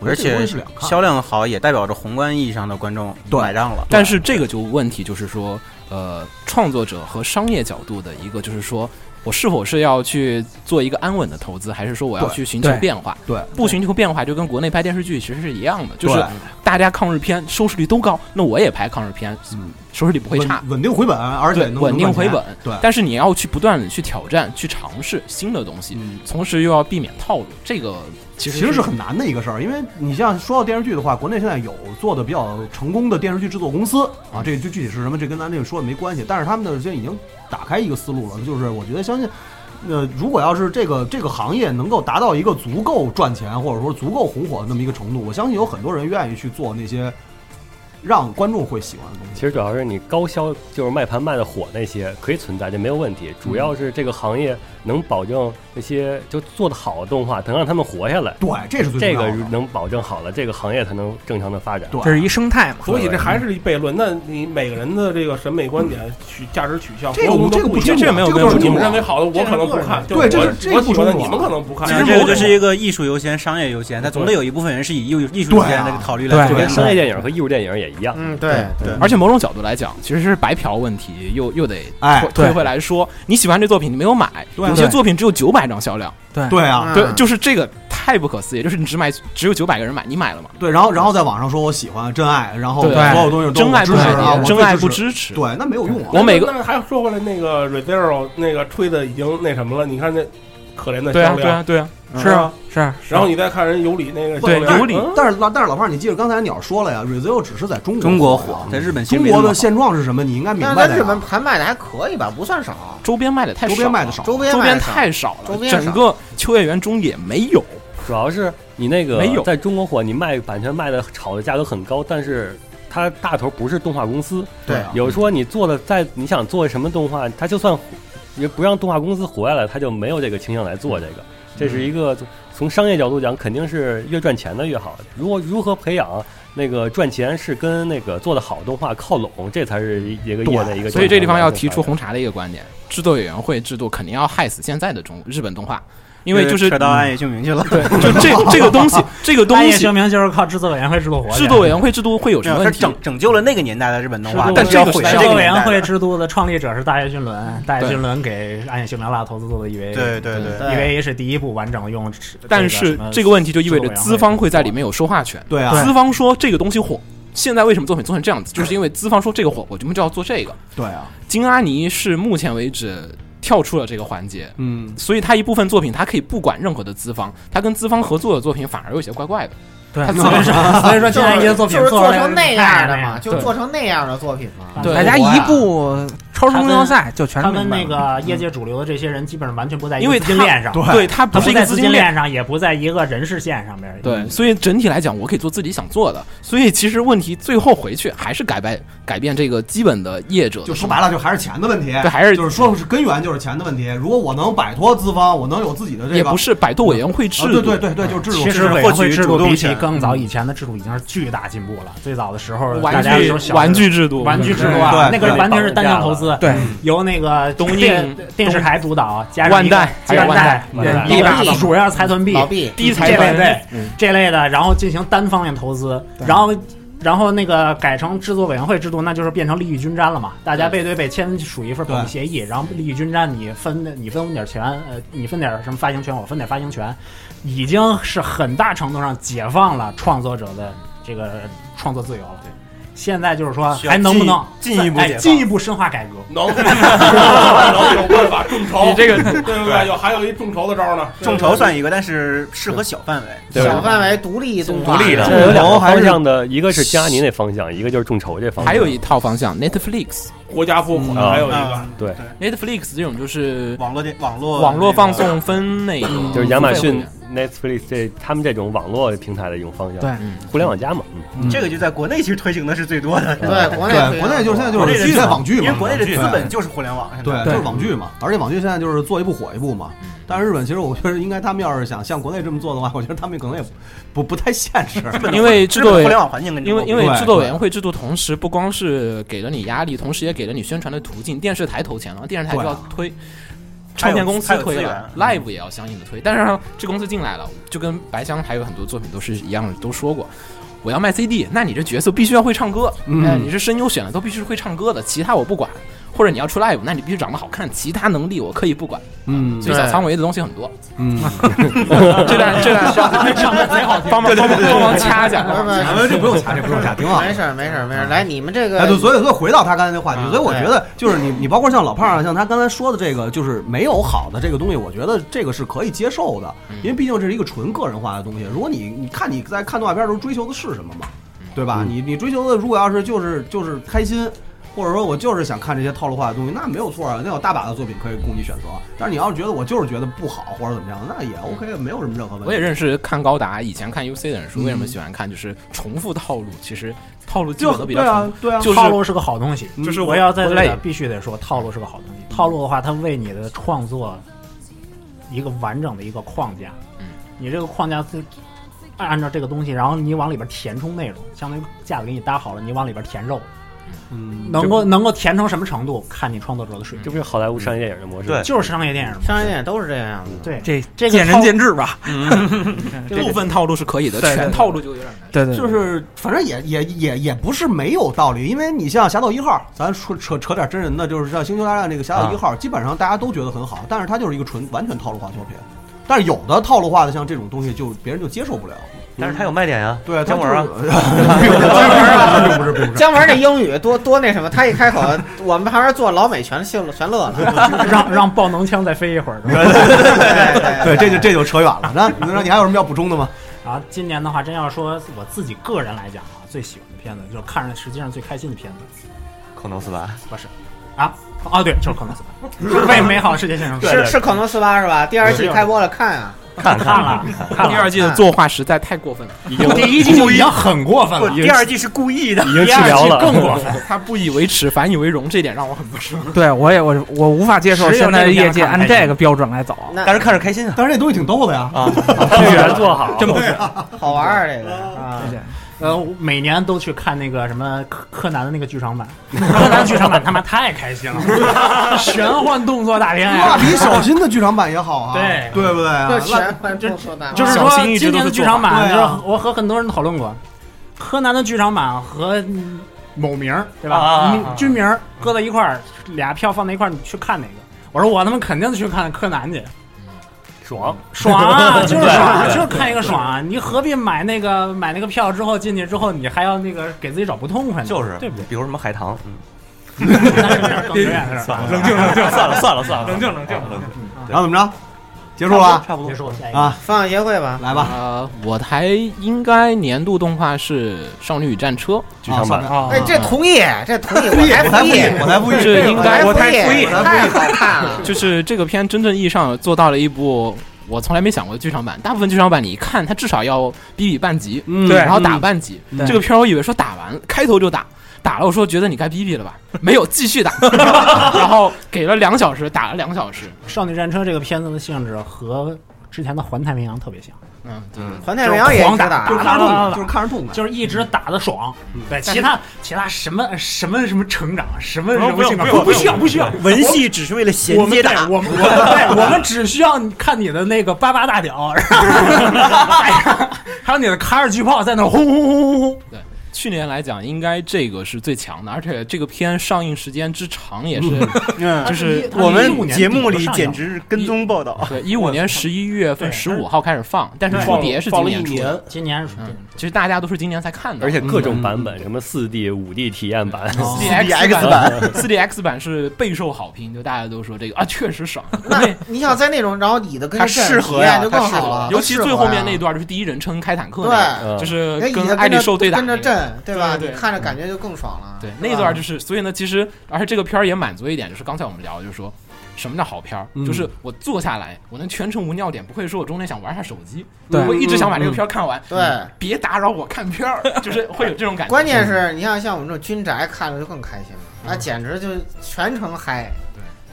[SPEAKER 1] 我觉得
[SPEAKER 10] 而
[SPEAKER 1] 这个东
[SPEAKER 10] 且
[SPEAKER 1] 西是两看。
[SPEAKER 10] 销量好，也代表着宏观意义上的观众
[SPEAKER 1] 对
[SPEAKER 10] 买账了。
[SPEAKER 3] 但是这个就问题就是说，呃，创作者和商业角度的一个就是说。我是否是要去做一个安稳的投资，还是说我要
[SPEAKER 1] 对
[SPEAKER 3] 去寻求
[SPEAKER 7] 对
[SPEAKER 3] 变化？
[SPEAKER 1] 对
[SPEAKER 3] 不寻求变化，就跟国内拍电视剧其实是一样的，就
[SPEAKER 1] 对
[SPEAKER 3] 是大家抗日片收视率都高，那我也拍抗日片，
[SPEAKER 1] 嗯
[SPEAKER 3] 收视率不会差。
[SPEAKER 1] 稳稳定回本，而且
[SPEAKER 3] 对
[SPEAKER 1] 能
[SPEAKER 3] 稳定回本。
[SPEAKER 1] 能赚钱
[SPEAKER 3] 但是你要去不断的去挑战、去尝试新的东
[SPEAKER 1] 对，
[SPEAKER 3] 西，
[SPEAKER 1] 嗯。
[SPEAKER 3] 同时又要避免套路，这个其
[SPEAKER 1] 其
[SPEAKER 3] 实
[SPEAKER 1] 实是很难的一个事儿，因为你像说到电视剧的话，国内现在有做的比较成功的电视剧制作公司啊，这就具体是什么，这跟咱这个说的没关系。但是他们的现在已经打开一个思路了，就是我觉得相信，呃，如果要是这个这个行业能够达到一个足够赚钱或者说足够红火的那么一个程度，我相信有很多人愿意去做那些让观众会喜欢的东西。
[SPEAKER 5] 其实主要是你高销，就是卖盘卖的火那些可以存在，这没有问题。主要是这个行业能保证那些就做的好的动画，能让他们活下来。
[SPEAKER 1] 对，这是最
[SPEAKER 5] 这
[SPEAKER 1] 重要
[SPEAKER 5] 个
[SPEAKER 1] 的
[SPEAKER 5] 能保证好了，这个行业才能正常的发展。
[SPEAKER 7] 这是一生态嘛。
[SPEAKER 2] 所以这还是一悖论。那你每个人的这个审美观点、取价值取向，
[SPEAKER 1] 这个
[SPEAKER 2] 活动都
[SPEAKER 1] 这个
[SPEAKER 2] 不
[SPEAKER 1] 不啊
[SPEAKER 2] 一样
[SPEAKER 1] 这个没有
[SPEAKER 2] 就
[SPEAKER 1] 没有
[SPEAKER 2] 是你
[SPEAKER 1] 冲突
[SPEAKER 2] 们认为好的，我
[SPEAKER 1] 这是
[SPEAKER 2] 可能
[SPEAKER 1] 个
[SPEAKER 2] 不
[SPEAKER 1] 人
[SPEAKER 2] 看。
[SPEAKER 1] 对
[SPEAKER 2] 就
[SPEAKER 1] 这
[SPEAKER 2] 我
[SPEAKER 1] 是这个
[SPEAKER 2] 我
[SPEAKER 1] 不啊
[SPEAKER 2] 喜欢
[SPEAKER 1] 冲
[SPEAKER 2] 的，
[SPEAKER 1] 突
[SPEAKER 2] 你们可能不看。
[SPEAKER 10] 其实这个就是一个艺术优先、商业优先，但总得有一部分人是以艺艺
[SPEAKER 3] 啊
[SPEAKER 10] 术优先那个考虑来
[SPEAKER 5] 就
[SPEAKER 10] 做的。
[SPEAKER 5] 跟商业电影和艺术电影也一样。
[SPEAKER 4] 嗯，对
[SPEAKER 10] 对
[SPEAKER 3] 而且某种角度来讲，其实是白嫖问题，又又得
[SPEAKER 1] 哎
[SPEAKER 3] 推
[SPEAKER 1] 对
[SPEAKER 3] 推回来说，你喜欢这作品，你没有买，
[SPEAKER 1] 对
[SPEAKER 3] 有些作品只有九百张销量，
[SPEAKER 7] 对
[SPEAKER 1] 对啊
[SPEAKER 3] 对，
[SPEAKER 5] 嗯
[SPEAKER 3] 就是这个太不可思议，就是你只买只有九百个人买，你买了吗？
[SPEAKER 1] 对，然后然后在网上说我喜欢真爱，然后
[SPEAKER 3] 对
[SPEAKER 1] 哦所有东西都
[SPEAKER 3] 真爱
[SPEAKER 1] 我支
[SPEAKER 3] 不
[SPEAKER 1] 持
[SPEAKER 3] 买
[SPEAKER 1] 啊，
[SPEAKER 3] 你
[SPEAKER 1] 我
[SPEAKER 3] 真
[SPEAKER 1] 最
[SPEAKER 3] 爱不
[SPEAKER 1] 支
[SPEAKER 3] 支持
[SPEAKER 1] 对，那没有用啊。
[SPEAKER 3] 我每个
[SPEAKER 2] 那还说回来，那个 Rezero 那个吹的已经那什么了，你看那可怜的
[SPEAKER 3] 对啊
[SPEAKER 2] 销
[SPEAKER 3] 对啊
[SPEAKER 2] 量，
[SPEAKER 3] 对啊，
[SPEAKER 7] 是啊，是啊，
[SPEAKER 2] 然后你再看人尤里那个
[SPEAKER 1] 对
[SPEAKER 2] 销量
[SPEAKER 3] 尤里 *laughs*
[SPEAKER 2] 嗯
[SPEAKER 1] 但是老但是老胖，你记着刚才鸟说了呀 r e z i l 只是在中国
[SPEAKER 10] 中国
[SPEAKER 1] 国
[SPEAKER 10] 火
[SPEAKER 1] 啊，
[SPEAKER 10] 在日本其实
[SPEAKER 1] 中
[SPEAKER 10] 没那
[SPEAKER 1] 国
[SPEAKER 10] 么
[SPEAKER 1] 的
[SPEAKER 10] 好。
[SPEAKER 1] 现状是什么？你应该明
[SPEAKER 4] 但是
[SPEAKER 1] 白的
[SPEAKER 4] 咱日本
[SPEAKER 1] 呀。
[SPEAKER 4] 盘卖的还可以吧，不算少，
[SPEAKER 3] 周边卖的太少，
[SPEAKER 1] 周边卖的。少，
[SPEAKER 4] 周边
[SPEAKER 3] 周
[SPEAKER 4] 卖
[SPEAKER 3] 边
[SPEAKER 4] 的少
[SPEAKER 3] 太少
[SPEAKER 4] 周
[SPEAKER 3] 了，
[SPEAKER 4] 边少
[SPEAKER 3] 整个秋叶原中也没有。
[SPEAKER 5] 主要是你那个
[SPEAKER 3] 没有
[SPEAKER 5] 在中国火，你卖版权卖的炒的价格很高，但是它大头不是动画公司。
[SPEAKER 1] 对啊
[SPEAKER 5] 有说你做的再你想做什么动画，它就算也不让动画公司活下来，它就没有这个倾向来做这个。
[SPEAKER 3] 嗯
[SPEAKER 5] 这是一个从商业角度讲，肯定是越赚钱的越好。如果如何培养那个赚钱是跟那个做的好动画靠拢，这才是一个业内一个。
[SPEAKER 3] 所以这地方要提出红茶的一个观点：制作委员会制度肯定要害死现在的中日本动画，因为就是
[SPEAKER 10] 扯到暗夜凶明去了。
[SPEAKER 3] 对，就这这个东西，这个东
[SPEAKER 8] 专业
[SPEAKER 3] 西
[SPEAKER 8] 声，明就是靠制作委员会制度活的
[SPEAKER 3] 制作委员会制度会有
[SPEAKER 10] 没
[SPEAKER 3] 什
[SPEAKER 10] 有，
[SPEAKER 3] 么
[SPEAKER 10] 它
[SPEAKER 3] 问题？
[SPEAKER 10] 拯拯救了那个年代的日本动画
[SPEAKER 8] 是，
[SPEAKER 10] 但
[SPEAKER 3] 但
[SPEAKER 10] 是要
[SPEAKER 3] 这个
[SPEAKER 10] 毁
[SPEAKER 3] 是
[SPEAKER 10] 了
[SPEAKER 8] 制
[SPEAKER 10] 这
[SPEAKER 8] 作
[SPEAKER 10] 个
[SPEAKER 8] 委员
[SPEAKER 10] 年代
[SPEAKER 8] 会
[SPEAKER 10] 的。
[SPEAKER 8] 制度的创立者是大野俊伦，大野俊伦给暗夜秀明拉投资做的 E EVA，
[SPEAKER 10] 对对对
[SPEAKER 4] 对
[SPEAKER 8] EVA 是第一部完整用，
[SPEAKER 3] 但是这
[SPEAKER 8] 个
[SPEAKER 3] 个问题就意味
[SPEAKER 8] 制作委
[SPEAKER 3] 着
[SPEAKER 8] 员会
[SPEAKER 3] 资方会在里面有说话权。
[SPEAKER 1] 对啊，
[SPEAKER 3] 资方说这个东西火，现在为什么作品做成这样子？就是因为资方说这个火，我们就要做这个。
[SPEAKER 1] 对啊，
[SPEAKER 3] 金阿尼是目前为止跳出了这个环节，
[SPEAKER 1] 嗯，
[SPEAKER 3] 所以他一部分作品他可以不管任何的资方，他跟资方合作的作品反而有些怪怪的。
[SPEAKER 8] 对
[SPEAKER 4] *laughs*
[SPEAKER 3] 他 *laughs* 资方
[SPEAKER 8] 所以说现在一些作品
[SPEAKER 4] 就是做
[SPEAKER 8] 出来
[SPEAKER 4] 成那样的嘛，
[SPEAKER 8] 哎
[SPEAKER 4] 就做成那样的作品嘛。
[SPEAKER 3] 对啊
[SPEAKER 7] 大家一部超时空要塞就全
[SPEAKER 8] 啊他
[SPEAKER 7] 明
[SPEAKER 8] 们
[SPEAKER 7] 白
[SPEAKER 8] 那
[SPEAKER 7] 了
[SPEAKER 8] 个业界主流的这些人基本上完全不在一
[SPEAKER 3] 嗯因
[SPEAKER 8] 个
[SPEAKER 3] 为
[SPEAKER 8] 资金
[SPEAKER 3] 他
[SPEAKER 8] 链上，
[SPEAKER 3] 对，他不
[SPEAKER 8] 他
[SPEAKER 3] 是
[SPEAKER 8] 不
[SPEAKER 3] 一个
[SPEAKER 8] 在
[SPEAKER 3] 资
[SPEAKER 8] 资
[SPEAKER 3] 金
[SPEAKER 8] 金
[SPEAKER 3] 链。
[SPEAKER 8] 链上，也不在一个人事线上边。
[SPEAKER 3] 对，所以整体来讲，我可以做自己想做的。所以其实问题最后回去还是改变改变这个基本的业者的
[SPEAKER 1] 就说白了，就还是钱的问题。
[SPEAKER 3] 对，还是
[SPEAKER 1] 就是说，是根源就是钱的问题。如果我能摆脱资方，我能有自己的这个，
[SPEAKER 3] 也不是百度委员会制
[SPEAKER 1] 啊，
[SPEAKER 3] 度，
[SPEAKER 1] 对对对对，就是制度。
[SPEAKER 8] 其实委员会制
[SPEAKER 10] 获取主
[SPEAKER 8] 度比起
[SPEAKER 10] 动权
[SPEAKER 8] 更早以前的制度已经是巨大进步了。最早的时候，大
[SPEAKER 3] 玩
[SPEAKER 8] 家都
[SPEAKER 3] 具
[SPEAKER 8] 小
[SPEAKER 3] 玩具制度，
[SPEAKER 8] 玩具制度
[SPEAKER 1] 对
[SPEAKER 8] 啊，
[SPEAKER 1] 对
[SPEAKER 8] 那
[SPEAKER 1] 对
[SPEAKER 8] 个
[SPEAKER 1] 对
[SPEAKER 8] 完全是单向投资，嗯
[SPEAKER 7] 对，
[SPEAKER 8] 由那个
[SPEAKER 3] 东映
[SPEAKER 8] 电电视台主导，加上一个
[SPEAKER 3] 万代还有
[SPEAKER 8] 万代
[SPEAKER 5] 万代万代
[SPEAKER 8] 一
[SPEAKER 4] 老
[SPEAKER 8] 大
[SPEAKER 4] 毕
[SPEAKER 8] 主要财团币
[SPEAKER 4] 老毕，
[SPEAKER 3] 低
[SPEAKER 8] 这类
[SPEAKER 3] 财团
[SPEAKER 8] 对
[SPEAKER 3] 嗯
[SPEAKER 8] 这类的，然后进行单方面投资，然后。然后那个改成制作委员会制度，那就是变成利益均沾了嘛？大家背对背签署一份保密协议，然后利益均沾，你分你分我点钱，呃，你分点什么发行权，我分点发行权，已经是很大程度上解放了创作者的这个创作自由了。现在就是说，还能不能
[SPEAKER 10] 进进一步
[SPEAKER 8] 哎
[SPEAKER 10] 解放
[SPEAKER 8] 进一步深化改革？
[SPEAKER 2] 能
[SPEAKER 8] *laughs*
[SPEAKER 2] 能有办法众筹，
[SPEAKER 3] 你这个
[SPEAKER 2] 对不对？有还有一众筹的招儿呢，
[SPEAKER 10] 众筹算一个，但是适合小范围。
[SPEAKER 3] 对
[SPEAKER 4] 小范围独立动画，
[SPEAKER 10] 独立的
[SPEAKER 5] 这有两个
[SPEAKER 1] 还
[SPEAKER 5] 方
[SPEAKER 1] 是
[SPEAKER 5] 向的，一个是加尼那方向，一个就是众筹这方向。
[SPEAKER 3] 还有一套方向，Netflix。
[SPEAKER 2] 国家拨款，
[SPEAKER 5] 嗯
[SPEAKER 2] 还有一个
[SPEAKER 10] 啊
[SPEAKER 3] Netflix 这种就是
[SPEAKER 10] 网络电网络
[SPEAKER 3] *laughs* 网
[SPEAKER 10] 那个
[SPEAKER 3] 络放送分那个，
[SPEAKER 5] 嗯就是亚马逊、Netflix 这他们这种网络平台的一种方向，
[SPEAKER 7] 对
[SPEAKER 5] 互联网加嘛，嗯
[SPEAKER 10] 这个就在国内其实推行的是最多的。
[SPEAKER 4] 对国内
[SPEAKER 1] 对，国内就是现在就
[SPEAKER 10] 国内
[SPEAKER 1] 是
[SPEAKER 10] 的
[SPEAKER 1] 现在网剧嘛，
[SPEAKER 10] 因为国内的
[SPEAKER 1] 网剧
[SPEAKER 10] 资本就是互联网。现在嗯
[SPEAKER 1] 对，就是网剧嘛，而且网剧现在就是做一部火一部嘛。但是日本其实我觉得应该他们要是想像国内这么做的话，我觉得他们可能也不不太现
[SPEAKER 10] *laughs*
[SPEAKER 1] 实。
[SPEAKER 10] 日本的
[SPEAKER 3] 因为制
[SPEAKER 10] 日
[SPEAKER 3] 作
[SPEAKER 10] 本的
[SPEAKER 3] 委
[SPEAKER 10] 互联网环境跟
[SPEAKER 3] 因为因
[SPEAKER 10] 为
[SPEAKER 3] 为
[SPEAKER 1] 对
[SPEAKER 3] 制作委员会制度，同时不光是给了你压力，同时也给了你宣传的途径。电视台投钱了，电视台就要推，唱片公司推了
[SPEAKER 10] 还有
[SPEAKER 3] ，Live 也要相应的推。但是呢，这公司进来了，就跟白香还有很多作品都是一样的，都说过。我要卖 CD，那你这角色必须要会唱歌，
[SPEAKER 1] 嗯
[SPEAKER 3] 哎你是声优选的都必须是会唱歌的，其他我不管。或者你要出 live，那你必须长得好看，其他能力我可以不管。
[SPEAKER 1] 嗯
[SPEAKER 3] 所以小仓唯的东西很多，
[SPEAKER 1] 嗯，
[SPEAKER 3] 这段这段上面贼好
[SPEAKER 4] *laughs*
[SPEAKER 3] 听，帮忙帮忙帮忙掐一下，
[SPEAKER 4] 不是
[SPEAKER 1] 咱们这不用掐，这不用掐，挺好。
[SPEAKER 4] 没事儿没事儿没事儿，来你们这个
[SPEAKER 1] 哎，对，所以所以回到他刚才那话题，
[SPEAKER 3] 嗯
[SPEAKER 4] 啊
[SPEAKER 1] 所以我觉得就是你你包括像老胖啊，像他刚才说的这个，就是没有好的这个东西，我觉得这个是可以接受的，
[SPEAKER 3] 嗯
[SPEAKER 1] 因为毕竟这是一个纯个人化的东西。如果你你看你在看动画片的时候追求的是什么嘛，
[SPEAKER 3] 嗯
[SPEAKER 1] 对吧？你你追求的如果要是就是就是开心。或者说我就是想看这些套路化的东西，那没有错啊，那有大把的作品可以供你选择。但是你要是觉得我就是觉得不好或者怎么样，那也 OK，没有什么任何问题。
[SPEAKER 3] 我也认识看高达，以前看 UC 的人说
[SPEAKER 1] 嗯
[SPEAKER 3] 为什么喜欢看，就是重复套路，其实套路基
[SPEAKER 1] 就
[SPEAKER 3] 本都比较
[SPEAKER 1] 对
[SPEAKER 3] 重
[SPEAKER 1] 啊
[SPEAKER 3] 复。，
[SPEAKER 1] 对啊，
[SPEAKER 3] 就是
[SPEAKER 8] 套路是个好东西，
[SPEAKER 1] 就是
[SPEAKER 8] 嗯我要在这
[SPEAKER 3] 嗯不累
[SPEAKER 8] 里必须得说，套路是个好东西。套路的话，它为你的创作一个完整的一个框架。
[SPEAKER 3] 嗯，
[SPEAKER 8] 你这个框架是按按照这个东西，然后你往里边填充内容，相当于架子给你搭好了，你往里边填肉，
[SPEAKER 5] 嗯
[SPEAKER 8] 能够能够填成什么程度，看你创作者的水
[SPEAKER 5] 这
[SPEAKER 8] 平。
[SPEAKER 5] 不是好莱坞商业电影的模式？
[SPEAKER 9] 对
[SPEAKER 8] 就是商业电影嘛，
[SPEAKER 4] 商业电影都是这样的。
[SPEAKER 8] 对
[SPEAKER 7] 这
[SPEAKER 8] 这个
[SPEAKER 7] 见仁
[SPEAKER 8] 套
[SPEAKER 7] 见智吧。
[SPEAKER 1] 嗯
[SPEAKER 3] *laughs* 部分套路是可以的，
[SPEAKER 7] 对对
[SPEAKER 3] 全套路就有点难。
[SPEAKER 7] 对对，
[SPEAKER 1] 就是反正也也也也不是没有道理，因为你像《侠盗一号》，咱说扯扯点真人的，就是像《星球大战》这个《侠盗一
[SPEAKER 7] 啊
[SPEAKER 1] 号》，基本上大家都觉得很好，但是它就是一个纯完全套路化作品。但是有的套路化的像这种东西，就别人就接受不了。嗯
[SPEAKER 9] 但是它有卖点呀，
[SPEAKER 1] 对，
[SPEAKER 9] 姜文啊， *laughs*
[SPEAKER 1] *laughs* 啊，不是不是不是，
[SPEAKER 4] 姜文那英语多多那什么，他一开口，我们旁边坐老美全秀全乐了。
[SPEAKER 8] 让让爆能枪再飞一会儿，是吧？
[SPEAKER 4] 哎
[SPEAKER 1] 对，这就这就扯远了。那那你还有什么要补充的吗？
[SPEAKER 8] 然后啊今年的话，真要说我自己个人来讲啊，最喜欢的片子就是看着实际上最开心的片子
[SPEAKER 9] 可能是吧？
[SPEAKER 8] 啊，哦对， *laughs* 就是《可能死亡》，为美好的世界献上。
[SPEAKER 4] 是是恐龙四八是吧？第二季开播了，看啊，
[SPEAKER 8] 看看了，
[SPEAKER 4] *laughs*
[SPEAKER 8] 看
[SPEAKER 3] 第
[SPEAKER 8] 了。
[SPEAKER 3] 二季的作画实在太过分了，
[SPEAKER 5] 已经
[SPEAKER 8] 第一季就已经很
[SPEAKER 7] *laughs*
[SPEAKER 8] 过分了，
[SPEAKER 10] 第二季是故意
[SPEAKER 3] *laughs*
[SPEAKER 10] 的，
[SPEAKER 5] 已经治疗了，
[SPEAKER 8] 更过分。
[SPEAKER 3] 他不以为耻，反以为荣，这点让我很不适。
[SPEAKER 7] *laughs* 对我也我我无法接受
[SPEAKER 8] 只有
[SPEAKER 7] 现在
[SPEAKER 8] 这个片
[SPEAKER 7] 业
[SPEAKER 8] 子
[SPEAKER 7] 界
[SPEAKER 8] 看
[SPEAKER 7] 按
[SPEAKER 8] 才行
[SPEAKER 7] 这个标准来走。
[SPEAKER 4] 那
[SPEAKER 9] 但是看着开心啊
[SPEAKER 1] 但是这东西挺逗的呀， *laughs*
[SPEAKER 9] 啊！
[SPEAKER 5] 剧源做好，
[SPEAKER 7] 真不是
[SPEAKER 1] 啊
[SPEAKER 4] 好玩儿这个啊
[SPEAKER 7] 对。对
[SPEAKER 8] 呃，我每年都去看那个什么柯柯南的那个剧场版，柯南剧场版他妈太开心
[SPEAKER 1] *laughs*
[SPEAKER 8] 了，玄幻动作大片
[SPEAKER 1] 蜡
[SPEAKER 8] 呀！
[SPEAKER 1] 笔小新的剧场版也好啊，
[SPEAKER 8] 对
[SPEAKER 1] 对不对啊？
[SPEAKER 4] 这
[SPEAKER 1] 蜡
[SPEAKER 4] 全换动作大
[SPEAKER 8] 就是
[SPEAKER 4] 了
[SPEAKER 8] 说
[SPEAKER 3] 小新一直
[SPEAKER 8] 今
[SPEAKER 3] 都
[SPEAKER 8] 年的
[SPEAKER 3] 是
[SPEAKER 8] 剧
[SPEAKER 3] 做
[SPEAKER 8] 场版，
[SPEAKER 1] 对
[SPEAKER 8] 就是
[SPEAKER 1] 啊
[SPEAKER 8] 我和很多人讨论过，柯南的剧场版和嗯某名儿对
[SPEAKER 9] 啊啊
[SPEAKER 8] 吧
[SPEAKER 9] 啊？
[SPEAKER 8] 名军名儿搁在一块儿，俩票放在一块儿，你去看哪个？我说我他妈肯定去看柯南去，
[SPEAKER 5] 爽，
[SPEAKER 8] 爽
[SPEAKER 5] *laughs*
[SPEAKER 8] 啊，就是爽啊，
[SPEAKER 5] 对
[SPEAKER 8] 就是看一个爽啊！你何必买那个买那个票之后进去之后，你还要那个给自己找不痛快呢？
[SPEAKER 9] 就是，
[SPEAKER 8] 对不对？
[SPEAKER 9] 比如什么海棠，嗯，
[SPEAKER 8] 那 *laughs* 是更远
[SPEAKER 9] *laughs*
[SPEAKER 8] 的事儿。
[SPEAKER 9] 冷静冷静，算了算了算了，
[SPEAKER 2] 冷静冷静。
[SPEAKER 9] 冷静，
[SPEAKER 1] 然后怎么着？结束了啊
[SPEAKER 9] 啊差不多，
[SPEAKER 8] 别说下一个。
[SPEAKER 1] 啊，
[SPEAKER 4] 放映协会吧，
[SPEAKER 1] 来吧，
[SPEAKER 9] 啊
[SPEAKER 3] 呃，我台应该年度动画是《少女与战车》，
[SPEAKER 5] 剧场版
[SPEAKER 2] 啊
[SPEAKER 8] 哦
[SPEAKER 1] 啊
[SPEAKER 4] 哎，这同意，这同
[SPEAKER 3] *laughs*
[SPEAKER 4] 意，
[SPEAKER 1] 算
[SPEAKER 4] 我
[SPEAKER 1] 了我才
[SPEAKER 4] 同
[SPEAKER 1] 不
[SPEAKER 4] 意，
[SPEAKER 1] 意，我才不意，
[SPEAKER 3] 这应该
[SPEAKER 4] 我
[SPEAKER 1] 我
[SPEAKER 4] 才
[SPEAKER 1] 才
[SPEAKER 4] 同
[SPEAKER 1] 不
[SPEAKER 4] 意，
[SPEAKER 1] 意，我才
[SPEAKER 4] 太好看了。
[SPEAKER 3] *laughs* 就是这个片真正意义上做到了一部我从来没想过的剧场版。大部分剧场版你一看，它至少要比比半集，
[SPEAKER 1] 嗯
[SPEAKER 3] 然后打半集。
[SPEAKER 7] 嗯
[SPEAKER 3] 这个片儿我以为说打完开头就打。打了，我说觉得你该逼逼了吧？没有，继
[SPEAKER 1] *laughs*
[SPEAKER 3] 续打，然后给了两小时，打了两小时。
[SPEAKER 8] 《少女战车》这个片子的性质和之前的《环太平洋》特别像，
[SPEAKER 3] 嗯，对对
[SPEAKER 4] 环太平洋也
[SPEAKER 8] 就是
[SPEAKER 4] 是
[SPEAKER 8] 狂打
[SPEAKER 1] 就是
[SPEAKER 4] 打，
[SPEAKER 1] 看着痛快，就是看着痛快。
[SPEAKER 8] 就是一直打的爽。对，其他其他什么什么什么成长，什么
[SPEAKER 2] 不
[SPEAKER 8] 什
[SPEAKER 2] 用
[SPEAKER 8] 么性
[SPEAKER 2] 不
[SPEAKER 8] 格，
[SPEAKER 2] 用
[SPEAKER 8] 不需要不需要。
[SPEAKER 10] 文戏只是为了衔
[SPEAKER 8] 我们
[SPEAKER 10] 接
[SPEAKER 8] 对
[SPEAKER 10] 打，
[SPEAKER 8] 我们我们对，我们只需要看你的那个八八大屌，然后还有你的卡尔巨炮在那轰轰轰轰轰。
[SPEAKER 3] 去年来讲，应该这个是最强的，而且这个片上映时间之长也是，
[SPEAKER 6] *laughs*
[SPEAKER 10] 嗯，
[SPEAKER 3] 就是
[SPEAKER 8] 它是15
[SPEAKER 6] 我们
[SPEAKER 8] 年
[SPEAKER 6] 节目里
[SPEAKER 8] 上
[SPEAKER 6] 简
[SPEAKER 8] 映
[SPEAKER 6] 直是跟踪报道，
[SPEAKER 3] 对一五年十一月份
[SPEAKER 8] 对
[SPEAKER 3] 十五号开始放，但是
[SPEAKER 8] 对
[SPEAKER 3] 出碟是
[SPEAKER 2] 放
[SPEAKER 3] 今
[SPEAKER 2] 了一
[SPEAKER 3] 年出的，
[SPEAKER 2] 年，
[SPEAKER 8] 今年是
[SPEAKER 3] 嗯，其实大家都是今年才看
[SPEAKER 5] *laughs*
[SPEAKER 3] 的，嗯
[SPEAKER 5] 而且各种版本，什么四 D、五 D 体验版，*laughs*
[SPEAKER 3] 哦四 DX 版，四 DX 版是备受好评，就大家都说这个啊确实爽，国内
[SPEAKER 4] 那你想在那种然后你的跟
[SPEAKER 6] 它
[SPEAKER 4] 这
[SPEAKER 6] 适合呀
[SPEAKER 4] 体验就更
[SPEAKER 6] 它适合
[SPEAKER 4] 好了，
[SPEAKER 3] 尤其最后面那
[SPEAKER 4] 段，
[SPEAKER 3] 段就是第一人称开坦克那
[SPEAKER 5] 嗯
[SPEAKER 4] 对，
[SPEAKER 3] 个，就是
[SPEAKER 4] 那以
[SPEAKER 3] 跟
[SPEAKER 4] 前
[SPEAKER 3] 艾
[SPEAKER 4] 跟
[SPEAKER 3] 丽
[SPEAKER 4] 着
[SPEAKER 3] 兽对打
[SPEAKER 4] 跟着
[SPEAKER 3] 那个。
[SPEAKER 4] 震，对吧？
[SPEAKER 3] 对
[SPEAKER 4] 你
[SPEAKER 3] 对
[SPEAKER 4] 看着感觉就更爽了。
[SPEAKER 3] 对
[SPEAKER 4] 是，吧
[SPEAKER 3] 那段就是，所以呢，其实而且这个片儿也满足一点，就是刚才我们聊，就是说什么叫好片儿，
[SPEAKER 2] 嗯
[SPEAKER 3] 就是我坐下来，我能全程无尿点，不会说我中间想玩下手机，
[SPEAKER 7] 对
[SPEAKER 3] 我一直想把这个片儿看完，
[SPEAKER 4] 对，
[SPEAKER 3] 别打扰我
[SPEAKER 2] *laughs*
[SPEAKER 3] 看片儿，就是会有这种感觉。
[SPEAKER 4] 关键是你像像我们这种军宅看着就更开心了，那简直就全程嗨，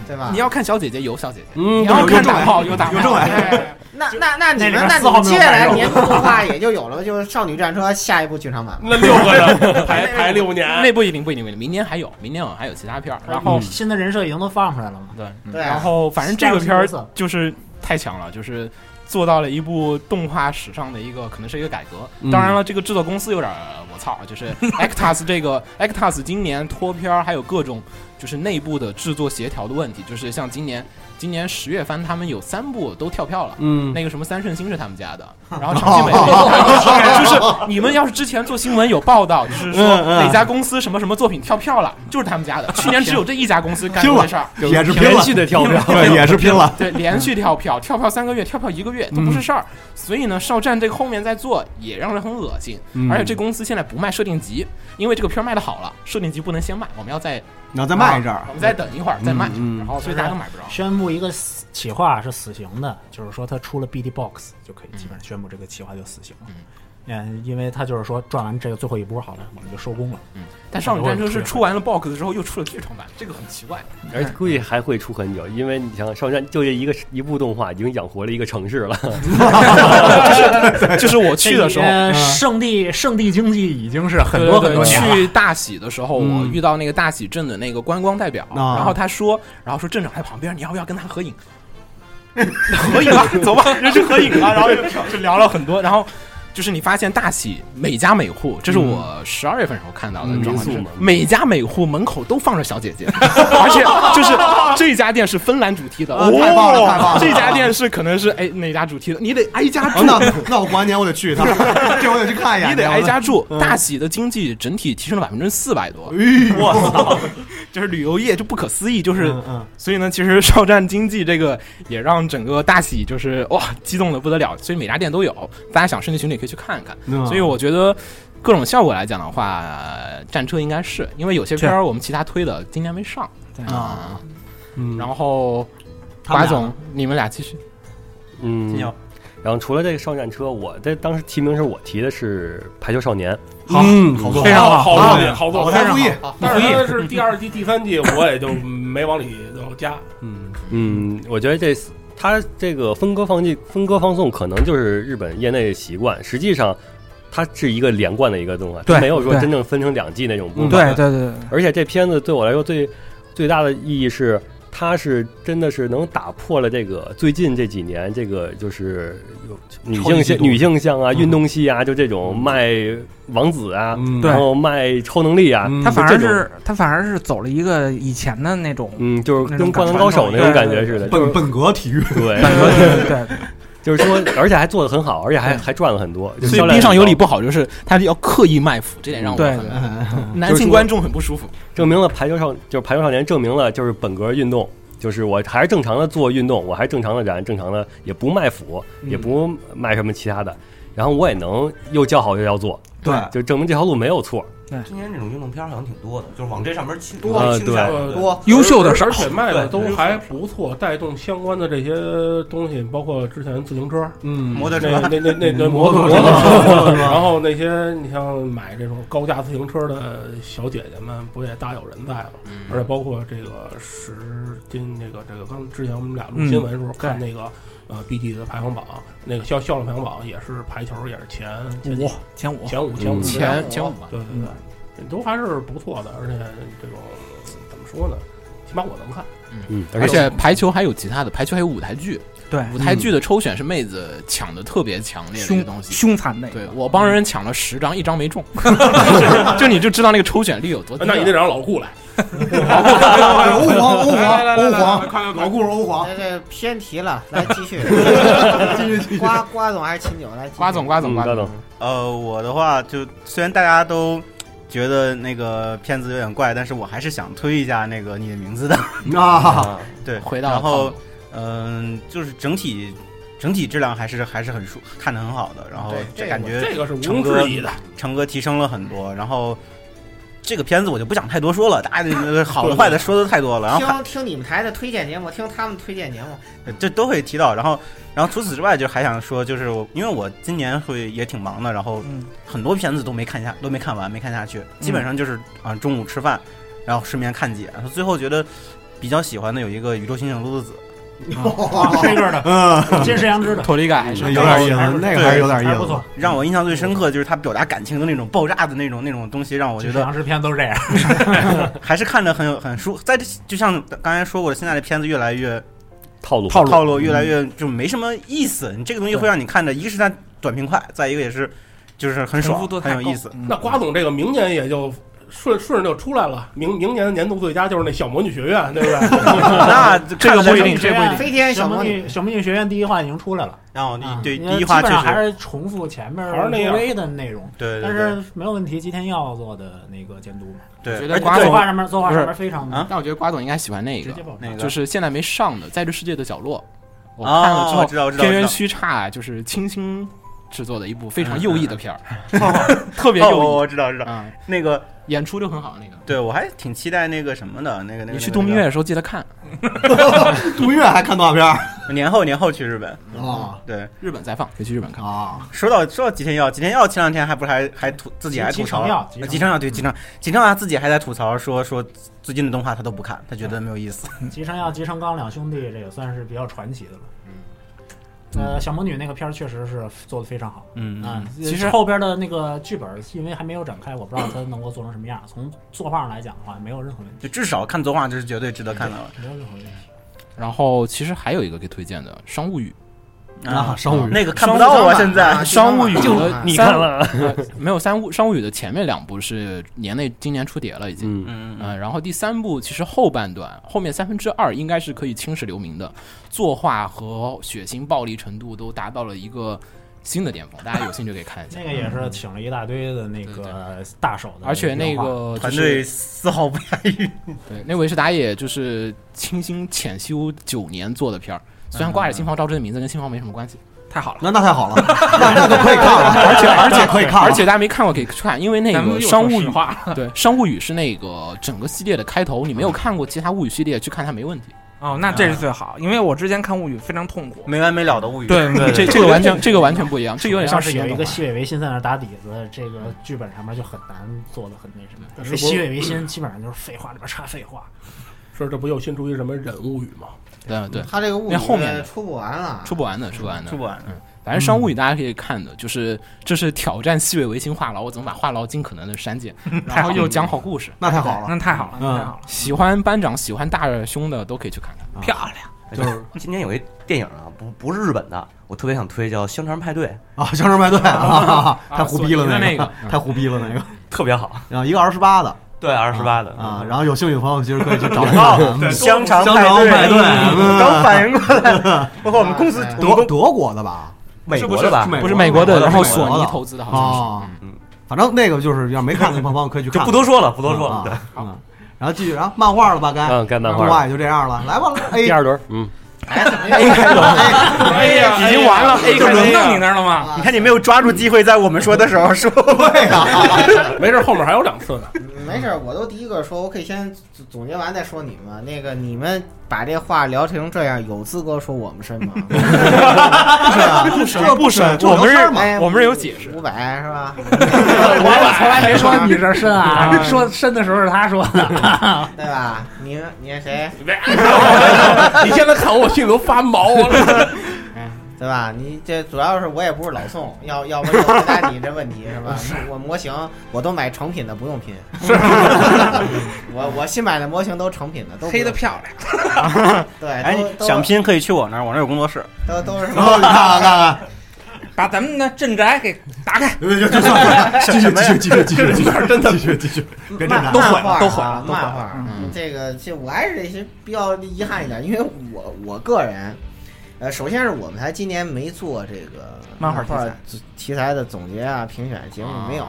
[SPEAKER 4] 对对吧？
[SPEAKER 3] 你要看小姐姐有小姐姐，
[SPEAKER 1] 嗯
[SPEAKER 3] 你要看打炮
[SPEAKER 1] 有
[SPEAKER 3] 有打炮，
[SPEAKER 1] 有正
[SPEAKER 3] *laughs*
[SPEAKER 1] 来，
[SPEAKER 4] 哎那那那你
[SPEAKER 8] 那里边
[SPEAKER 4] 们那
[SPEAKER 8] 丝毫
[SPEAKER 4] 你
[SPEAKER 8] 没有
[SPEAKER 4] 接下
[SPEAKER 8] 感
[SPEAKER 4] 来
[SPEAKER 8] 受
[SPEAKER 4] 年度动画也就有了，就是《少女战车》下一部剧场版吧。
[SPEAKER 2] 那六
[SPEAKER 4] *laughs*
[SPEAKER 3] *laughs*
[SPEAKER 2] 个人排排六年，嗯
[SPEAKER 3] 那不一定不一定不一定，明年还有，明年我还有其他片儿，然后
[SPEAKER 8] 新的人设已经都放出来了嘛，嗯
[SPEAKER 3] 对，
[SPEAKER 6] 嗯
[SPEAKER 3] 啊
[SPEAKER 4] 对
[SPEAKER 3] 然后反正这个片
[SPEAKER 8] 角
[SPEAKER 3] 儿
[SPEAKER 8] 色
[SPEAKER 3] 就是太强了，就是做到了一部动画史上的一个可能是一个改革。
[SPEAKER 6] 嗯
[SPEAKER 3] 当然了，这个制作公司有点儿我操，就是
[SPEAKER 6] *laughs*
[SPEAKER 3] Actas 这个 Actas 今年脱片儿还有各种就是内部的制作协调的问题，就是像今年今年十月番他们有三部都跳票了。
[SPEAKER 1] 嗯，
[SPEAKER 3] 那个什么三圣星是他们家的，然后长期美就是你们要是之前做新闻有报道，就是说
[SPEAKER 6] 嗯嗯
[SPEAKER 3] 哪家公司什么什么作品跳票了，就是他们家的。去年只有这一家公司干
[SPEAKER 1] 拼
[SPEAKER 3] 过
[SPEAKER 1] 了
[SPEAKER 3] 这事儿，
[SPEAKER 1] 也是拼
[SPEAKER 5] 连
[SPEAKER 1] 了，
[SPEAKER 5] 续的跳票，
[SPEAKER 1] 对，也是拼了。
[SPEAKER 3] *laughs*
[SPEAKER 1] 嗯
[SPEAKER 3] 对，连续跳票，跳票三个月，跳票一个月都不是事儿。所以呢，少战这个后面再做也让人很恶心。
[SPEAKER 1] 嗯
[SPEAKER 3] 而且这公司现在不卖设定集，因为这个片儿卖的好了，设定集不能先卖，我们要再啊
[SPEAKER 1] 你要再卖一阵儿
[SPEAKER 3] 我，们再等一会儿再卖，
[SPEAKER 1] 嗯嗯
[SPEAKER 3] 然后所以大家都买不着。
[SPEAKER 8] 宣布一个死企划是死刑的，就是说他出了 BD box 就可以基本上宣布这个企划就死刑了
[SPEAKER 3] 嗯。
[SPEAKER 8] 嗯，因为他就是说转完这个最后一波好了，我们就收工了。
[SPEAKER 3] 嗯，但《少女战车》是出完了 box 之后又出了剧场版，这个很奇怪。
[SPEAKER 5] 而估计还会出很久，因为你想，少年就这一个一部动画已经养活了一个城市了。 *laughs*
[SPEAKER 3] 就是就是我去的时候，
[SPEAKER 8] 呃圣地圣地经济已经是很多很
[SPEAKER 3] 对对
[SPEAKER 8] 多
[SPEAKER 3] 对
[SPEAKER 8] 年了。
[SPEAKER 3] 去大喜的时候，我
[SPEAKER 8] 嗯
[SPEAKER 3] 遇到那个大喜镇的那个观光代表，
[SPEAKER 1] 啊
[SPEAKER 3] 然后他说，然后说镇长在旁边，你要不要跟他
[SPEAKER 1] *laughs*
[SPEAKER 3] 合影？合影啊，走吧，人去合影啊，然后就聊了很多，然后。就是你发现大喜每家每户，这是
[SPEAKER 1] 嗯
[SPEAKER 3] 我十二月份时候看到的
[SPEAKER 5] 嗯
[SPEAKER 3] 状况，就
[SPEAKER 5] 民宿
[SPEAKER 3] 是
[SPEAKER 5] 嘛
[SPEAKER 3] 每家每户门口都放着小
[SPEAKER 1] *laughs*
[SPEAKER 3] 姐姐，而且就是这家店是芬兰主题的，哦
[SPEAKER 1] 啊太棒了太棒了
[SPEAKER 3] 这家店是可能是哎哪家主题的，你得挨家住
[SPEAKER 1] 啊那那我过完年我得去
[SPEAKER 3] *laughs*
[SPEAKER 1] 一趟，这我得去看一眼。
[SPEAKER 3] 你得挨家住。
[SPEAKER 1] 嗯
[SPEAKER 3] 大喜的经济整体提升了百分之四百多，
[SPEAKER 1] 我操！
[SPEAKER 3] 就是旅游业就不可思议，就是、
[SPEAKER 1] 嗯嗯
[SPEAKER 3] 所以呢，其实少战经济这个也让整个大喜就是哇激动的不得了，所以每家店都有，大家想升级群里可以去看看。
[SPEAKER 1] 嗯
[SPEAKER 3] 所以我觉得各种效果来讲的话，战车应该是因为有些片儿我们其他推的今年没上啊。
[SPEAKER 5] 嗯
[SPEAKER 3] 然后
[SPEAKER 1] 他们
[SPEAKER 3] 华
[SPEAKER 1] 俩
[SPEAKER 3] 总，你们俩继续。
[SPEAKER 5] 嗯
[SPEAKER 10] 金，耀
[SPEAKER 5] 然后除了这个少战车，我在当时提名时候我提的是排球少年。
[SPEAKER 1] 好
[SPEAKER 5] 嗯
[SPEAKER 1] 好作
[SPEAKER 8] 非常
[SPEAKER 2] 好
[SPEAKER 8] 好
[SPEAKER 2] 作品，好作
[SPEAKER 1] 我
[SPEAKER 2] 品，
[SPEAKER 1] 才注意，
[SPEAKER 2] 但是它是第二季、第三季，我也就没往里头加。
[SPEAKER 5] 嗯嗯，我觉得这他这个分割放弃、分割放送，可能就是日本业内习惯。实际上，它是一个连贯的一个动画，它
[SPEAKER 7] 对
[SPEAKER 5] 没有说
[SPEAKER 7] 对嗯
[SPEAKER 5] 真正分成两季那种部分。
[SPEAKER 7] 对对对，
[SPEAKER 5] 而且这片子对我来说最最大的意义是，它是真的是能打破了这个最近这几年这个就是有女性向女性向
[SPEAKER 7] 嗯
[SPEAKER 5] 啊、运动系啊，就这种卖王子啊，
[SPEAKER 1] 嗯
[SPEAKER 5] 然后卖超能力啊，
[SPEAKER 2] 嗯
[SPEAKER 7] 他
[SPEAKER 5] 就
[SPEAKER 7] 嗯反
[SPEAKER 5] 这
[SPEAKER 7] 而
[SPEAKER 5] 种
[SPEAKER 7] 是他反而是走了一个以前的那种，
[SPEAKER 5] 嗯，就是跟
[SPEAKER 7] 那种
[SPEAKER 5] 《灌篮
[SPEAKER 7] 感
[SPEAKER 5] 高手》
[SPEAKER 7] 传统
[SPEAKER 5] 那种
[SPEAKER 7] 对
[SPEAKER 5] 感
[SPEAKER 7] 对
[SPEAKER 5] 觉似的，就是
[SPEAKER 1] 本本格体育，
[SPEAKER 5] 对，
[SPEAKER 7] 对对对，
[SPEAKER 5] *laughs* 就是说，而且还做的很好，而且还还赚了很多，就
[SPEAKER 3] 所
[SPEAKER 5] 销
[SPEAKER 3] 以
[SPEAKER 5] 量
[SPEAKER 3] 冰上有
[SPEAKER 5] 很
[SPEAKER 3] 理
[SPEAKER 5] 高
[SPEAKER 3] 不好，就是他要刻意卖腐，这点让我
[SPEAKER 7] 对
[SPEAKER 3] 很
[SPEAKER 1] 嗯
[SPEAKER 7] 对
[SPEAKER 5] 嗯
[SPEAKER 3] 男性观众很不舒服。
[SPEAKER 5] 证明了排球少就是排球少年证明了就是本格运动，就是我还是正常的做运动，我还正常的燃，正常的也不卖腐，也不卖什么其他的，然后我也能又叫好又要做，
[SPEAKER 1] 对，
[SPEAKER 5] 就证明这条路没有错。
[SPEAKER 9] 今年这种运动片好像挺多的，就是往这上面倾
[SPEAKER 1] 多
[SPEAKER 5] 啊
[SPEAKER 9] 倾向
[SPEAKER 5] 对
[SPEAKER 9] 的。
[SPEAKER 4] 多
[SPEAKER 7] 优秀的少
[SPEAKER 2] 而且卖的都还不错，带动相关的这些东西，包括之前自行车、
[SPEAKER 1] 嗯，
[SPEAKER 10] 摩托车
[SPEAKER 2] 那那那那那摩托车，然后那些你像买这种高价自行车的小姐姐们，不也大有人在吗？而且包括这个十今这个这个刚之前我们俩录
[SPEAKER 7] 嗯
[SPEAKER 2] 新闻的时候看那个呃 B G 的排行榜，那个销销量排行榜也是排球也是前前
[SPEAKER 7] 五前五
[SPEAKER 2] 前五前五
[SPEAKER 5] 嗯
[SPEAKER 3] 前前五吧，
[SPEAKER 2] 对对对，都还是不错的，而且这种怎么说呢？起码我能看，
[SPEAKER 5] 嗯，
[SPEAKER 3] 而且排球还有其他的，排球还有舞台剧，
[SPEAKER 7] 对
[SPEAKER 3] 舞台剧的抽选是妹子抢的特别强烈的一个东
[SPEAKER 7] 凶
[SPEAKER 3] 西。
[SPEAKER 7] 凶残那
[SPEAKER 3] 对
[SPEAKER 7] 个，
[SPEAKER 3] 我帮人抢了十张，一张
[SPEAKER 8] *laughs*
[SPEAKER 3] 没中，就是就你就知道那个抽选率有多低了。
[SPEAKER 2] *laughs* 那你得让老顾来。
[SPEAKER 1] 欧皇欧
[SPEAKER 2] 来来
[SPEAKER 1] 皇
[SPEAKER 2] 来
[SPEAKER 1] 欧
[SPEAKER 2] 来来
[SPEAKER 1] 皇，
[SPEAKER 2] 快点
[SPEAKER 1] 老顾是欧皇，
[SPEAKER 4] 这这偏题了，来继续。
[SPEAKER 1] 继续继续。
[SPEAKER 4] 瓜瓜总还是秦九来继续？
[SPEAKER 3] 瓜总瓜
[SPEAKER 5] 嗯
[SPEAKER 3] 总瓜
[SPEAKER 5] 高总
[SPEAKER 3] 总，，
[SPEAKER 6] 呃，我的话就虽然大家都觉得那个片子有点怪，但是我还是想推一下那个你的
[SPEAKER 2] *laughs*
[SPEAKER 6] 名字的。
[SPEAKER 1] 啊，
[SPEAKER 6] *laughs* 对，
[SPEAKER 3] 回到
[SPEAKER 6] 然后
[SPEAKER 3] 讨论
[SPEAKER 6] 嗯、就是整体整体质量还是还是很舒，看的很好的。然后
[SPEAKER 4] 对这个
[SPEAKER 6] 感觉
[SPEAKER 2] 这个是毋
[SPEAKER 6] 成
[SPEAKER 2] 庸
[SPEAKER 6] 哥
[SPEAKER 2] 置疑的，
[SPEAKER 6] 成哥提升了很多。然后这个片子我就不想太多说了，大家就
[SPEAKER 2] *laughs*
[SPEAKER 6] 好的坏的说的太多了。然后还
[SPEAKER 4] 听听你们台的推荐节目，听他们推荐节目。
[SPEAKER 6] 这都会提到。然后然后除此之外，就还想说，就是我因为我今年会也挺忙的，然后
[SPEAKER 7] 嗯
[SPEAKER 6] 很多片子都没看下，都没看完，没看下
[SPEAKER 8] 嗯
[SPEAKER 6] 去，基本上就是啊、中午吃饭，然后顺便看几眼，最后觉得比较喜欢的有一个《宇宙刑警路子啊子
[SPEAKER 1] 嗯 *laughs*
[SPEAKER 8] 这个
[SPEAKER 6] *laughs*
[SPEAKER 8] 的，嗯，这是杨枝的，
[SPEAKER 3] 脱离感还是
[SPEAKER 1] 有点意思，那个还是有点意
[SPEAKER 8] 还
[SPEAKER 1] 思，
[SPEAKER 8] 不错。。》，
[SPEAKER 6] 让我印象最深刻就是他表达感情的那种爆炸的那种那种东西，让我
[SPEAKER 8] 我
[SPEAKER 6] 觉得
[SPEAKER 8] 杨枝片都是这样，
[SPEAKER 6] *laughs* 还是看着很有很舒。在这就像刚才说过的，现在的片子越来越
[SPEAKER 5] 套路
[SPEAKER 6] 套路越来
[SPEAKER 3] 嗯
[SPEAKER 6] 越就没什么意思。你这个东西会让你看着，一个是它短平快，再一个也是就是很
[SPEAKER 7] 重
[SPEAKER 6] 爽
[SPEAKER 7] 复度，太
[SPEAKER 6] 很
[SPEAKER 7] 高
[SPEAKER 6] 有意思。。
[SPEAKER 7] 嗯
[SPEAKER 2] 那瓜总这个明年也就顺顺着就出来了，明明年的年度最佳就是那小魔女学院，对不对？
[SPEAKER 6] *laughs* 那这
[SPEAKER 3] *laughs* 这不一定，这不一定。
[SPEAKER 4] 飞天小
[SPEAKER 8] 小
[SPEAKER 4] 魔
[SPEAKER 8] 魔
[SPEAKER 4] 女
[SPEAKER 8] 女小魔女学院第一话已经出来了，
[SPEAKER 6] 然后啊
[SPEAKER 3] 啊
[SPEAKER 6] 你对
[SPEAKER 8] 嗯
[SPEAKER 6] 第一话
[SPEAKER 8] 基本
[SPEAKER 6] 确
[SPEAKER 8] 上还
[SPEAKER 6] 实
[SPEAKER 8] 是重复前面
[SPEAKER 2] 还是那样
[SPEAKER 8] OVA 的内容，
[SPEAKER 6] 对，对
[SPEAKER 8] 但
[SPEAKER 6] 对
[SPEAKER 8] 是没有问题，吉田耀做的那个监督嘛，
[SPEAKER 6] 对，
[SPEAKER 3] 觉
[SPEAKER 6] 而
[SPEAKER 3] 得
[SPEAKER 6] 且
[SPEAKER 3] 瓜
[SPEAKER 8] 作
[SPEAKER 3] 总
[SPEAKER 8] 画上面作画上面非常
[SPEAKER 6] 啊
[SPEAKER 3] 但我觉得瓜总应该喜欢那
[SPEAKER 8] 直
[SPEAKER 3] 个
[SPEAKER 8] 接，爆炸
[SPEAKER 6] 那个
[SPEAKER 3] 就是现在没上的《在这世界的角落》，我
[SPEAKER 6] 啊
[SPEAKER 3] 看了之
[SPEAKER 6] 我
[SPEAKER 3] 后
[SPEAKER 6] 知道，我知道
[SPEAKER 3] 边
[SPEAKER 6] 我知
[SPEAKER 3] 缘
[SPEAKER 6] 道
[SPEAKER 3] 区差就是清新制作的一部非常右翼的片儿， *laughs*
[SPEAKER 8] *laughs*
[SPEAKER 3] 特
[SPEAKER 6] *laughs*
[SPEAKER 3] 别
[SPEAKER 6] 哦，我
[SPEAKER 3] 右
[SPEAKER 6] 我知道知
[SPEAKER 3] 翼
[SPEAKER 6] 道，
[SPEAKER 3] 啊，
[SPEAKER 6] 那个
[SPEAKER 3] 演出就很好那个。
[SPEAKER 6] 对我还挺期待那个什么的，那个那个
[SPEAKER 3] 你去度蜜月，的时候记得看，
[SPEAKER 6] *laughs*
[SPEAKER 3] *laughs*
[SPEAKER 1] 杜月还看动画片儿
[SPEAKER 6] 那个年后年后去日本。
[SPEAKER 1] 啊
[SPEAKER 6] 对，
[SPEAKER 3] 日本再放，可以去日本看。
[SPEAKER 1] 啊！
[SPEAKER 6] 说到说到吉田耀，吉田耀前两天还不是还还吐自己还吐槽
[SPEAKER 8] 吉成耀
[SPEAKER 6] 吉成耀对吉成吉成耀他自己还在吐槽说说最近的动画他都不看，他觉得没有意思。
[SPEAKER 8] 吉成耀、吉成刚两兄弟，这也算是比较传奇的了。
[SPEAKER 6] 嗯
[SPEAKER 8] 呃，小魔女那个片儿确实是做的非常好。
[SPEAKER 6] 嗯
[SPEAKER 8] 啊，
[SPEAKER 3] 其实
[SPEAKER 8] 后边的那个剧本，因为还没有展开，我不知道它能够做成什么样。从作画上来讲的话，没有任何问题，
[SPEAKER 6] 就至少看动画这是绝对值得看的了。
[SPEAKER 8] 没有任何问题。
[SPEAKER 3] 然后其实还有一个可以推荐的《商务语
[SPEAKER 6] 啊，
[SPEAKER 8] 商务
[SPEAKER 6] 那个看不到啊，现在
[SPEAKER 4] 啊商务语
[SPEAKER 3] 就
[SPEAKER 4] 的
[SPEAKER 5] 你看了？》
[SPEAKER 3] 呃，没有《三物商务语》的前面两部是年内今年出碟了已经。
[SPEAKER 5] 嗯，
[SPEAKER 6] 嗯
[SPEAKER 3] 嗯，然后第三部其实后半段后面三分之二应该是可以青史留名的，作画和血腥暴力程度都达到了一个新的巅峰，大家有兴趣可以看一下
[SPEAKER 8] 那。个也是请了一大堆的那
[SPEAKER 3] 对
[SPEAKER 8] 个大手的，
[SPEAKER 3] 而且那个就
[SPEAKER 6] 团队
[SPEAKER 3] 是
[SPEAKER 6] 丝毫不亚于
[SPEAKER 3] 对那维士达也就是清新浅修九年做的片儿，虽然挂着新房昭之的名字，跟新房没什么关系。太好了，
[SPEAKER 1] 嗯那那太好
[SPEAKER 3] *laughs*
[SPEAKER 1] 了，那那就可以看了，而且而且可以看了，
[SPEAKER 3] 而且大家没看过可以去看，因为那
[SPEAKER 7] 咱们
[SPEAKER 3] 个
[SPEAKER 7] 又说
[SPEAKER 3] 商务
[SPEAKER 7] 实
[SPEAKER 3] 语
[SPEAKER 7] 话，嗯
[SPEAKER 3] 对商务语是那个整个系列的开头，你没有看过其他物语系列去看它没问题。嗯
[SPEAKER 7] 哦，那这是最好，因为我之前看物语非常痛苦。
[SPEAKER 6] 没完没了的物语。
[SPEAKER 7] 对对
[SPEAKER 3] 这
[SPEAKER 7] 对，
[SPEAKER 3] 这个完全这个完全不一样，这有点像
[SPEAKER 8] 是
[SPEAKER 3] 是
[SPEAKER 8] 有一个西尾维新在那儿打底子，这个剧本上面就很难做的很那什么。
[SPEAKER 3] 呃
[SPEAKER 8] 因为
[SPEAKER 2] 是不
[SPEAKER 8] 西尾维新基本上就是废话里边插废
[SPEAKER 3] *clears throat*
[SPEAKER 8] 话，
[SPEAKER 2] 说这不又新出一什么忍物语吗？
[SPEAKER 3] 对对
[SPEAKER 4] 他这个物
[SPEAKER 3] 那后面
[SPEAKER 4] 语
[SPEAKER 3] 的
[SPEAKER 4] 呃出不完了，
[SPEAKER 3] 出不完的，出不完的嗯
[SPEAKER 6] 出。不完，
[SPEAKER 3] 反正商务语大家可以看的，就是这是挑战细尾维新话痨，我怎么把话痨尽可能的删减，然后又讲好故事。嗯
[SPEAKER 1] 那太好了，
[SPEAKER 7] 那太好了，那太好了，
[SPEAKER 3] 喜欢班长、喜欢大胸的都可以去看看。
[SPEAKER 7] 漂亮。
[SPEAKER 1] 哎
[SPEAKER 9] 就是今年有一电影啊，不不是日本的，我特别想推，叫《香肠派对
[SPEAKER 1] 啊！香肠
[SPEAKER 9] *laughs*
[SPEAKER 1] 派对啊，太胡逼
[SPEAKER 3] 索
[SPEAKER 1] 了
[SPEAKER 3] 尼的
[SPEAKER 1] 那
[SPEAKER 3] 那
[SPEAKER 1] 个
[SPEAKER 3] 个，
[SPEAKER 1] 太胡逼了那个。》，
[SPEAKER 9] 嗯特别好。
[SPEAKER 1] 然后一个二十八的
[SPEAKER 9] 对，二十八的
[SPEAKER 1] 啊，然后有兴趣的朋友其实可以去找一
[SPEAKER 6] 啊
[SPEAKER 1] *laughs* 下。
[SPEAKER 9] *laughs*
[SPEAKER 1] 嗯
[SPEAKER 6] 香肠
[SPEAKER 1] 香肠派
[SPEAKER 6] 派
[SPEAKER 1] 对嗯
[SPEAKER 6] 刚反应过来，包括我们公司
[SPEAKER 4] 哎
[SPEAKER 6] 我们
[SPEAKER 1] 德
[SPEAKER 6] 公
[SPEAKER 1] 德国的吧？
[SPEAKER 9] 美国的吧？
[SPEAKER 3] 不是美国的，然后索
[SPEAKER 1] 美国
[SPEAKER 3] 尼
[SPEAKER 1] 的
[SPEAKER 3] 投资的，好
[SPEAKER 1] 啊
[SPEAKER 3] 像是。嗯，
[SPEAKER 1] 反正那个就是要没看的朋友可以去
[SPEAKER 9] 就
[SPEAKER 1] 看，
[SPEAKER 9] 不多说了，不多说
[SPEAKER 1] 啊
[SPEAKER 9] 了。对，
[SPEAKER 1] 嗯，然后继续，然后漫画了吧？该
[SPEAKER 5] 嗯，该漫
[SPEAKER 1] 动画
[SPEAKER 5] 画了，
[SPEAKER 1] 也就这样了，来吧，A 哎
[SPEAKER 5] 第二轮，嗯，
[SPEAKER 6] 哎
[SPEAKER 7] 哎呀，已经完了，A 就轮到你那儿了吗？
[SPEAKER 6] 哎你看你没有抓住机会，在我们说的时候说，
[SPEAKER 1] 对呀，
[SPEAKER 2] *laughs* 没事，后面还有两
[SPEAKER 6] *laughs*
[SPEAKER 2] 次呢。
[SPEAKER 4] 没事儿，我都第一个说，我可以先总总结完再说你们。那个，你们把这话聊成这样，有资格说我们深吗？ *laughs*
[SPEAKER 1] 不是啊，不是不是，就
[SPEAKER 3] 我们
[SPEAKER 1] 聊
[SPEAKER 3] 是
[SPEAKER 1] 天嘛，
[SPEAKER 4] 哎
[SPEAKER 3] 我们这有解释
[SPEAKER 4] 五百是
[SPEAKER 3] *laughs*
[SPEAKER 4] 吧？
[SPEAKER 8] 我我从来没说 *laughs* 你这深啊，说深的时候是他说的。
[SPEAKER 4] *laughs* 对吧？你们你看谁？
[SPEAKER 2] *laughs* 你现在看我心里都发毛
[SPEAKER 4] *laughs*
[SPEAKER 2] 了。
[SPEAKER 4] 哎对吧？你这主要是我也不是老宋，要要不就回答你这问题是
[SPEAKER 3] *laughs*
[SPEAKER 4] 吧？我模型我都买成品的，不用拼。 *laughs* 我我新买的模型都成品的，都不
[SPEAKER 7] 黑的
[SPEAKER 4] 用
[SPEAKER 7] 漂亮，
[SPEAKER 4] 对，
[SPEAKER 6] 哎，
[SPEAKER 4] 都
[SPEAKER 6] 你
[SPEAKER 4] 都
[SPEAKER 6] 想拼可以去我那儿，我那儿有工作室。
[SPEAKER 4] 都
[SPEAKER 3] *laughs*
[SPEAKER 4] 都是
[SPEAKER 1] 然后你看看看看，嗯
[SPEAKER 7] 把咱们的镇宅给打开。 *laughs*
[SPEAKER 1] 继续继续继续继续继续，真的继续继续，别这
[SPEAKER 4] 漫
[SPEAKER 1] 样，
[SPEAKER 4] 漫画
[SPEAKER 7] 都毁
[SPEAKER 4] 啊
[SPEAKER 7] 了，都毁了
[SPEAKER 4] 漫画。这个这我还是是比较遗憾一点，因为我我个人，呃，首先是我们台今年没做这个
[SPEAKER 7] 漫画
[SPEAKER 4] 画
[SPEAKER 7] 题材
[SPEAKER 4] 题题材的总结啊、评选节目没有。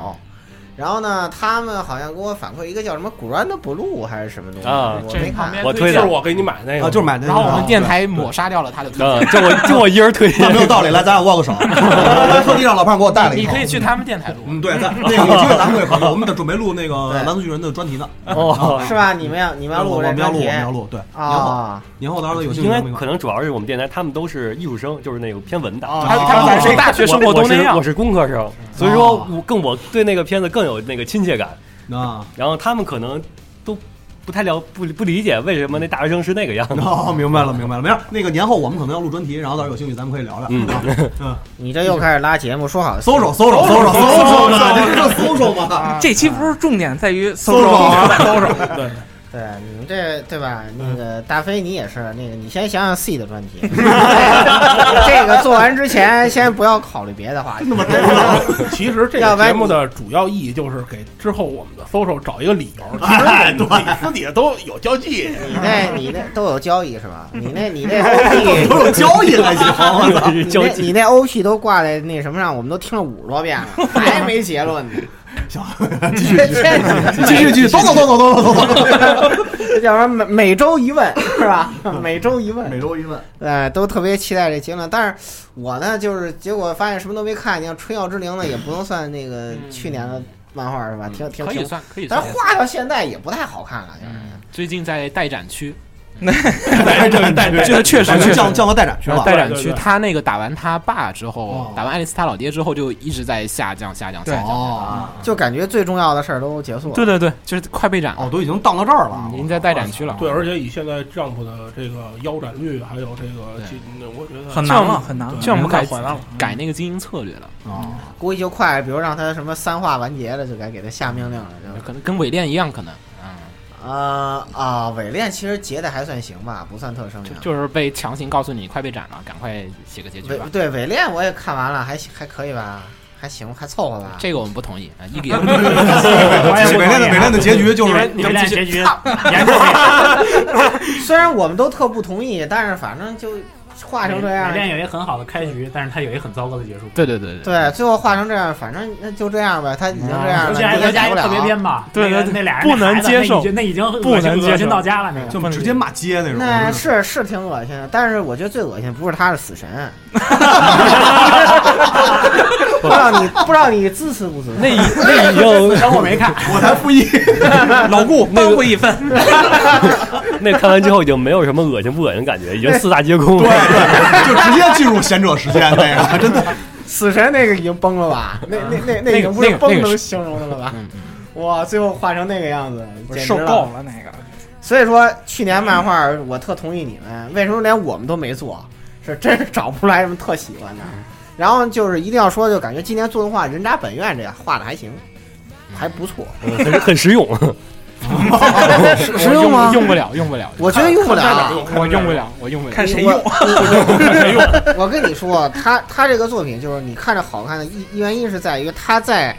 [SPEAKER 4] 然后呢，他们好像给我反馈一个叫什么“古然的 blue” 还是什么东西，
[SPEAKER 5] 啊
[SPEAKER 4] 我
[SPEAKER 3] 这
[SPEAKER 4] 没
[SPEAKER 3] 旁
[SPEAKER 4] 看。哦
[SPEAKER 3] 边
[SPEAKER 5] 我
[SPEAKER 2] 就
[SPEAKER 5] 推
[SPEAKER 2] 是
[SPEAKER 5] 的，
[SPEAKER 2] 我给 *laughs* 你买那个，
[SPEAKER 1] 啊，就是买那个，
[SPEAKER 3] 然后我们电台抹杀掉了他的推荐。
[SPEAKER 5] 嗯，就我就我一人推，
[SPEAKER 1] 那没有道理，来，咱俩握个
[SPEAKER 3] *laughs*
[SPEAKER 1] 手，
[SPEAKER 5] *laughs*
[SPEAKER 1] 我特地让老胖给我带了一
[SPEAKER 3] 你
[SPEAKER 1] 口
[SPEAKER 3] 可。以去他们电台录。
[SPEAKER 1] 嗯，对，咱那个有机会咱们会合作，我们得准备录那个《蓝色巨人》的专题呢。
[SPEAKER 5] 哦，
[SPEAKER 4] *laughs* 是吧？你们要你们要
[SPEAKER 1] 我
[SPEAKER 4] 录
[SPEAKER 1] 我
[SPEAKER 4] 这
[SPEAKER 1] 们要
[SPEAKER 4] 专
[SPEAKER 1] 录，我
[SPEAKER 4] 题
[SPEAKER 1] 们要录，对，年后
[SPEAKER 4] 啊？
[SPEAKER 1] 年后到时候有兴趣
[SPEAKER 5] 应
[SPEAKER 1] 咱
[SPEAKER 5] 该
[SPEAKER 1] 们一块
[SPEAKER 5] 可
[SPEAKER 1] 儿
[SPEAKER 5] 能主要是我们电台，他们都是艺术生，就是那个偏文的。
[SPEAKER 4] 哦
[SPEAKER 3] 他他们说大学生活都那
[SPEAKER 5] 啊我
[SPEAKER 3] 样。
[SPEAKER 5] 是工科生， *laughs* 啊所以
[SPEAKER 4] 哦
[SPEAKER 5] 说我更我对那个片子更有那个亲切感。
[SPEAKER 1] 啊。
[SPEAKER 5] 然后他们可能都不太了不不理解为什么那大学生是那个样子。
[SPEAKER 1] 哦，明白了，明白了，没事儿。那个年后我们可能要录专题，然后到时候有兴趣咱们可以聊聊。
[SPEAKER 5] 嗯，
[SPEAKER 4] 你这又开始拉节目，说好的
[SPEAKER 1] 搜手搜手搜手搜
[SPEAKER 7] *laughs*
[SPEAKER 1] 手嘛，这是搜手嘛。
[SPEAKER 7] 啊这期不是重点在于搜
[SPEAKER 1] 搜
[SPEAKER 7] 索
[SPEAKER 1] 索
[SPEAKER 7] 吗？
[SPEAKER 1] *laughs*
[SPEAKER 4] 对你们这对吧？那个大飞，你也是那个，你先想想 C 的专
[SPEAKER 3] *laughs*
[SPEAKER 4] 题。 *laughs* 这个做完之前，先不要考虑别的话题。
[SPEAKER 2] 其实这
[SPEAKER 4] 要不
[SPEAKER 2] 个
[SPEAKER 4] 然
[SPEAKER 2] 节目的主要意义就是给之后我们的搜搜找一个理由。其实我们私底下都有交际，
[SPEAKER 4] 你那、你那都
[SPEAKER 1] *laughs*
[SPEAKER 4] 有交易是吧？你那、你那 OP，
[SPEAKER 1] 都有交易
[SPEAKER 4] *laughs*
[SPEAKER 1] 还行，我操！
[SPEAKER 4] 你那、你那 OP 都挂在那什么上，我们都听了五十多遍了，还没结论呢。
[SPEAKER 1] 行， *laughs* 继续
[SPEAKER 4] *laughs*
[SPEAKER 1] 继续继续，走走走走走走走走，
[SPEAKER 4] 这叫什么？每每周一问是吧？ *laughs* 每周一问，
[SPEAKER 1] 每周
[SPEAKER 5] *laughs*
[SPEAKER 1] 一问，
[SPEAKER 4] 呃，都特别期待这结论。但是我呢，就是结果发现什么都没看。你像《春药之灵》呢，也不能算那
[SPEAKER 1] 嗯
[SPEAKER 4] 个去年的漫画是吧？挺挺
[SPEAKER 3] 可以
[SPEAKER 4] 挺，
[SPEAKER 3] 算可以
[SPEAKER 4] 但
[SPEAKER 3] 算
[SPEAKER 4] 是。画到现在也不太好看了，就是。
[SPEAKER 3] 嗯，最近在待展
[SPEAKER 1] *laughs*
[SPEAKER 3] 区，
[SPEAKER 2] 带着带着，
[SPEAKER 3] 这个确实确实呃
[SPEAKER 1] 降降到待展去了，
[SPEAKER 3] 待展
[SPEAKER 2] 对
[SPEAKER 3] 区
[SPEAKER 2] 对对
[SPEAKER 3] 他那个打完他爸之
[SPEAKER 1] 哦
[SPEAKER 3] 后，打完爱丽丝她老爹之后，就一直在下降下降下降。
[SPEAKER 1] 哦
[SPEAKER 4] 就感觉最重要的事儿都结束了。
[SPEAKER 3] 啊对对对，就是快被斩了，
[SPEAKER 1] 哦，都已经荡到这儿了，
[SPEAKER 3] 嗯已经在待展区了。
[SPEAKER 2] 对，而且以现在 Jump 的这个腰斩率，还有这个
[SPEAKER 3] 对
[SPEAKER 2] 进，我觉得
[SPEAKER 7] 很难了，很难了。
[SPEAKER 2] 对
[SPEAKER 3] 这样我们
[SPEAKER 2] 改
[SPEAKER 3] 改
[SPEAKER 2] 缓慢了，
[SPEAKER 3] 改那个经营策略了，
[SPEAKER 1] 啊，
[SPEAKER 4] 估计就快，比如让他什么三话完结了，就该给他下命令了。就
[SPEAKER 3] 可能跟伪恋一样，可能，嗯，
[SPEAKER 1] 呃
[SPEAKER 4] 啊啊，伪恋其实结的还算行吧，不算特生
[SPEAKER 3] 就
[SPEAKER 4] 硬。
[SPEAKER 3] 就是被强行告诉你快被斩了，赶快写个结局
[SPEAKER 4] 伪
[SPEAKER 3] 吧。
[SPEAKER 4] 对伪恋我也看完了，还行还可以吧，还行，还凑合吧。
[SPEAKER 3] 这个我们不同意啊，一
[SPEAKER 8] *laughs*
[SPEAKER 3] 点
[SPEAKER 8] 我也不同
[SPEAKER 1] 美恋
[SPEAKER 8] 意
[SPEAKER 1] 的
[SPEAKER 8] 啊
[SPEAKER 1] 美恋的结局就
[SPEAKER 8] 你
[SPEAKER 1] 是
[SPEAKER 8] 们你们俩结局，你还不同意
[SPEAKER 4] *laughs* 虽然我们都特不同意，但是反正就画成这样
[SPEAKER 8] 美。恋有一个很好的开局，但是它有一个很糟糕的结束。
[SPEAKER 3] 对对对对，
[SPEAKER 4] 对，最后画成这样，反正那就这样呗，他已经这样
[SPEAKER 8] 而
[SPEAKER 4] 了，
[SPEAKER 8] 且还
[SPEAKER 4] 你
[SPEAKER 8] 再
[SPEAKER 4] 也
[SPEAKER 8] 加
[SPEAKER 4] 改
[SPEAKER 8] 一
[SPEAKER 4] 不
[SPEAKER 8] 个特别
[SPEAKER 4] 了。
[SPEAKER 8] 篇吧，
[SPEAKER 3] 对
[SPEAKER 8] 那个
[SPEAKER 3] 对
[SPEAKER 8] 那俩人
[SPEAKER 3] 不能
[SPEAKER 8] 那孩子
[SPEAKER 3] 接受
[SPEAKER 8] 那已经那已经恶心
[SPEAKER 3] 不能接受
[SPEAKER 8] 恶心到家了那个。
[SPEAKER 1] 就直接骂街那种，
[SPEAKER 4] 那是是挺恶心的，但是我觉得最恶心不是他是死神，啊不知道你不知道你支持不支
[SPEAKER 5] *laughs*
[SPEAKER 4] 持？
[SPEAKER 5] 那已那
[SPEAKER 1] *laughs*
[SPEAKER 5] 已
[SPEAKER 4] *laughs*
[SPEAKER 5] 经
[SPEAKER 8] 当我
[SPEAKER 5] *laughs*
[SPEAKER 8] 没看，
[SPEAKER 1] 我才负一，
[SPEAKER 5] 老顾那
[SPEAKER 7] 帮
[SPEAKER 5] 个
[SPEAKER 7] 过一分，
[SPEAKER 5] *laughs* 那看完之后已经没有什么恶心不恶心的感觉，已经四大皆空
[SPEAKER 1] 对
[SPEAKER 5] 了。
[SPEAKER 1] 对， *laughs* 就直接进入贤者时间那个，真的
[SPEAKER 4] 死神那个已经崩了吧？那那那那已经不
[SPEAKER 3] 那
[SPEAKER 4] 是
[SPEAKER 3] 个
[SPEAKER 4] 崩
[SPEAKER 3] 那个
[SPEAKER 4] 能形容的了吧
[SPEAKER 3] 嗯？
[SPEAKER 4] 哇，最后画成那个样子，简直
[SPEAKER 7] 受
[SPEAKER 4] 了
[SPEAKER 7] 够。了那个。
[SPEAKER 4] 所以说，去年漫画我特同意你们，为什么连我们都没做？是真是找不出来什么特喜欢的。 *laughs* 然后就是一定要说，就感觉今年做动画《人渣本愿》这样画的还行，还不错。 *laughs*
[SPEAKER 5] 嗯
[SPEAKER 3] *laughs*
[SPEAKER 5] 很很实用，
[SPEAKER 4] 实
[SPEAKER 3] 我
[SPEAKER 4] 实
[SPEAKER 3] 用
[SPEAKER 4] 用吗？
[SPEAKER 3] *laughs* 用不了，用不了，
[SPEAKER 4] 我觉得用不了。
[SPEAKER 3] 我用不了，我用不了。
[SPEAKER 4] 看谁 *laughs* 用？我跟你说，他他这个作品就是你看着好看的，一原因是在于他在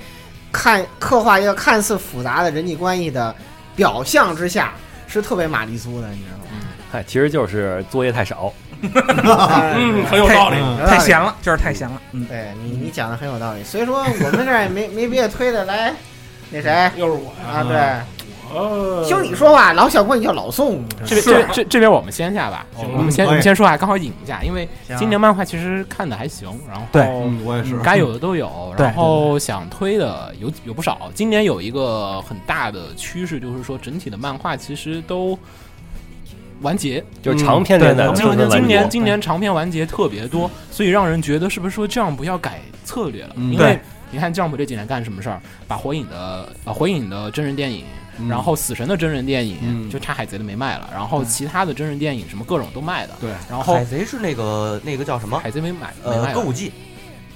[SPEAKER 4] 看刻画一个看似复杂的人际关系的表象之下，是特别玛丽苏的，你知道吗？
[SPEAKER 5] *laughs*
[SPEAKER 3] 嗯
[SPEAKER 5] 哎，其实就是作业太少。
[SPEAKER 1] *laughs*
[SPEAKER 2] 嗯，很有道理。
[SPEAKER 4] 有道理
[SPEAKER 7] 太闲了，就是太闲了。嗯，
[SPEAKER 4] 对你你讲的很有道理，所以说我们这儿也没 *laughs* 没别的推的，来那谁
[SPEAKER 2] 又
[SPEAKER 3] 嗯
[SPEAKER 2] 是我呀，
[SPEAKER 4] 啊？对，
[SPEAKER 2] 呃
[SPEAKER 4] 听你，说话，老小郭你叫老宋，
[SPEAKER 3] 这边这边这这边我们先下吧，
[SPEAKER 2] 行
[SPEAKER 3] 我们先
[SPEAKER 1] 可以
[SPEAKER 3] 我们先说啊，刚好引一下，因为今年漫画其实看的还行，然后
[SPEAKER 7] 对
[SPEAKER 1] 嗯，我也是，
[SPEAKER 3] 该有的都有，
[SPEAKER 7] 对
[SPEAKER 3] 然后想推的有有不少。今年有一个很大的趋势，就是说整体的漫画其实都完结，嗯
[SPEAKER 5] 就是长篇连载的
[SPEAKER 3] 长篇
[SPEAKER 5] 纷纷
[SPEAKER 3] 完结。今
[SPEAKER 5] 完
[SPEAKER 3] 年
[SPEAKER 5] 结。嗯
[SPEAKER 3] 今年长篇完结特别多，所以让人觉得是不是说这样不要改策略了？
[SPEAKER 1] 嗯
[SPEAKER 3] 因
[SPEAKER 7] 对
[SPEAKER 3] 为你看 Jump 这几年干什么事儿，把火影的呃火影的真人电影。
[SPEAKER 1] 嗯
[SPEAKER 3] 然后死神的真人电影
[SPEAKER 1] 嗯
[SPEAKER 3] 就差海贼的没卖了，然后其他的真人电影什么各种都卖的，
[SPEAKER 1] 对，
[SPEAKER 3] 然后
[SPEAKER 9] 海贼是那个那个叫什么？
[SPEAKER 3] 海贼没买没
[SPEAKER 9] 呃，
[SPEAKER 3] 卖
[SPEAKER 9] 歌
[SPEAKER 3] 了
[SPEAKER 9] 舞伎，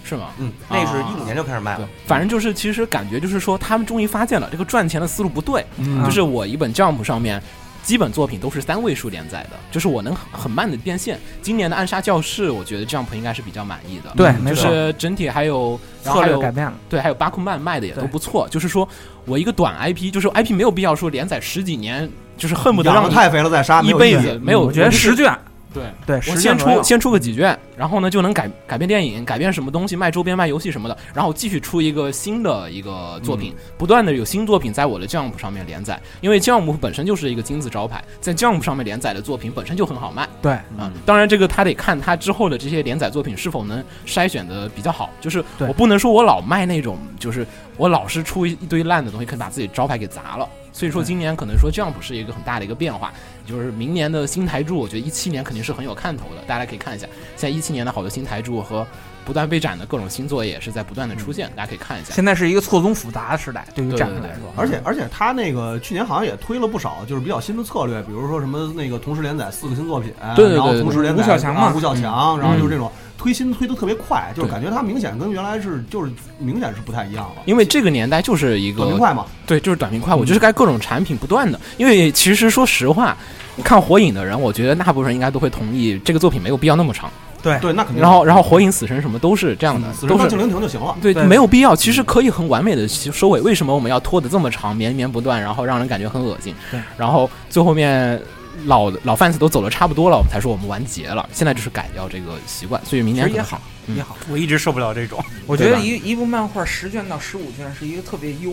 [SPEAKER 3] 是吗？
[SPEAKER 9] 嗯，那是
[SPEAKER 3] 啊
[SPEAKER 9] 一五年就开始卖
[SPEAKER 3] 对
[SPEAKER 9] 了。，
[SPEAKER 3] 反正就是其实感觉就是说，他们终于发现了这个赚钱的思路不对，
[SPEAKER 1] 嗯
[SPEAKER 7] 啊
[SPEAKER 3] 就是我一本 Jump 上面。基本作品都是三位数连载的，就是我能很很慢的变现。今年的暗杀教室，我觉得 Jump 应该是比较满意的。
[SPEAKER 7] 对，没
[SPEAKER 3] 就
[SPEAKER 7] 错，
[SPEAKER 3] 是整体还有然后
[SPEAKER 7] 策
[SPEAKER 3] 还
[SPEAKER 7] 略
[SPEAKER 3] 有
[SPEAKER 7] 改变了。
[SPEAKER 3] 对，还有巴库曼卖的也都
[SPEAKER 7] 对
[SPEAKER 3] 不错。就是说我一个短 IP，就是 IP 没有必要说连载十几年，就是恨不得
[SPEAKER 1] 养
[SPEAKER 3] 让
[SPEAKER 1] 的
[SPEAKER 3] 你
[SPEAKER 1] 太肥了再杀，没
[SPEAKER 3] 一
[SPEAKER 1] 有
[SPEAKER 3] 辈
[SPEAKER 1] 意义
[SPEAKER 3] 子没
[SPEAKER 7] 嗯
[SPEAKER 3] 有。
[SPEAKER 7] 我觉得
[SPEAKER 3] 就是
[SPEAKER 7] 十卷，
[SPEAKER 3] 对，
[SPEAKER 7] 对，
[SPEAKER 3] 我
[SPEAKER 7] 十
[SPEAKER 3] 先
[SPEAKER 7] 卷左
[SPEAKER 3] 出
[SPEAKER 7] 右。
[SPEAKER 3] 先出个几卷，然后呢就能改改变电影，改变什么东西，卖周边、卖游戏什么的，然后继续出一个新的一个作品，不断的有新作品在我的 Jump 上面连载，因为 Jump 本身就是一个金字招牌，在 Jump 上面连载的作品本身就很好卖啊、
[SPEAKER 7] 对，
[SPEAKER 3] 当然，这个他得看他之后的这些连载作品是否能筛选的比较好，就是
[SPEAKER 7] 对
[SPEAKER 3] 我不能说我老卖那种，就是我老是出一一堆烂的东西，可能把自己招牌给砸了。所以说，今年可能说 Jump 是一个很大的一个变化，就是明年的新台柱，我觉得一七年肯定是很有看头的，大家可以看一下。现在一七年的好多新台柱和不断被斩的各种新作也是在不断的出现，大家可以看一
[SPEAKER 7] 嗯
[SPEAKER 3] 下。
[SPEAKER 7] 现在是一个错综复杂的时代，对于
[SPEAKER 3] 对
[SPEAKER 7] 战
[SPEAKER 3] 对
[SPEAKER 7] 士
[SPEAKER 3] 对
[SPEAKER 7] 来说，
[SPEAKER 1] 而且而且他那个去年好像也推了不少，就是比较新的策略，比如说什么那个同时连载四个新作品，
[SPEAKER 3] 对对对
[SPEAKER 1] 然后
[SPEAKER 3] 对
[SPEAKER 1] 同时连载
[SPEAKER 7] 吴小强嘛
[SPEAKER 1] 啊吴小强，
[SPEAKER 3] 嗯
[SPEAKER 1] 然后就是这种推新推的特别快，就是
[SPEAKER 3] 对
[SPEAKER 1] 感觉他明显跟原来是就是明显是不太一样了，
[SPEAKER 3] 因为这个年代就是一个
[SPEAKER 1] 短平快嘛，
[SPEAKER 3] 对，就是短平快，我就是该各种产品不断的。因为其实说实话，看火影的人，我觉得大部分人应该都会同意这个作品没有必要那么长。
[SPEAKER 1] 对，那肯定。
[SPEAKER 3] 然后，然后火影、死神什么都是这样的，
[SPEAKER 1] 死神
[SPEAKER 3] 都
[SPEAKER 1] 到
[SPEAKER 3] 是
[SPEAKER 1] 静。灵亭就行了，
[SPEAKER 3] 对，
[SPEAKER 7] 对
[SPEAKER 3] 没有必要。其实可以很完美的收尾。为什么我们要拖得这么长，绵绵不断，然后让人感觉很恶心
[SPEAKER 7] 对？
[SPEAKER 3] 然后最后面老老 fans 都走的差不多了，我们才说我们完结了。现在就是改掉这个习惯，所以明年
[SPEAKER 7] 其实也
[SPEAKER 3] 好。嗯啊
[SPEAKER 7] 也好。
[SPEAKER 10] 我一直受不了这种。
[SPEAKER 7] 我觉得
[SPEAKER 3] 吧
[SPEAKER 7] 一一部漫画十卷到十五卷是一个特别优，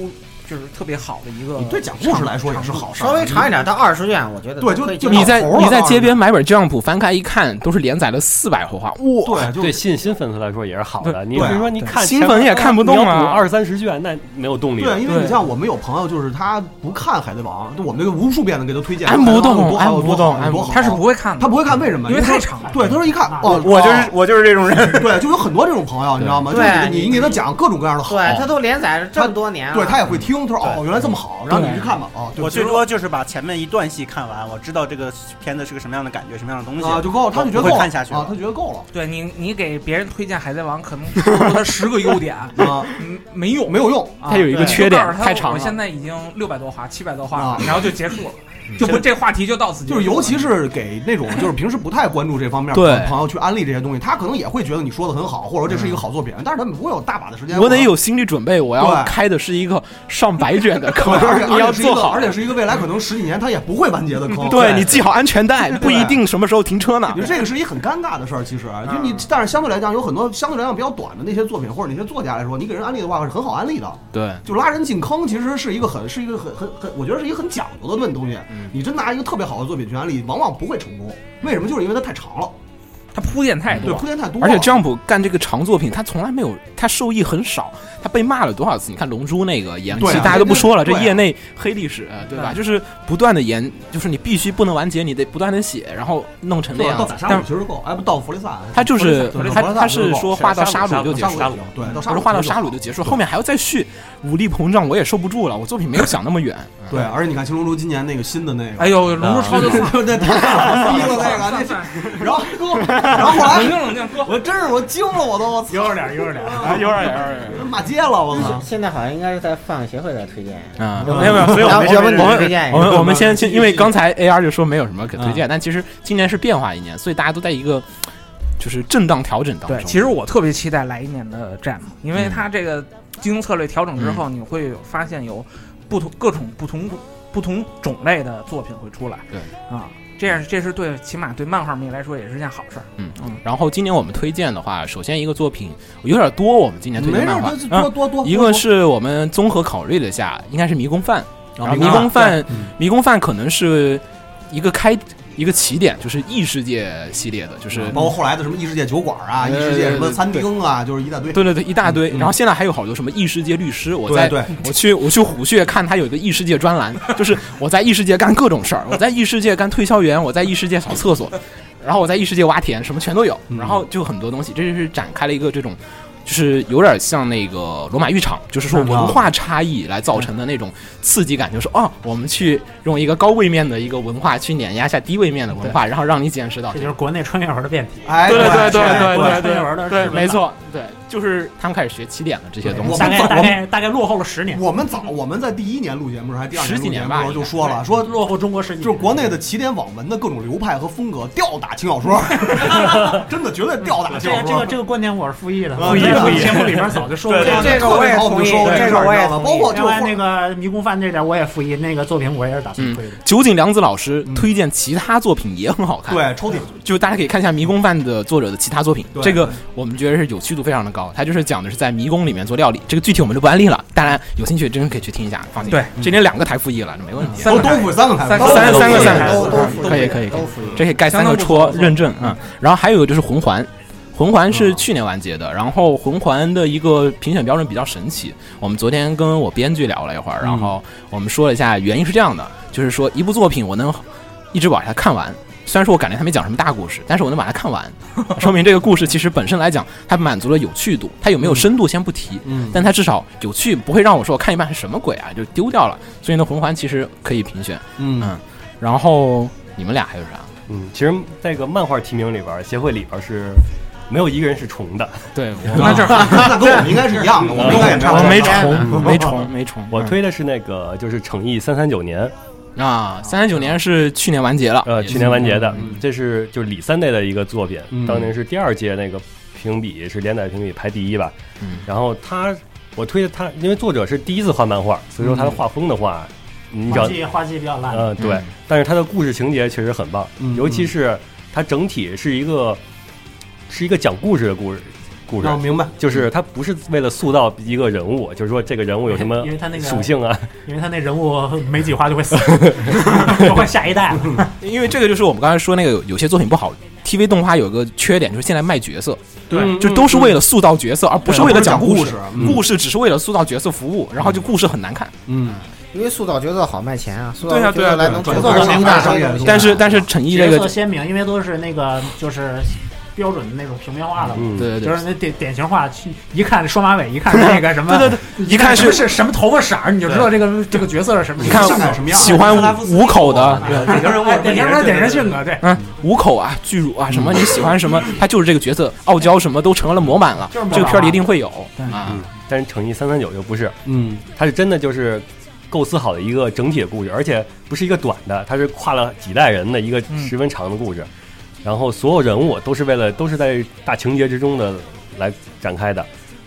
[SPEAKER 7] 就是特别好的一个。
[SPEAKER 1] 你对讲故事来说也是好事儿，啊
[SPEAKER 4] 稍微长一点到二十卷，我觉得
[SPEAKER 1] 对
[SPEAKER 4] 都
[SPEAKER 1] 就
[SPEAKER 4] 可以
[SPEAKER 1] 就
[SPEAKER 4] 接受
[SPEAKER 1] 老
[SPEAKER 3] 你在
[SPEAKER 1] 头儿了
[SPEAKER 3] 你在
[SPEAKER 1] 倒是
[SPEAKER 3] 街边买本 Jump 翻开一看，都是连载了四百回话，哇！啊
[SPEAKER 1] 对，就
[SPEAKER 5] 对新新粉丝来说也是好的。
[SPEAKER 1] 啊
[SPEAKER 5] 你比如说，你看
[SPEAKER 3] 新粉也看不动
[SPEAKER 5] 你要补
[SPEAKER 3] 啊。
[SPEAKER 5] 二三十卷，那没有动力了
[SPEAKER 1] 对，。因为你
[SPEAKER 7] 对
[SPEAKER 1] 像我们有朋友，就是他不看《海贼王》，就我们这个无数遍的给他推荐，
[SPEAKER 3] 按不动
[SPEAKER 1] 海贼王有多好有
[SPEAKER 3] 按不动
[SPEAKER 1] 多好有多
[SPEAKER 3] 按不
[SPEAKER 1] 好，
[SPEAKER 7] 他是不会看的，
[SPEAKER 1] 他不会看，为什么？
[SPEAKER 7] 因为
[SPEAKER 1] 他
[SPEAKER 7] 太长了。
[SPEAKER 1] 对，他说一看，哦，
[SPEAKER 10] 我就是我就是这种人，
[SPEAKER 1] *laughs* 对，就有很多这种朋友，你知道吗？就是
[SPEAKER 4] 对
[SPEAKER 1] 你你你给他讲各种各样的好，
[SPEAKER 4] 对，哎他都连载了这么多年了，
[SPEAKER 1] 对他也会听，他说哦，原来这么好，然后你
[SPEAKER 7] 啊对
[SPEAKER 1] 去看吧，哦，对
[SPEAKER 10] 我最多就是把前面一段戏看完，我知道这个片子是个什么样的感觉，什么样的东西
[SPEAKER 1] 啊就够了，他就觉得
[SPEAKER 10] 我
[SPEAKER 1] 够
[SPEAKER 10] 会
[SPEAKER 1] 了
[SPEAKER 10] 看下去
[SPEAKER 1] 啊，他觉得够了
[SPEAKER 7] 对你，你给别人推荐《海贼王》，可能说出他十个优点，
[SPEAKER 1] *laughs* 啊，
[SPEAKER 7] 嗯，没用，
[SPEAKER 1] 没有用。
[SPEAKER 7] 啊
[SPEAKER 3] 它有一个
[SPEAKER 7] 对
[SPEAKER 3] 缺点
[SPEAKER 7] 就告诉他
[SPEAKER 3] 太长
[SPEAKER 7] 我
[SPEAKER 3] 了
[SPEAKER 7] 现在已经六百多话、七百多话
[SPEAKER 1] 啊
[SPEAKER 7] 了，然后就结束了，就不这话题就到此结
[SPEAKER 1] 就
[SPEAKER 7] 束
[SPEAKER 1] 是
[SPEAKER 7] 了。
[SPEAKER 1] 尤其是给那种就是平时不太关注这方面
[SPEAKER 3] 对
[SPEAKER 1] 的朋友去安利这些东西，他可能也会觉得你说的很好，或者说这是一个好作品，但是他们不会有大把的时间。
[SPEAKER 3] 我得有心理准备，我要
[SPEAKER 1] 对
[SPEAKER 3] 开的是一个上百卷
[SPEAKER 1] *laughs*
[SPEAKER 3] 的
[SPEAKER 1] 可
[SPEAKER 3] 坑
[SPEAKER 1] 能，而且
[SPEAKER 3] 你要
[SPEAKER 1] 而且是一
[SPEAKER 3] 做
[SPEAKER 1] 个
[SPEAKER 3] 好
[SPEAKER 1] 而。且是一个未来可能十几年他也不会完结的坑。
[SPEAKER 3] 对你系好安全
[SPEAKER 1] *laughs*
[SPEAKER 3] 带，不一定什么时候停车呢
[SPEAKER 1] 你。这个是一很尴尬的事儿，其实就你，但是相对来讲，有很多相对来讲比较短的那些作品或者那些作家来说，你给人安利的话是很好安利的，
[SPEAKER 3] 对，
[SPEAKER 1] 就拉人进坑，其实是一个很是一个很很很，我觉得是一个很讲究的问东西。你真拿一个特别好的作品去安利，往往不会成功。为什么？就是因为它太长了，
[SPEAKER 7] 他铺垫太
[SPEAKER 1] 对
[SPEAKER 7] 多，
[SPEAKER 1] 铺垫太多了，
[SPEAKER 3] 而且 Jump 干这个长作品，他从来没有，他受益很少，他被骂了多少次？你看《龙珠》那个延期，
[SPEAKER 1] 对啊
[SPEAKER 3] 大家都不说了，这
[SPEAKER 1] 对啊
[SPEAKER 3] 业内黑历史，对吧？就是不断的延，就是你必须不能完结，你得不断的写，然后弄成那
[SPEAKER 1] 对到
[SPEAKER 3] 样
[SPEAKER 1] 打
[SPEAKER 3] 子。
[SPEAKER 1] 沙
[SPEAKER 3] 但
[SPEAKER 1] 姆
[SPEAKER 3] 是
[SPEAKER 1] 其实够，哎，不到弗利萨，
[SPEAKER 3] 他就是
[SPEAKER 1] 弗利萨
[SPEAKER 3] 他
[SPEAKER 1] 弗利萨
[SPEAKER 3] 他
[SPEAKER 1] 弗利
[SPEAKER 3] 是
[SPEAKER 1] 萨
[SPEAKER 3] 说画到杀戮就结
[SPEAKER 1] 沙
[SPEAKER 3] 束
[SPEAKER 1] 姆
[SPEAKER 3] 了，
[SPEAKER 1] 就行对，到
[SPEAKER 3] 不
[SPEAKER 1] 沙
[SPEAKER 3] 是
[SPEAKER 1] 鲁
[SPEAKER 3] 画到杀戮就结束，后面还要再续，武力膨胀我也受不住了，我作品没有想那么远。
[SPEAKER 1] 对，而且你看《青龙珠》今年那个新的那个，
[SPEAKER 7] 哎呦，龙珠超就算了，
[SPEAKER 1] 对，太 *laughs* 傻逼了那个，
[SPEAKER 7] 算
[SPEAKER 1] 那
[SPEAKER 7] 了算了，
[SPEAKER 1] 然后给我，然后后
[SPEAKER 7] 冷
[SPEAKER 1] 来
[SPEAKER 7] 静冷静，哥，
[SPEAKER 1] 我真是我惊了，我都我操，
[SPEAKER 8] 悠着点，悠着点。
[SPEAKER 3] 啊有点有点。
[SPEAKER 1] 骂街了，我操！
[SPEAKER 4] 现在好像应该是在放映协会在推荐，
[SPEAKER 3] 啊，
[SPEAKER 4] 嗯
[SPEAKER 3] 没有没有，所以我
[SPEAKER 4] 然后
[SPEAKER 3] 们
[SPEAKER 4] 要
[SPEAKER 3] 我
[SPEAKER 4] 不
[SPEAKER 3] 们
[SPEAKER 4] 你
[SPEAKER 3] 我
[SPEAKER 4] 推
[SPEAKER 3] 们
[SPEAKER 4] 荐一
[SPEAKER 3] 我
[SPEAKER 4] 个
[SPEAKER 3] 们我
[SPEAKER 4] *laughs*
[SPEAKER 3] 们先先，因为刚才 AR 就说没有什么可推荐，但其实今年是变化一年，所以大家都在一个就是震荡调整当中。
[SPEAKER 7] 对，其实我特别期待来一年的 Jam，因
[SPEAKER 8] 嗯
[SPEAKER 7] 为它这个经营策略调整之后，你会发现有不同各种不同不同种类的作品会出来。
[SPEAKER 3] 对
[SPEAKER 7] 啊，这样这是对，起码对漫画迷来说也是件好事儿。
[SPEAKER 3] 嗯
[SPEAKER 7] 嗯，
[SPEAKER 3] 然后今年我们推荐的话，首先一个作品有点多，我们今年推
[SPEAKER 1] 没
[SPEAKER 3] 荐
[SPEAKER 1] 事
[SPEAKER 3] 漫画
[SPEAKER 1] 儿，多多
[SPEAKER 3] 嗯
[SPEAKER 1] 多多，
[SPEAKER 3] 一个是我们综合考虑了一下，应该是《迷宫饭》，然后《迷宫饭》迷宫饭》可能是一个开一个起点，就是异世界系列的，就是
[SPEAKER 1] 嗯包括后来的什么异世界酒馆啊、
[SPEAKER 3] 呃
[SPEAKER 1] 异世界什么餐厅啊，就是一大堆。
[SPEAKER 3] 对对对，一大堆。
[SPEAKER 1] 嗯嗯
[SPEAKER 3] 然后现在还有好多什么异世界律师，我在
[SPEAKER 1] 对对，
[SPEAKER 3] 我去我去虎穴看他有一个异世界专栏，就是我在异世界干各种事儿，我在异世界干推销员，我在异世界扫厕所，然后我在异世界挖田，什么全都有。
[SPEAKER 1] 嗯
[SPEAKER 3] 然后就很多东西，这就是展开了一个这种。就是有点像那个罗马浴场，就是
[SPEAKER 1] 嗯
[SPEAKER 3] 说
[SPEAKER 1] 啊
[SPEAKER 3] 文化差异来造成的那种刺激感，就是哦，我们去用一个高位面的一个文化去碾压下低位面的文化，然后让你见识到
[SPEAKER 8] 这就是国内穿越文的变体。
[SPEAKER 1] 哎，
[SPEAKER 3] 对对对
[SPEAKER 1] 对
[SPEAKER 3] 对对
[SPEAKER 8] 穿越文的
[SPEAKER 3] 对，没，错，对，就是他们开始学起点了这些东
[SPEAKER 1] 我
[SPEAKER 3] 西。
[SPEAKER 8] 大
[SPEAKER 1] 们
[SPEAKER 8] 概
[SPEAKER 1] 早
[SPEAKER 8] 大概大概落后了十年，
[SPEAKER 1] 我们早，我们在第一年录节目的时候，还是第二
[SPEAKER 3] 十几年
[SPEAKER 1] 年录节目的时
[SPEAKER 3] 吧
[SPEAKER 1] 候就说了，说
[SPEAKER 8] 落后中国十几
[SPEAKER 1] 就
[SPEAKER 8] 年。
[SPEAKER 1] 是国内的起点网文的各种流派和风格吊打轻小说，
[SPEAKER 8] *laughs*
[SPEAKER 1] 真的绝对吊打轻
[SPEAKER 8] 这个
[SPEAKER 1] 小
[SPEAKER 8] 这个
[SPEAKER 1] 说。
[SPEAKER 8] 这个观点我是复议的，
[SPEAKER 1] 啊
[SPEAKER 8] 复议
[SPEAKER 1] 对
[SPEAKER 8] 复议。节目里边早就说过
[SPEAKER 4] 对
[SPEAKER 8] 了。
[SPEAKER 4] 这个我也
[SPEAKER 1] 好，我们就说
[SPEAKER 4] 同
[SPEAKER 1] 这
[SPEAKER 4] 意这
[SPEAKER 1] 事
[SPEAKER 4] 个
[SPEAKER 1] 儿，
[SPEAKER 4] 我
[SPEAKER 1] 你
[SPEAKER 4] 也
[SPEAKER 1] 知道吗？包
[SPEAKER 4] 同意
[SPEAKER 1] 括
[SPEAKER 8] 另
[SPEAKER 1] 就
[SPEAKER 8] 外
[SPEAKER 1] 是
[SPEAKER 8] 那个迷宫饭这点我也复议，那个作品我也是打算推的。嗯
[SPEAKER 3] 酒嗯井良子老师推荐其他作品也很好看，，
[SPEAKER 1] 对抽屉，
[SPEAKER 3] 就大家可以看一下《迷宫饭》的作者的其他作品
[SPEAKER 1] 对，
[SPEAKER 3] 这个我们觉得是有趣度非常的高。他就是讲的是在迷宫里面做料理，这个具体我们就不安利了，当然有兴趣真的可以去听一下，放心。
[SPEAKER 7] 对，
[SPEAKER 8] 嗯
[SPEAKER 3] 这年两个台复议了，这没问题。
[SPEAKER 1] 哦都都不三个台，
[SPEAKER 7] 三
[SPEAKER 1] 都
[SPEAKER 3] 三
[SPEAKER 1] 都
[SPEAKER 3] 三个
[SPEAKER 1] 都
[SPEAKER 3] 三个
[SPEAKER 1] 都都
[SPEAKER 4] 复
[SPEAKER 3] 可以
[SPEAKER 4] 议
[SPEAKER 3] 可以可以
[SPEAKER 4] 都复议
[SPEAKER 3] 这可以盖三个戳认证啊、嗯。然后还有一个就是魂环。魂环是
[SPEAKER 1] 嗯
[SPEAKER 3] 去年完结的，然后魂环的一个评选标准比较神奇。我们昨天跟我编剧聊了一会儿，
[SPEAKER 1] 嗯
[SPEAKER 3] 然后我们说了一下，原因是这样的，就是说一部作品我能一直把它看完，虽然说我感觉它没讲什么大故事，但是我能把它看完，说明这个故事其实本身来讲，它满足了有趣度，它有没有深度先不提，
[SPEAKER 1] 嗯
[SPEAKER 3] 但它至少有趣，不会让我说我看一半是什么鬼啊，就丢掉了。所以呢，魂环其实可以评选。
[SPEAKER 1] 嗯
[SPEAKER 3] 然后你们俩还有啥？
[SPEAKER 5] 嗯，其实这个漫画提名里边，协会里边是没有一个人是重的。
[SPEAKER 3] 对，
[SPEAKER 5] *laughs*
[SPEAKER 3] 我
[SPEAKER 7] 那这儿
[SPEAKER 1] 那跟我们应该是
[SPEAKER 3] *laughs*
[SPEAKER 1] 一样的，我们应该也差不
[SPEAKER 3] 我
[SPEAKER 1] 多。
[SPEAKER 3] 没重，没重，没重。
[SPEAKER 5] 我推的是那个就是诚意三三九年，
[SPEAKER 3] 嗯啊，三十九年是去年完结了，
[SPEAKER 5] 呃，
[SPEAKER 3] 也
[SPEAKER 5] 去年完结的
[SPEAKER 1] 嗯，
[SPEAKER 5] 这是就是李三代的一个作品，
[SPEAKER 1] 嗯
[SPEAKER 5] 当年是第二届那个评比是连载评比排第一吧。
[SPEAKER 3] 嗯
[SPEAKER 5] 然后他，我推的他，因为作者是第一次画漫画，所以说他的画风的话，你只
[SPEAKER 8] 画
[SPEAKER 5] 要
[SPEAKER 8] 技嗯画技比较烂，
[SPEAKER 5] 嗯，对，但是它的故事情节确实很棒，
[SPEAKER 8] 嗯
[SPEAKER 5] 尤其是它整体是一个是一个讲故事的故事故事
[SPEAKER 8] 哦
[SPEAKER 1] 那我，明白，
[SPEAKER 5] 就是它不是为了塑造一个人物，就是说这个人物有什
[SPEAKER 8] *laughs*
[SPEAKER 5] 么
[SPEAKER 8] 因为他那个
[SPEAKER 5] 属，性
[SPEAKER 3] *laughs*
[SPEAKER 5] 啊，
[SPEAKER 8] 因为他那人物没几画就会死，就换下一代了。
[SPEAKER 3] *laughs* 因为这个就是我们刚才说那个有有些作品不好，TV 动画有个缺点就是现在卖角色，
[SPEAKER 5] 对
[SPEAKER 8] 嗯
[SPEAKER 3] 就都是为了塑造角色，而不是为了讲故
[SPEAKER 1] 故
[SPEAKER 3] 事。，故事只是为了塑造角色服务，然后就故事很难看。
[SPEAKER 1] 嗯，
[SPEAKER 4] 因为塑造角色好卖钱啊，塑造
[SPEAKER 3] 对啊
[SPEAKER 4] 角
[SPEAKER 3] 对啊
[SPEAKER 4] 色
[SPEAKER 3] 对
[SPEAKER 4] 来
[SPEAKER 3] 啊
[SPEAKER 4] 能
[SPEAKER 1] 对
[SPEAKER 4] 制
[SPEAKER 1] 啊
[SPEAKER 4] 造
[SPEAKER 1] 而
[SPEAKER 4] 出
[SPEAKER 1] 且而
[SPEAKER 4] 一大
[SPEAKER 1] 且
[SPEAKER 4] 堆东西。
[SPEAKER 3] 但是但是陈毅这
[SPEAKER 8] 角色
[SPEAKER 3] 个，
[SPEAKER 8] 鲜明，因为都是那个就是标准的那种平面化的嘛。
[SPEAKER 5] 嗯，
[SPEAKER 3] 对对
[SPEAKER 8] 就
[SPEAKER 3] 对
[SPEAKER 8] 是，那典典型化，去一看双马尾，一看是那个什么，
[SPEAKER 3] 对对
[SPEAKER 8] 对
[SPEAKER 3] 一看是
[SPEAKER 8] 是是什么头发色儿，你就知道这个这个角色是什么。
[SPEAKER 3] 你看
[SPEAKER 8] 像什么样？
[SPEAKER 3] 喜欢五口的，
[SPEAKER 8] 对，典型人
[SPEAKER 7] 哎
[SPEAKER 8] 物，典型人物典型性格，对，
[SPEAKER 3] 嗯，五口啊，巨乳啊，什么你喜欢什么，他就是这个角色，傲娇什么都成了模板了，
[SPEAKER 8] 就是模板
[SPEAKER 3] 这个片儿里一定会有啊
[SPEAKER 5] 嗯。但是《诚意三三九》就不是，
[SPEAKER 1] 嗯，
[SPEAKER 5] 它是真的就是构思好的一个整体的故事，而且不是一个短的，它是跨了几代人的一个
[SPEAKER 7] 嗯
[SPEAKER 5] 十分长的故事。然后所有人物都是为了都是在大情节之中的来展开的，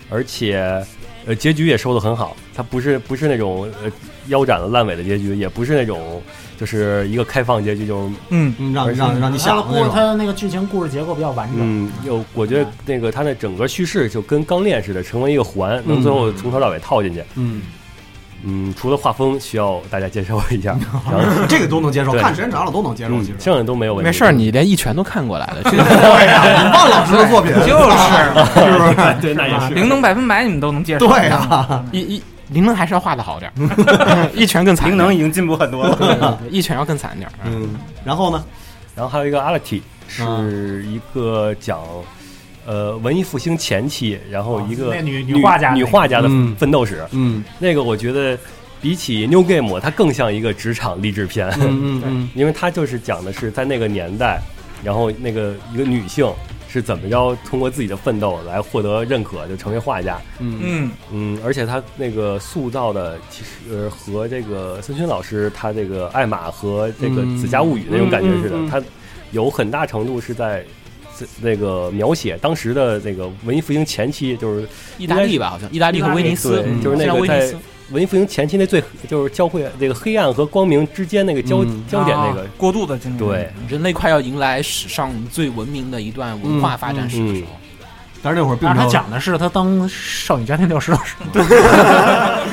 [SPEAKER 5] 而且呃结局也收的很好，它不是不是那种呃腰斩了烂尾的结局，也不是那种就是一个开放结局，就是
[SPEAKER 7] 嗯，
[SPEAKER 1] 嗯让让让你
[SPEAKER 8] 他
[SPEAKER 1] 想
[SPEAKER 8] 的
[SPEAKER 1] 的
[SPEAKER 8] 故
[SPEAKER 1] 那
[SPEAKER 8] 事，
[SPEAKER 1] 种，
[SPEAKER 8] 他的那个剧情故事结构比较完整。
[SPEAKER 5] 嗯，有我觉得那个它的整个叙事就跟钢链似的，成为一个环，能最后从头到尾套进去。
[SPEAKER 1] 嗯，
[SPEAKER 5] 嗯，除了画风需要大家接受一下，然后
[SPEAKER 1] 这个都能接受，
[SPEAKER 5] 对
[SPEAKER 1] 看时间长了都能接受，
[SPEAKER 5] 嗯
[SPEAKER 1] 其，实。
[SPEAKER 5] 剩下都没有问题。
[SPEAKER 3] 没事儿，你连一拳都看过来了，这
[SPEAKER 1] 对呀，你忘老师的作品
[SPEAKER 5] *laughs*
[SPEAKER 7] 就是
[SPEAKER 1] 是不是？
[SPEAKER 5] 对，那也是。
[SPEAKER 7] 灵能百分百，你们都能接受。
[SPEAKER 1] 对呀，
[SPEAKER 3] 一一灵能还是要画的好点儿， *laughs* 一拳更惨
[SPEAKER 6] 灵
[SPEAKER 3] 点儿，
[SPEAKER 6] 能已经进步很多了。
[SPEAKER 3] 对一拳要更惨点儿。
[SPEAKER 1] 嗯，然后呢？
[SPEAKER 5] 然后还有一个阿拉提，是一个讲呃文艺复兴前期，然后一个
[SPEAKER 8] 那女女画家那个，
[SPEAKER 5] 女画家的
[SPEAKER 1] 嗯
[SPEAKER 5] 奋斗史。
[SPEAKER 1] 嗯
[SPEAKER 5] 那个我觉得比起 New Game，它更像一个职场励志片。
[SPEAKER 1] 嗯嗯嗯，
[SPEAKER 5] *laughs* 因为它就是讲的是在那个年代，然后那个一个女性是怎么着通过自己的奋斗来获得认可，就成为画家。
[SPEAKER 7] 嗯，
[SPEAKER 5] 嗯，而且她那个塑造的其实呃和这个孙勋老师他这个《艾玛》和这个《
[SPEAKER 1] 嗯
[SPEAKER 5] 子家物语》那种感觉似的，
[SPEAKER 1] 嗯嗯嗯
[SPEAKER 5] 她有很大程度是在。那个描写当时的那个文艺复兴前期，就是
[SPEAKER 3] 意大利吧，好像意大利和威尼斯，
[SPEAKER 5] 对
[SPEAKER 1] 嗯
[SPEAKER 5] 就是那
[SPEAKER 3] 现在
[SPEAKER 5] 个
[SPEAKER 3] 威尼
[SPEAKER 5] 在
[SPEAKER 3] 斯
[SPEAKER 5] 文艺复兴前期那最就是交汇那个黑暗和光明之间那个交
[SPEAKER 1] 嗯
[SPEAKER 5] 交点那个
[SPEAKER 7] 啊过渡的经历，
[SPEAKER 5] 对，
[SPEAKER 3] 嗯人类快要迎来史上最文明的一段文
[SPEAKER 5] 嗯
[SPEAKER 3] 化发展史的时候，
[SPEAKER 1] 但是那会儿并
[SPEAKER 8] 但是
[SPEAKER 1] 没
[SPEAKER 8] 他
[SPEAKER 1] 有
[SPEAKER 8] 讲的是他当少女家庭教师的时 *laughs* 候，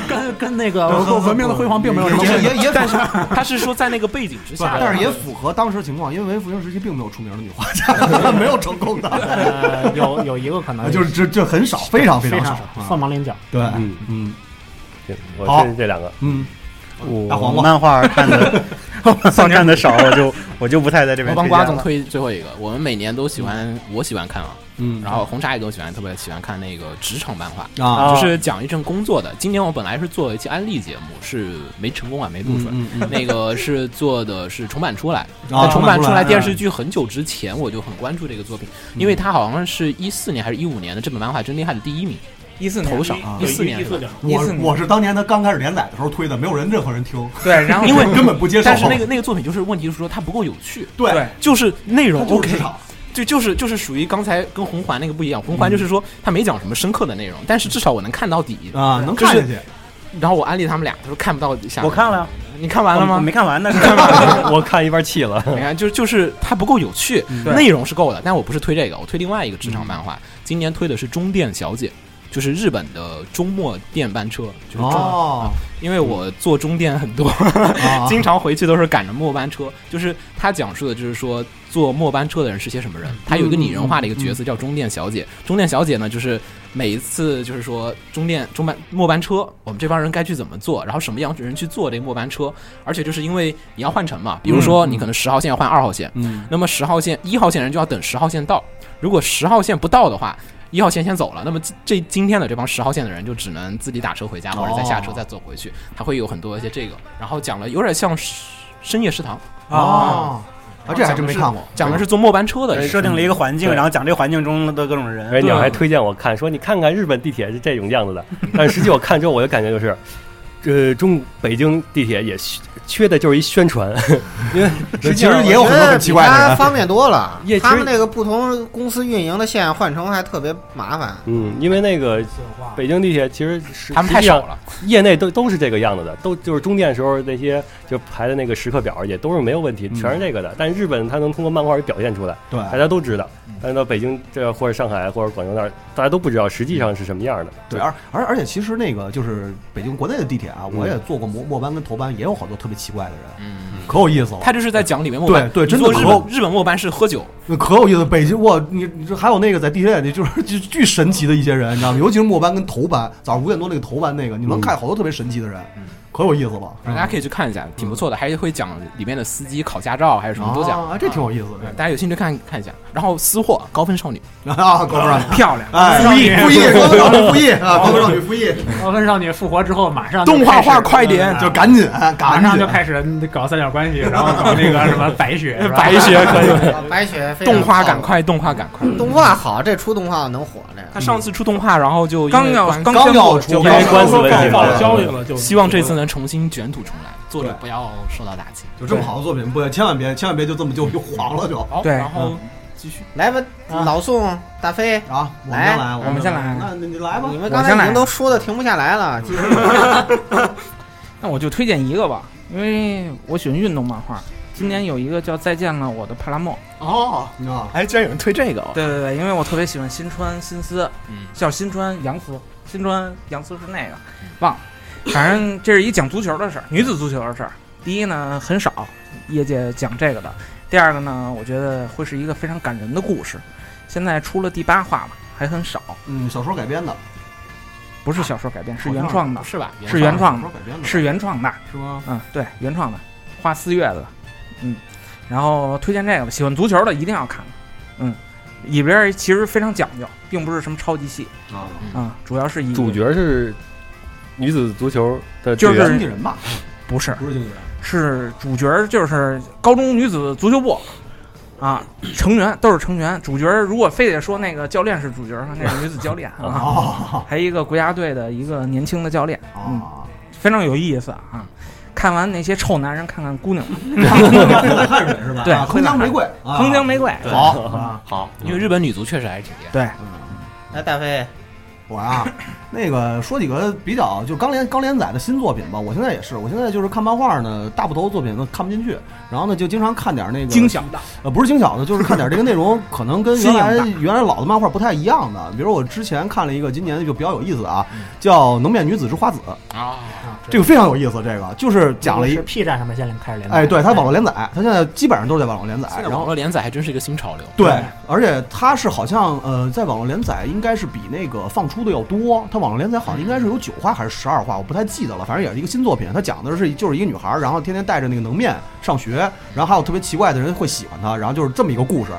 [SPEAKER 8] 跟跟那个文明的辉煌并没有什么
[SPEAKER 1] 也也也，但是
[SPEAKER 3] 他是说在那个背景之下，
[SPEAKER 1] 但是也符合当时情况，因为文艺复兴时期并没有出名的女画家，没有成功的，啊
[SPEAKER 8] 呃有有一个可能
[SPEAKER 1] 就是这这很少，非常非
[SPEAKER 8] 非
[SPEAKER 1] 常
[SPEAKER 8] 常
[SPEAKER 1] 少
[SPEAKER 8] 少。，凤
[SPEAKER 1] 啊
[SPEAKER 8] 毛麟角。
[SPEAKER 1] 对，
[SPEAKER 5] 嗯，
[SPEAKER 1] 嗯
[SPEAKER 5] 对我
[SPEAKER 1] 好
[SPEAKER 5] 这是这两个，
[SPEAKER 1] 嗯，大
[SPEAKER 6] 我
[SPEAKER 1] 黄瓜，
[SPEAKER 6] 漫画看
[SPEAKER 1] *laughs*
[SPEAKER 6] 的算看的少，我就我就不太在这边
[SPEAKER 3] 我
[SPEAKER 6] 推
[SPEAKER 3] 帮瓜
[SPEAKER 6] 荐
[SPEAKER 3] 总
[SPEAKER 6] 了。
[SPEAKER 3] 推最后一个，我们每年都喜欢，我喜欢看啊，
[SPEAKER 1] 嗯，
[SPEAKER 3] 然后红茶也都喜欢，特别喜欢看那个职场漫画，
[SPEAKER 1] 啊，
[SPEAKER 3] 就是讲一阵工作的。今年我本来是做了一期安利节目，是没成功啊，没录出来。
[SPEAKER 1] 嗯嗯
[SPEAKER 3] 那个是做的是重版出来，
[SPEAKER 1] 嗯，啊
[SPEAKER 3] 在重版出来电视
[SPEAKER 1] 剧，
[SPEAKER 3] 剧很久之前我就很关注这个作品，因为它好像是一四年还是一五年的这本漫画真厉害的第一名，
[SPEAKER 7] 一四年
[SPEAKER 3] 头赏
[SPEAKER 1] 啊
[SPEAKER 3] 一四年
[SPEAKER 2] 一
[SPEAKER 3] 是
[SPEAKER 2] 四
[SPEAKER 3] 吧
[SPEAKER 2] 年，
[SPEAKER 1] 我
[SPEAKER 7] 14年
[SPEAKER 1] 我是当年他刚开始连载的时候推的，没有人任何人听，
[SPEAKER 7] 对，然
[SPEAKER 1] *laughs*
[SPEAKER 7] 后
[SPEAKER 3] 因为
[SPEAKER 1] 根本不接受。
[SPEAKER 3] 但是那个那个作品就是问题是说它不够有趣，
[SPEAKER 1] *laughs* 对，
[SPEAKER 3] 就是内
[SPEAKER 1] 它
[SPEAKER 3] 容
[SPEAKER 1] 就是
[SPEAKER 3] OK，
[SPEAKER 1] 市场，
[SPEAKER 3] 就就是就是属于刚才跟红环那个不一样，红环
[SPEAKER 1] 嗯
[SPEAKER 3] 就是说他没讲什么深刻的内容，但是至少我能看到底。
[SPEAKER 1] 啊，能看下去。
[SPEAKER 3] 然后我安利他们俩，他说看不到下面。
[SPEAKER 6] 我看了，
[SPEAKER 3] 你看完了
[SPEAKER 6] 我
[SPEAKER 3] 吗？
[SPEAKER 6] 没
[SPEAKER 3] *laughs*
[SPEAKER 6] 看完呢。是 *laughs*
[SPEAKER 5] 我看一半气了。
[SPEAKER 3] 你看，就就是它不够有趣，
[SPEAKER 1] 嗯
[SPEAKER 3] 内容是够的，但我不是推这个，我推另外一个职场漫画。今年推的是《中电小姐》，就是日本的周末电班车，就是中
[SPEAKER 1] 哦，
[SPEAKER 3] 因为我坐中电很多，
[SPEAKER 1] 啊
[SPEAKER 3] *laughs* 经常回去都是赶着末班车。就是他讲述的，就是说坐末班车的人是些什么人。他有一个拟人化的一个角色叫中电小姐。中电小姐呢，就是每一次就是说中电中班末班车，我们这帮人该去怎么做，然后什么样的人去坐这个末班车。而且就是因为你要换乘嘛，比如说你可能十号线要换二号线，
[SPEAKER 1] 嗯
[SPEAKER 3] 那么十号线一号线人就要等十号线到，如果十号线不到的话。一号线先走了，那么这这今天的这帮十号线的人就只能自己打车回家，或者再下车
[SPEAKER 1] 哦
[SPEAKER 3] 再走回去。他会有很多一些这个，然后讲了有点像是深夜食堂，
[SPEAKER 1] 哦，啊，这还真没看过。
[SPEAKER 3] 讲的是坐末班车的
[SPEAKER 6] 吧
[SPEAKER 3] 人。
[SPEAKER 6] 设定了一个环境，
[SPEAKER 5] 对
[SPEAKER 6] 然后讲这个环境中的各种
[SPEAKER 5] 而
[SPEAKER 6] 人。
[SPEAKER 5] *laughs* 且鸟还推荐我看，说你看看日本地铁是这种样子的，但是实际我看之后，我就感觉就是呃，中北京地铁也缺缺的就是一宣传，因 *laughs* 为
[SPEAKER 8] 其
[SPEAKER 5] 际上
[SPEAKER 8] 实也有
[SPEAKER 4] 我觉
[SPEAKER 8] 很多
[SPEAKER 4] 得
[SPEAKER 8] 很奇
[SPEAKER 4] 比
[SPEAKER 8] 怪的
[SPEAKER 4] 他
[SPEAKER 5] 啊
[SPEAKER 8] 人。
[SPEAKER 4] 方便多了
[SPEAKER 5] 也。其实
[SPEAKER 4] 他们那个不同公司运营的线换乘还特别麻烦。
[SPEAKER 5] 嗯，因为那个北京地铁其实是
[SPEAKER 3] 他们太少，
[SPEAKER 5] 实际
[SPEAKER 3] 了，
[SPEAKER 5] 上业内都都是这个样子的，都就是中电时候那些就排的那个时刻表也都是没有问题，全是这个的。但日本它能通过漫画表现出来，
[SPEAKER 1] 对
[SPEAKER 5] 大家都知道。但是到北京这或者上海或者广州那儿，大家都不知道实际上是什么样的。
[SPEAKER 1] 对，而而而且其实那个就是北京国内的地铁啊，我也坐过末末班跟头班，也有好多特别奇怪的人，
[SPEAKER 3] 嗯，
[SPEAKER 1] 可有意思了。
[SPEAKER 3] 他就是在讲里面末班，
[SPEAKER 1] 对对
[SPEAKER 3] 你坐
[SPEAKER 1] 真的
[SPEAKER 3] 日
[SPEAKER 1] 可
[SPEAKER 3] 本日本末班是喝酒，
[SPEAKER 1] 可有意思，北京哇，你你这还有那个在地铁里就是 *laughs* 就巨神奇的一些人，你知道吗？尤其是末班跟头班，早上五点多那个头班那个，你能看好多特别神奇的人，可有意思了。
[SPEAKER 3] 大家可以去看一下，挺不错的，还会讲里面的司机考驾照，还有什么都讲，
[SPEAKER 1] 啊，这挺有意思
[SPEAKER 3] 嗯大家有兴趣看看一下。然后私货高分少女，
[SPEAKER 1] 的 *laughs* 啊，哥
[SPEAKER 3] *laughs*
[SPEAKER 1] 们儿，
[SPEAKER 7] 漂亮，
[SPEAKER 1] 哎，
[SPEAKER 8] 复议
[SPEAKER 1] 复议，高分少女复议啊，高分少女复议，
[SPEAKER 8] 高分少女复活之后，马上就
[SPEAKER 3] 动画
[SPEAKER 8] 开始
[SPEAKER 3] 化快点
[SPEAKER 8] 嗯
[SPEAKER 1] 就赶紧
[SPEAKER 3] 啊
[SPEAKER 8] 马
[SPEAKER 1] 赶
[SPEAKER 8] 上
[SPEAKER 1] 紧
[SPEAKER 8] 就，开始搞三角关系，然后搞
[SPEAKER 7] *laughs*
[SPEAKER 8] 那个什么白雪，是吧
[SPEAKER 5] 可
[SPEAKER 8] *laughs*
[SPEAKER 5] 以。
[SPEAKER 4] 啊白雪 *laughs* 非常
[SPEAKER 3] 动画
[SPEAKER 4] 好
[SPEAKER 3] 赶，快，动画赶快。
[SPEAKER 4] 动画好，这出动画能火这个。
[SPEAKER 3] 他上次出动画，然后就因为
[SPEAKER 7] 刚要
[SPEAKER 3] 关
[SPEAKER 7] 刚
[SPEAKER 1] 刚
[SPEAKER 7] 宣
[SPEAKER 1] 要
[SPEAKER 7] 布
[SPEAKER 1] 出
[SPEAKER 5] 因为官司问题
[SPEAKER 2] 放放了消息了，就
[SPEAKER 3] 希望这次能重新卷土重来，作者不要哦受到打击。
[SPEAKER 1] 就这么好的作品，不千万别千万别就这么就就黄了就嗯
[SPEAKER 3] 好，
[SPEAKER 7] 对嗯
[SPEAKER 3] 然后继续。
[SPEAKER 4] 来吧，老宋、大飞，
[SPEAKER 1] 啊，我们
[SPEAKER 4] 来
[SPEAKER 1] 先来，
[SPEAKER 7] 我们先来
[SPEAKER 1] 那你你来吧
[SPEAKER 4] 你，们刚
[SPEAKER 7] 我
[SPEAKER 4] 才
[SPEAKER 7] 先
[SPEAKER 4] 已
[SPEAKER 7] 来
[SPEAKER 4] 经都说的停不下来了。其实
[SPEAKER 7] *laughs* 那我就推荐一个吧，因为我喜欢运动漫画。今年有一个叫《再见了我的帕拉莫
[SPEAKER 1] 哦，你知道吗？
[SPEAKER 3] 哎，居然有人推这个》，哦！
[SPEAKER 7] 对对对，因为我特别喜欢新川新司，
[SPEAKER 3] 嗯
[SPEAKER 7] 叫新川洋司，新川洋司是那个，嗯忘了。反正这是一讲足球的事儿，女子足球的事儿。第一呢，很少业界讲这个的；第二个呢，我觉得会是一个非常感人的故事。现在出了第八话嘛，还很少，
[SPEAKER 1] 嗯，小说改编的，
[SPEAKER 7] 不是小说改编，是
[SPEAKER 1] 好像
[SPEAKER 7] 原创的
[SPEAKER 3] 不，是吧？
[SPEAKER 7] 是原创
[SPEAKER 1] 小
[SPEAKER 7] 的
[SPEAKER 1] 说，改编的，
[SPEAKER 7] 是原创的。
[SPEAKER 1] 是吗？
[SPEAKER 7] 嗯，对，原创的，花四月的，嗯，然后推荐这个吧，喜欢足球的一定要看，嗯，里边儿其实非常讲究，并不是什么超级系
[SPEAKER 1] 啊，
[SPEAKER 7] 啊，主要是以
[SPEAKER 5] 主角是女子足球的
[SPEAKER 7] 就
[SPEAKER 5] 队
[SPEAKER 7] 是
[SPEAKER 5] 员
[SPEAKER 1] 经纪人吧，
[SPEAKER 7] 不是
[SPEAKER 1] 不是经纪人，
[SPEAKER 7] 是主角儿就是高中女子足球部。啊，成员都是成员，主角儿如果非得说那个教练是主角儿的话，那是女子教
[SPEAKER 1] *laughs*
[SPEAKER 7] 练啊，
[SPEAKER 1] 哦
[SPEAKER 7] 还有一个国家队的一个年轻的教练，嗯，
[SPEAKER 1] 哦，
[SPEAKER 7] 非常有意思啊。看完那些臭男人，看看姑娘，
[SPEAKER 1] *laughs* 会汗水
[SPEAKER 7] *laughs*
[SPEAKER 1] 是吧？
[SPEAKER 7] 对
[SPEAKER 1] 啊铿锵玫瑰，啊
[SPEAKER 7] 铿锵玫瑰，
[SPEAKER 1] 好啊，
[SPEAKER 9] 好，
[SPEAKER 3] 因为日本女足确实还是挺厉害的。
[SPEAKER 4] *laughs* 来，大飞，
[SPEAKER 1] 我啊，那个说几个比较就刚连刚连载的新作品吧。我现在也是，我现在就是看漫画呢，大部头作品呢看不进去，然后呢就经常看点那个
[SPEAKER 7] 精巧的，
[SPEAKER 1] 呃，不是精巧的，就是看点这个内容可能跟原来
[SPEAKER 7] 新颖
[SPEAKER 1] 原来老的漫画不太一样的。比如我之前看了一个，今年就比较有意思啊，叫《能变女子之花子》，
[SPEAKER 3] 啊，
[SPEAKER 1] 这个非常有意思。这个就是讲了一
[SPEAKER 8] 嗯是，P 站上面现在开始连载，
[SPEAKER 1] 哎，对，它网络连载，它现在基本上都是在网络连载，
[SPEAKER 3] 现在
[SPEAKER 1] 然后
[SPEAKER 3] 网络连载还真是一个新潮流。
[SPEAKER 1] 对，而且它是好像呃，在网络连载应该是比那个放出的要多。它网络连载好像应该是有九话还是十二话，我不太记得了。反正也是一个新作品。它讲的是就是一个女孩儿，然后天天带着那个能面上学，然后还有特别奇怪的人会喜欢她，然后就是这么一个故事。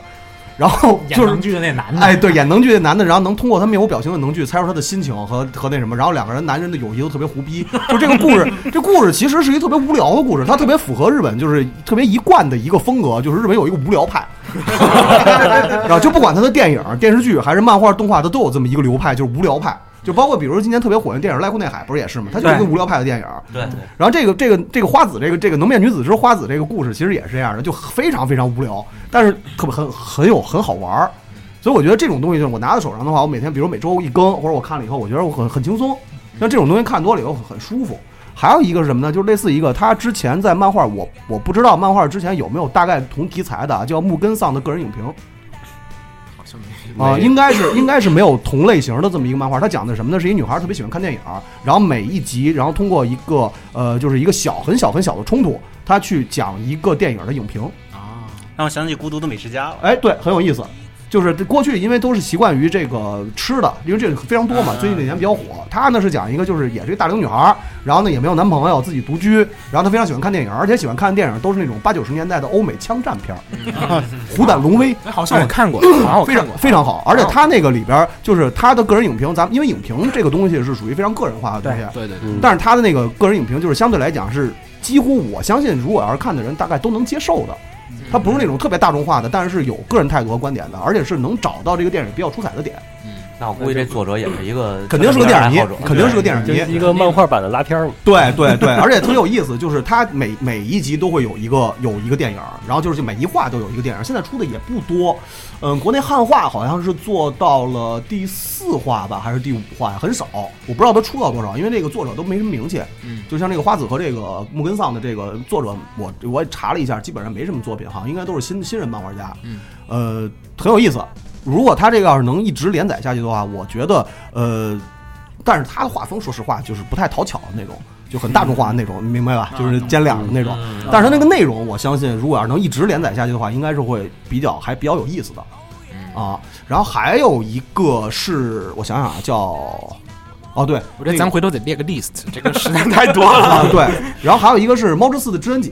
[SPEAKER 1] 然后 *laughs*
[SPEAKER 8] 演
[SPEAKER 1] 就是
[SPEAKER 8] 能剧的那男的，
[SPEAKER 1] 哎，对，演能剧的男的，然后能通过他面无表情的能剧猜出他的心情和和那什么，然后两个人男人的友谊都特别胡逼。就这个故事， *laughs* 这故事其实是一个特别无聊的故事，它特别符合日本就是特别一贯的一个风格，就是日本有一个无聊派，然后就不管他的电影、电视剧还是漫画、动画，它都有这么一个流派，就是无聊派。就包括比如说今年特别火的电影《濑户内海》，不是也是吗？它就是一个
[SPEAKER 7] 对
[SPEAKER 1] 无聊派的电影。
[SPEAKER 9] 对，
[SPEAKER 1] 然后这个这个这个花子这个这个能变女子之花子这个故事其实也是这样的，就非常非常无聊，但是特别很很有很好玩儿。所以我觉得这种东西就是我拿在手上的话，我每天比如每周一更，或者我看了以后，我觉得我很很轻松。像这种东西看多了以后很很舒服。还有一个是什么呢？就是类似一个他之前在漫画，我我不知道漫画之前有没有大概同题材的啊，叫木根丧的个人影评。
[SPEAKER 3] 好像没
[SPEAKER 1] 啊，应该是 *laughs* 应该是没有同类型的这么一个漫画。它讲的是什么呢？是一女孩特别喜欢看电影，然后每一集，然后通过一个呃，就是一个小很小很小的冲突，她去讲一个电影的影评。
[SPEAKER 3] 啊，
[SPEAKER 10] 让我想起《孤独的美食家》了。
[SPEAKER 1] 哎，对，很有意思。就是这过去因为都是习惯于这个吃的，因为这个非常多
[SPEAKER 3] 啊
[SPEAKER 1] 嘛，最近这几年比较火。她呢是讲一个就是也是一大龄女孩儿，然后呢也没有男朋友，自己独居，然后她非常喜欢看电影，而且喜欢看的电影都是那种八九十年代的欧美枪战片
[SPEAKER 3] *laughs*
[SPEAKER 1] 儿，虎胆龙威。
[SPEAKER 3] 哎，好像我
[SPEAKER 1] *clears throat*
[SPEAKER 3] 看过，好像我
[SPEAKER 1] 非
[SPEAKER 3] 看
[SPEAKER 1] 常
[SPEAKER 3] 过。
[SPEAKER 1] 非常好，而且他那个里边儿就是他的个人影评，咱们因为影评这个东西是属于非常个人化的东西，
[SPEAKER 3] 对对对，
[SPEAKER 5] 嗯
[SPEAKER 1] 但是他的那个个人影评就是相对来讲是几乎我相信，如果要是看的人大概都能接受的，他不是那种特别大众化的，但是是有个人态度和观点的，而且是能找到这个电影比较出彩的点。
[SPEAKER 3] 嗯
[SPEAKER 9] 那我估计这作者也是一个
[SPEAKER 1] *laughs* 肯定是个电影迷
[SPEAKER 9] 爱好者，
[SPEAKER 1] 肯定是个电影
[SPEAKER 5] 就
[SPEAKER 1] 迷
[SPEAKER 5] 是。一个漫画版的拉片儿嘛。
[SPEAKER 1] 对对对， *laughs* 而且特有意思，就是它每每一集都会有一个有一个电影，然后就是每一话都有一个电影。现在出的也不多，嗯，国内汉化好像是做到了第四话吧，还是第五话，很少，我不知道它出到多少，因为这个作者都没什么名气。
[SPEAKER 3] 嗯，
[SPEAKER 1] 就像这个花子和这个木根丧的这个作者，我我也查了一下，基本上没什么作品，好像应该都是新新人漫画家。
[SPEAKER 3] 嗯，
[SPEAKER 1] 呃，很有意思。如果他这个要是能一直连载下去的话，我觉得呃，但是他的画风说实话就是不太讨巧的那种，就很大众化的那种，你明白
[SPEAKER 3] 嗯
[SPEAKER 1] 吧？就是尖脸的那种。但是他那个内容，我相信如果要是能一直连载下去的话，应该是会比较还比较有意思的
[SPEAKER 3] 嗯，
[SPEAKER 1] 啊。然后还有一个是我想想啊，叫哦对，
[SPEAKER 3] 我觉得
[SPEAKER 1] 那个
[SPEAKER 3] 咱回头得列个 list，这个 *laughs* 实在太多了，
[SPEAKER 1] 啊对，然后还有一个是《猫之寺的知恩姐》，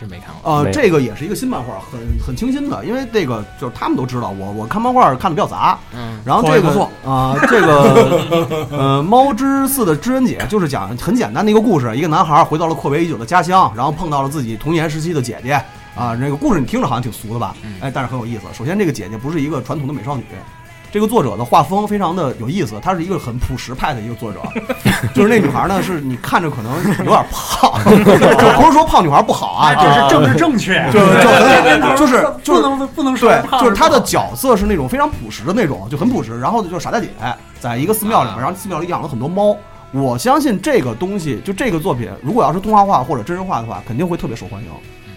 [SPEAKER 3] 是没看过。
[SPEAKER 1] 啊，
[SPEAKER 5] 没
[SPEAKER 1] 这个也是一个新漫画，很很清新的，因为这个就是他们都知道，我我看漫画看的比较杂，
[SPEAKER 3] 嗯，
[SPEAKER 1] 然后这个啊、这个呃，《猫之寺的知恩姐》就是讲很简单的一个故事，一个男孩回到了阔别已久的家乡，然后碰到了自己童年时期的姐姐啊。那个故事你听着好像挺俗的吧
[SPEAKER 3] 嗯？
[SPEAKER 1] 哎，但是很有意思。首先，这个姐姐不是一个传统的美少女。这个作者的画风非常的有意思，她是一个很朴实派的一个作者，就是那女孩呢，是你看着可能有点胖，就不是说胖女孩不好啊，
[SPEAKER 8] 这是政治正确，
[SPEAKER 1] 就是就是就是就是
[SPEAKER 8] 不能不能说
[SPEAKER 1] 对，
[SPEAKER 8] 胖
[SPEAKER 1] 就是他的
[SPEAKER 8] 不好
[SPEAKER 1] 角色是那种非常朴实的那种，就很朴实。然后就是傻大姐在一个寺庙里面，
[SPEAKER 3] 啊
[SPEAKER 1] 然后寺庙里养了很多猫。我相信这个东西，就这个作品，如果要是动画化或者真人化的话，肯定会特别受欢迎。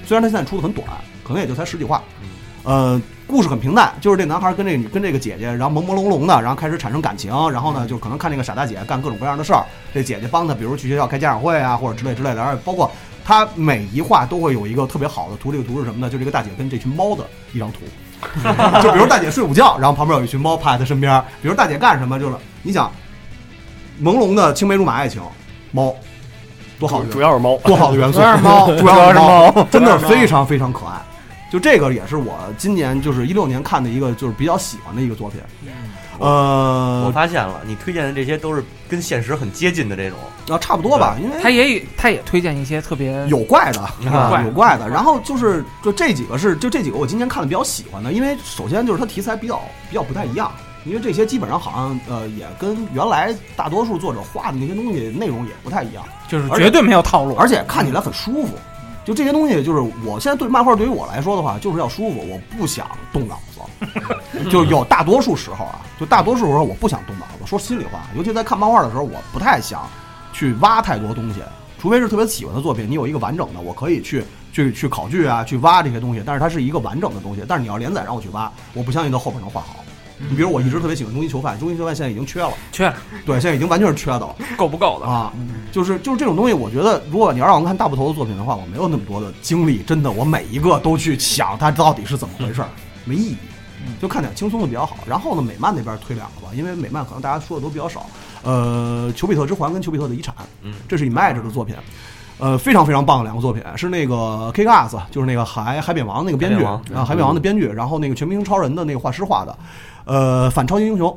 [SPEAKER 1] 虽然它现在出的很短，可能也就才十几话，呃，故事很平淡，就是这男孩跟这个女跟这个姐姐，然后朦朦胧胧的，然后开始产生感情，然后呢，就可能看这个傻大姐干各种各样的事儿，这姐姐帮他，比如去学校开家长会啊，或者之类之类的，而且包括他每一画都会有一个特别好的图，这个图是什么呢？就这个大姐跟这群猫的一张图，就比如大姐睡午觉，然后旁边有一群猫趴在她身边，比如大姐干什么，就是你想，朦胧的青梅竹马爱情，猫，多好的元素
[SPEAKER 5] 主要是猫，
[SPEAKER 1] 多好的元素，
[SPEAKER 4] 主要是猫
[SPEAKER 1] 主要是猫，真的非常非常可爱。就这个也是我今年就是一六年看的一个就是比较喜欢的一个作品，
[SPEAKER 9] 我
[SPEAKER 1] 呃，
[SPEAKER 9] 发现了，你推荐的这些都是跟现实很接近的这种，
[SPEAKER 1] 啊差不多吧，因为
[SPEAKER 7] 他也有他也推荐一些特别
[SPEAKER 1] 有怪的，
[SPEAKER 7] 怪
[SPEAKER 1] 啊，有怪的。然后就是就这几个是就这几个我今年看的比较喜欢的，因为首先就是它题材比较比较不太一样，因为这些基本上好像呃也跟原来大多数作者画的那些东西内容也不太一样，
[SPEAKER 7] 就是绝对没有套路，
[SPEAKER 1] 而且看起来很舒服。就这些东西，就是我现在对漫画对于我来说的话，就是要舒服，我不想动脑子。
[SPEAKER 7] *laughs*
[SPEAKER 1] 就有大多数时候啊，就大多数时候我不想动脑子。说心里话，尤其在看漫画的时候，我不太想去挖太多东西，除非是特别喜欢的作品，你有一个完整的，我可以去去去考据啊，去挖这些东西。但是它是一个完整的东西，但是你要连载让我去挖，我不相信它后边能画好。你比如我一直特别喜欢《终极囚犯》，《终极囚犯》现在已经缺了，
[SPEAKER 7] 缺了，
[SPEAKER 1] 对，现在已经完全是缺的了。
[SPEAKER 7] 够不够的？
[SPEAKER 1] 啊，就是就是这种东西，我觉得如果你要让我看大部头的作品的话，我没有那么多的精力，真的，我每一个都去想它到底是怎么回事儿，没意义
[SPEAKER 7] 嗯。
[SPEAKER 1] 就看点轻松的比较好。然后呢，美漫那边推两个吧，因为美漫可能大家说的都比较少。呃，《丘比特之环》跟《丘比特的遗产》，
[SPEAKER 9] 嗯，
[SPEAKER 1] 这是 Image 的作品，呃，非常非常棒的两个作品，是那个 K Gas，就是那个海海扁王那个编
[SPEAKER 9] 海
[SPEAKER 1] 剧
[SPEAKER 9] 扁王
[SPEAKER 1] 啊，海扁王的编剧，然后那个《全明星超人》的那个画师画的，呃，反超级英雄，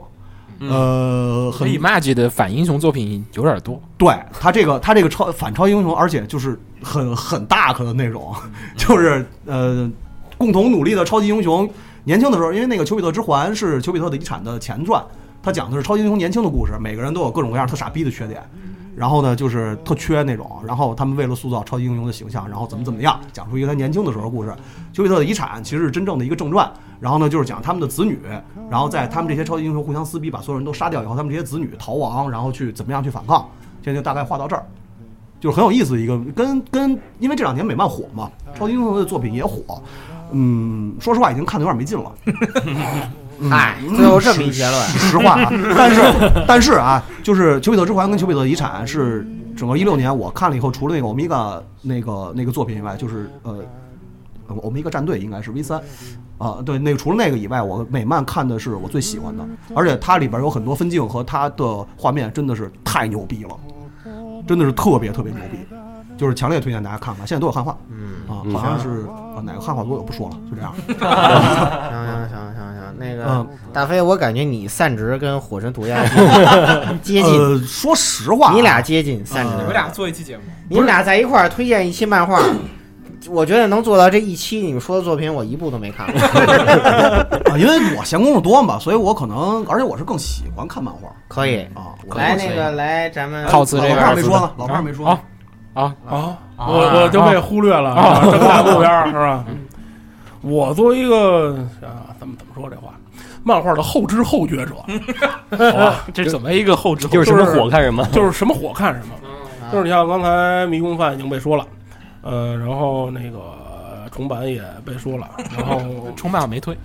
[SPEAKER 1] 呃，
[SPEAKER 3] 嗯所
[SPEAKER 1] 很
[SPEAKER 3] 以 Magi 的反英雄作品有点多，
[SPEAKER 1] 对他这个他这个超反超英雄，而且就是很很大可的那种，
[SPEAKER 3] 嗯
[SPEAKER 1] *laughs* 就是呃，共同努力的超级英雄。年轻的时候，因为那个《丘比特之环》是《丘比特的遗产》的前传，它讲的是超级英雄年轻的故事，每个人都有各种各样特傻逼的缺点，然后呢就是特缺那种，然后他们为了塑造超级英雄的形象，然后怎么怎么样，讲出一个他年轻的时候的故事。《丘比特的遗产》其实是真正的一个正传，然后呢就是讲他们的子女，然后在他们这些超级英雄互相撕逼，把所有人都杀掉以后，他们这些子女逃亡，然后去怎么样去反抗。现在就大概画到这儿，就是很有意思的一个跟跟，因为这两年美漫火嘛，超级英雄的作品也火，嗯，说实话已经看的有点没劲
[SPEAKER 4] *laughs*
[SPEAKER 1] 了，嗯
[SPEAKER 4] 嗨，哎最后这么一结论，
[SPEAKER 1] 实话啊。但是 *laughs* 但是啊，就是《丘比特之环》跟《丘比特的遗产》是整个一六年我看了以后，除了那个欧米伽那个那个作品以外，就是呃，欧米伽战队应该是 V 三。啊，对，那个除了那个以外，我美漫看的是我最喜欢的，而且它里边有很多分镜和它的画面真的是太牛逼了，真的是特别特别牛逼，就是强烈推荐大家看看，现在都有汉化，嗯啊，好像是啊哪个汉化多我不说了，就这样，
[SPEAKER 4] 行行行行行，那个
[SPEAKER 1] 嗯
[SPEAKER 4] 大飞，我感觉你散值跟火神毒鸦接近，
[SPEAKER 1] 呃，说实话啊，
[SPEAKER 4] 你俩接近散值，
[SPEAKER 3] 嗯
[SPEAKER 1] 呃你
[SPEAKER 4] 你们
[SPEAKER 1] 们
[SPEAKER 4] 俩
[SPEAKER 3] 做一期节目，
[SPEAKER 4] 你们俩在一块儿推荐一期漫画，我觉得能做到这一期你们说的作品，我一部都没看过。
[SPEAKER 1] 啊，因为我闲工夫多嘛，所以我可能，而且我是更喜欢看漫画
[SPEAKER 4] 可以，
[SPEAKER 1] 啊。我
[SPEAKER 4] 来那个来咱们
[SPEAKER 3] 套词这
[SPEAKER 1] 老
[SPEAKER 3] 边
[SPEAKER 1] 胖
[SPEAKER 3] 儿
[SPEAKER 1] 没说呢，老胖没说呢。
[SPEAKER 2] 啊，我我就被忽略了，
[SPEAKER 3] 啊嗯
[SPEAKER 2] 这么大目标儿是吧？我作为一个啊，怎么怎么说这话，漫画的后知后觉
[SPEAKER 3] *laughs*
[SPEAKER 2] 者，好吧
[SPEAKER 3] 这怎么一个后知后
[SPEAKER 5] 就是
[SPEAKER 3] 觉？
[SPEAKER 5] 什么火看什么。
[SPEAKER 2] 就是什么火看什么，
[SPEAKER 1] 嗯
[SPEAKER 4] 啊
[SPEAKER 2] 就是你像刚才《迷宫饭》已经被说了，呃，然后那个重版也被说了，然后
[SPEAKER 3] *laughs*
[SPEAKER 2] 呃
[SPEAKER 3] 重版我没推，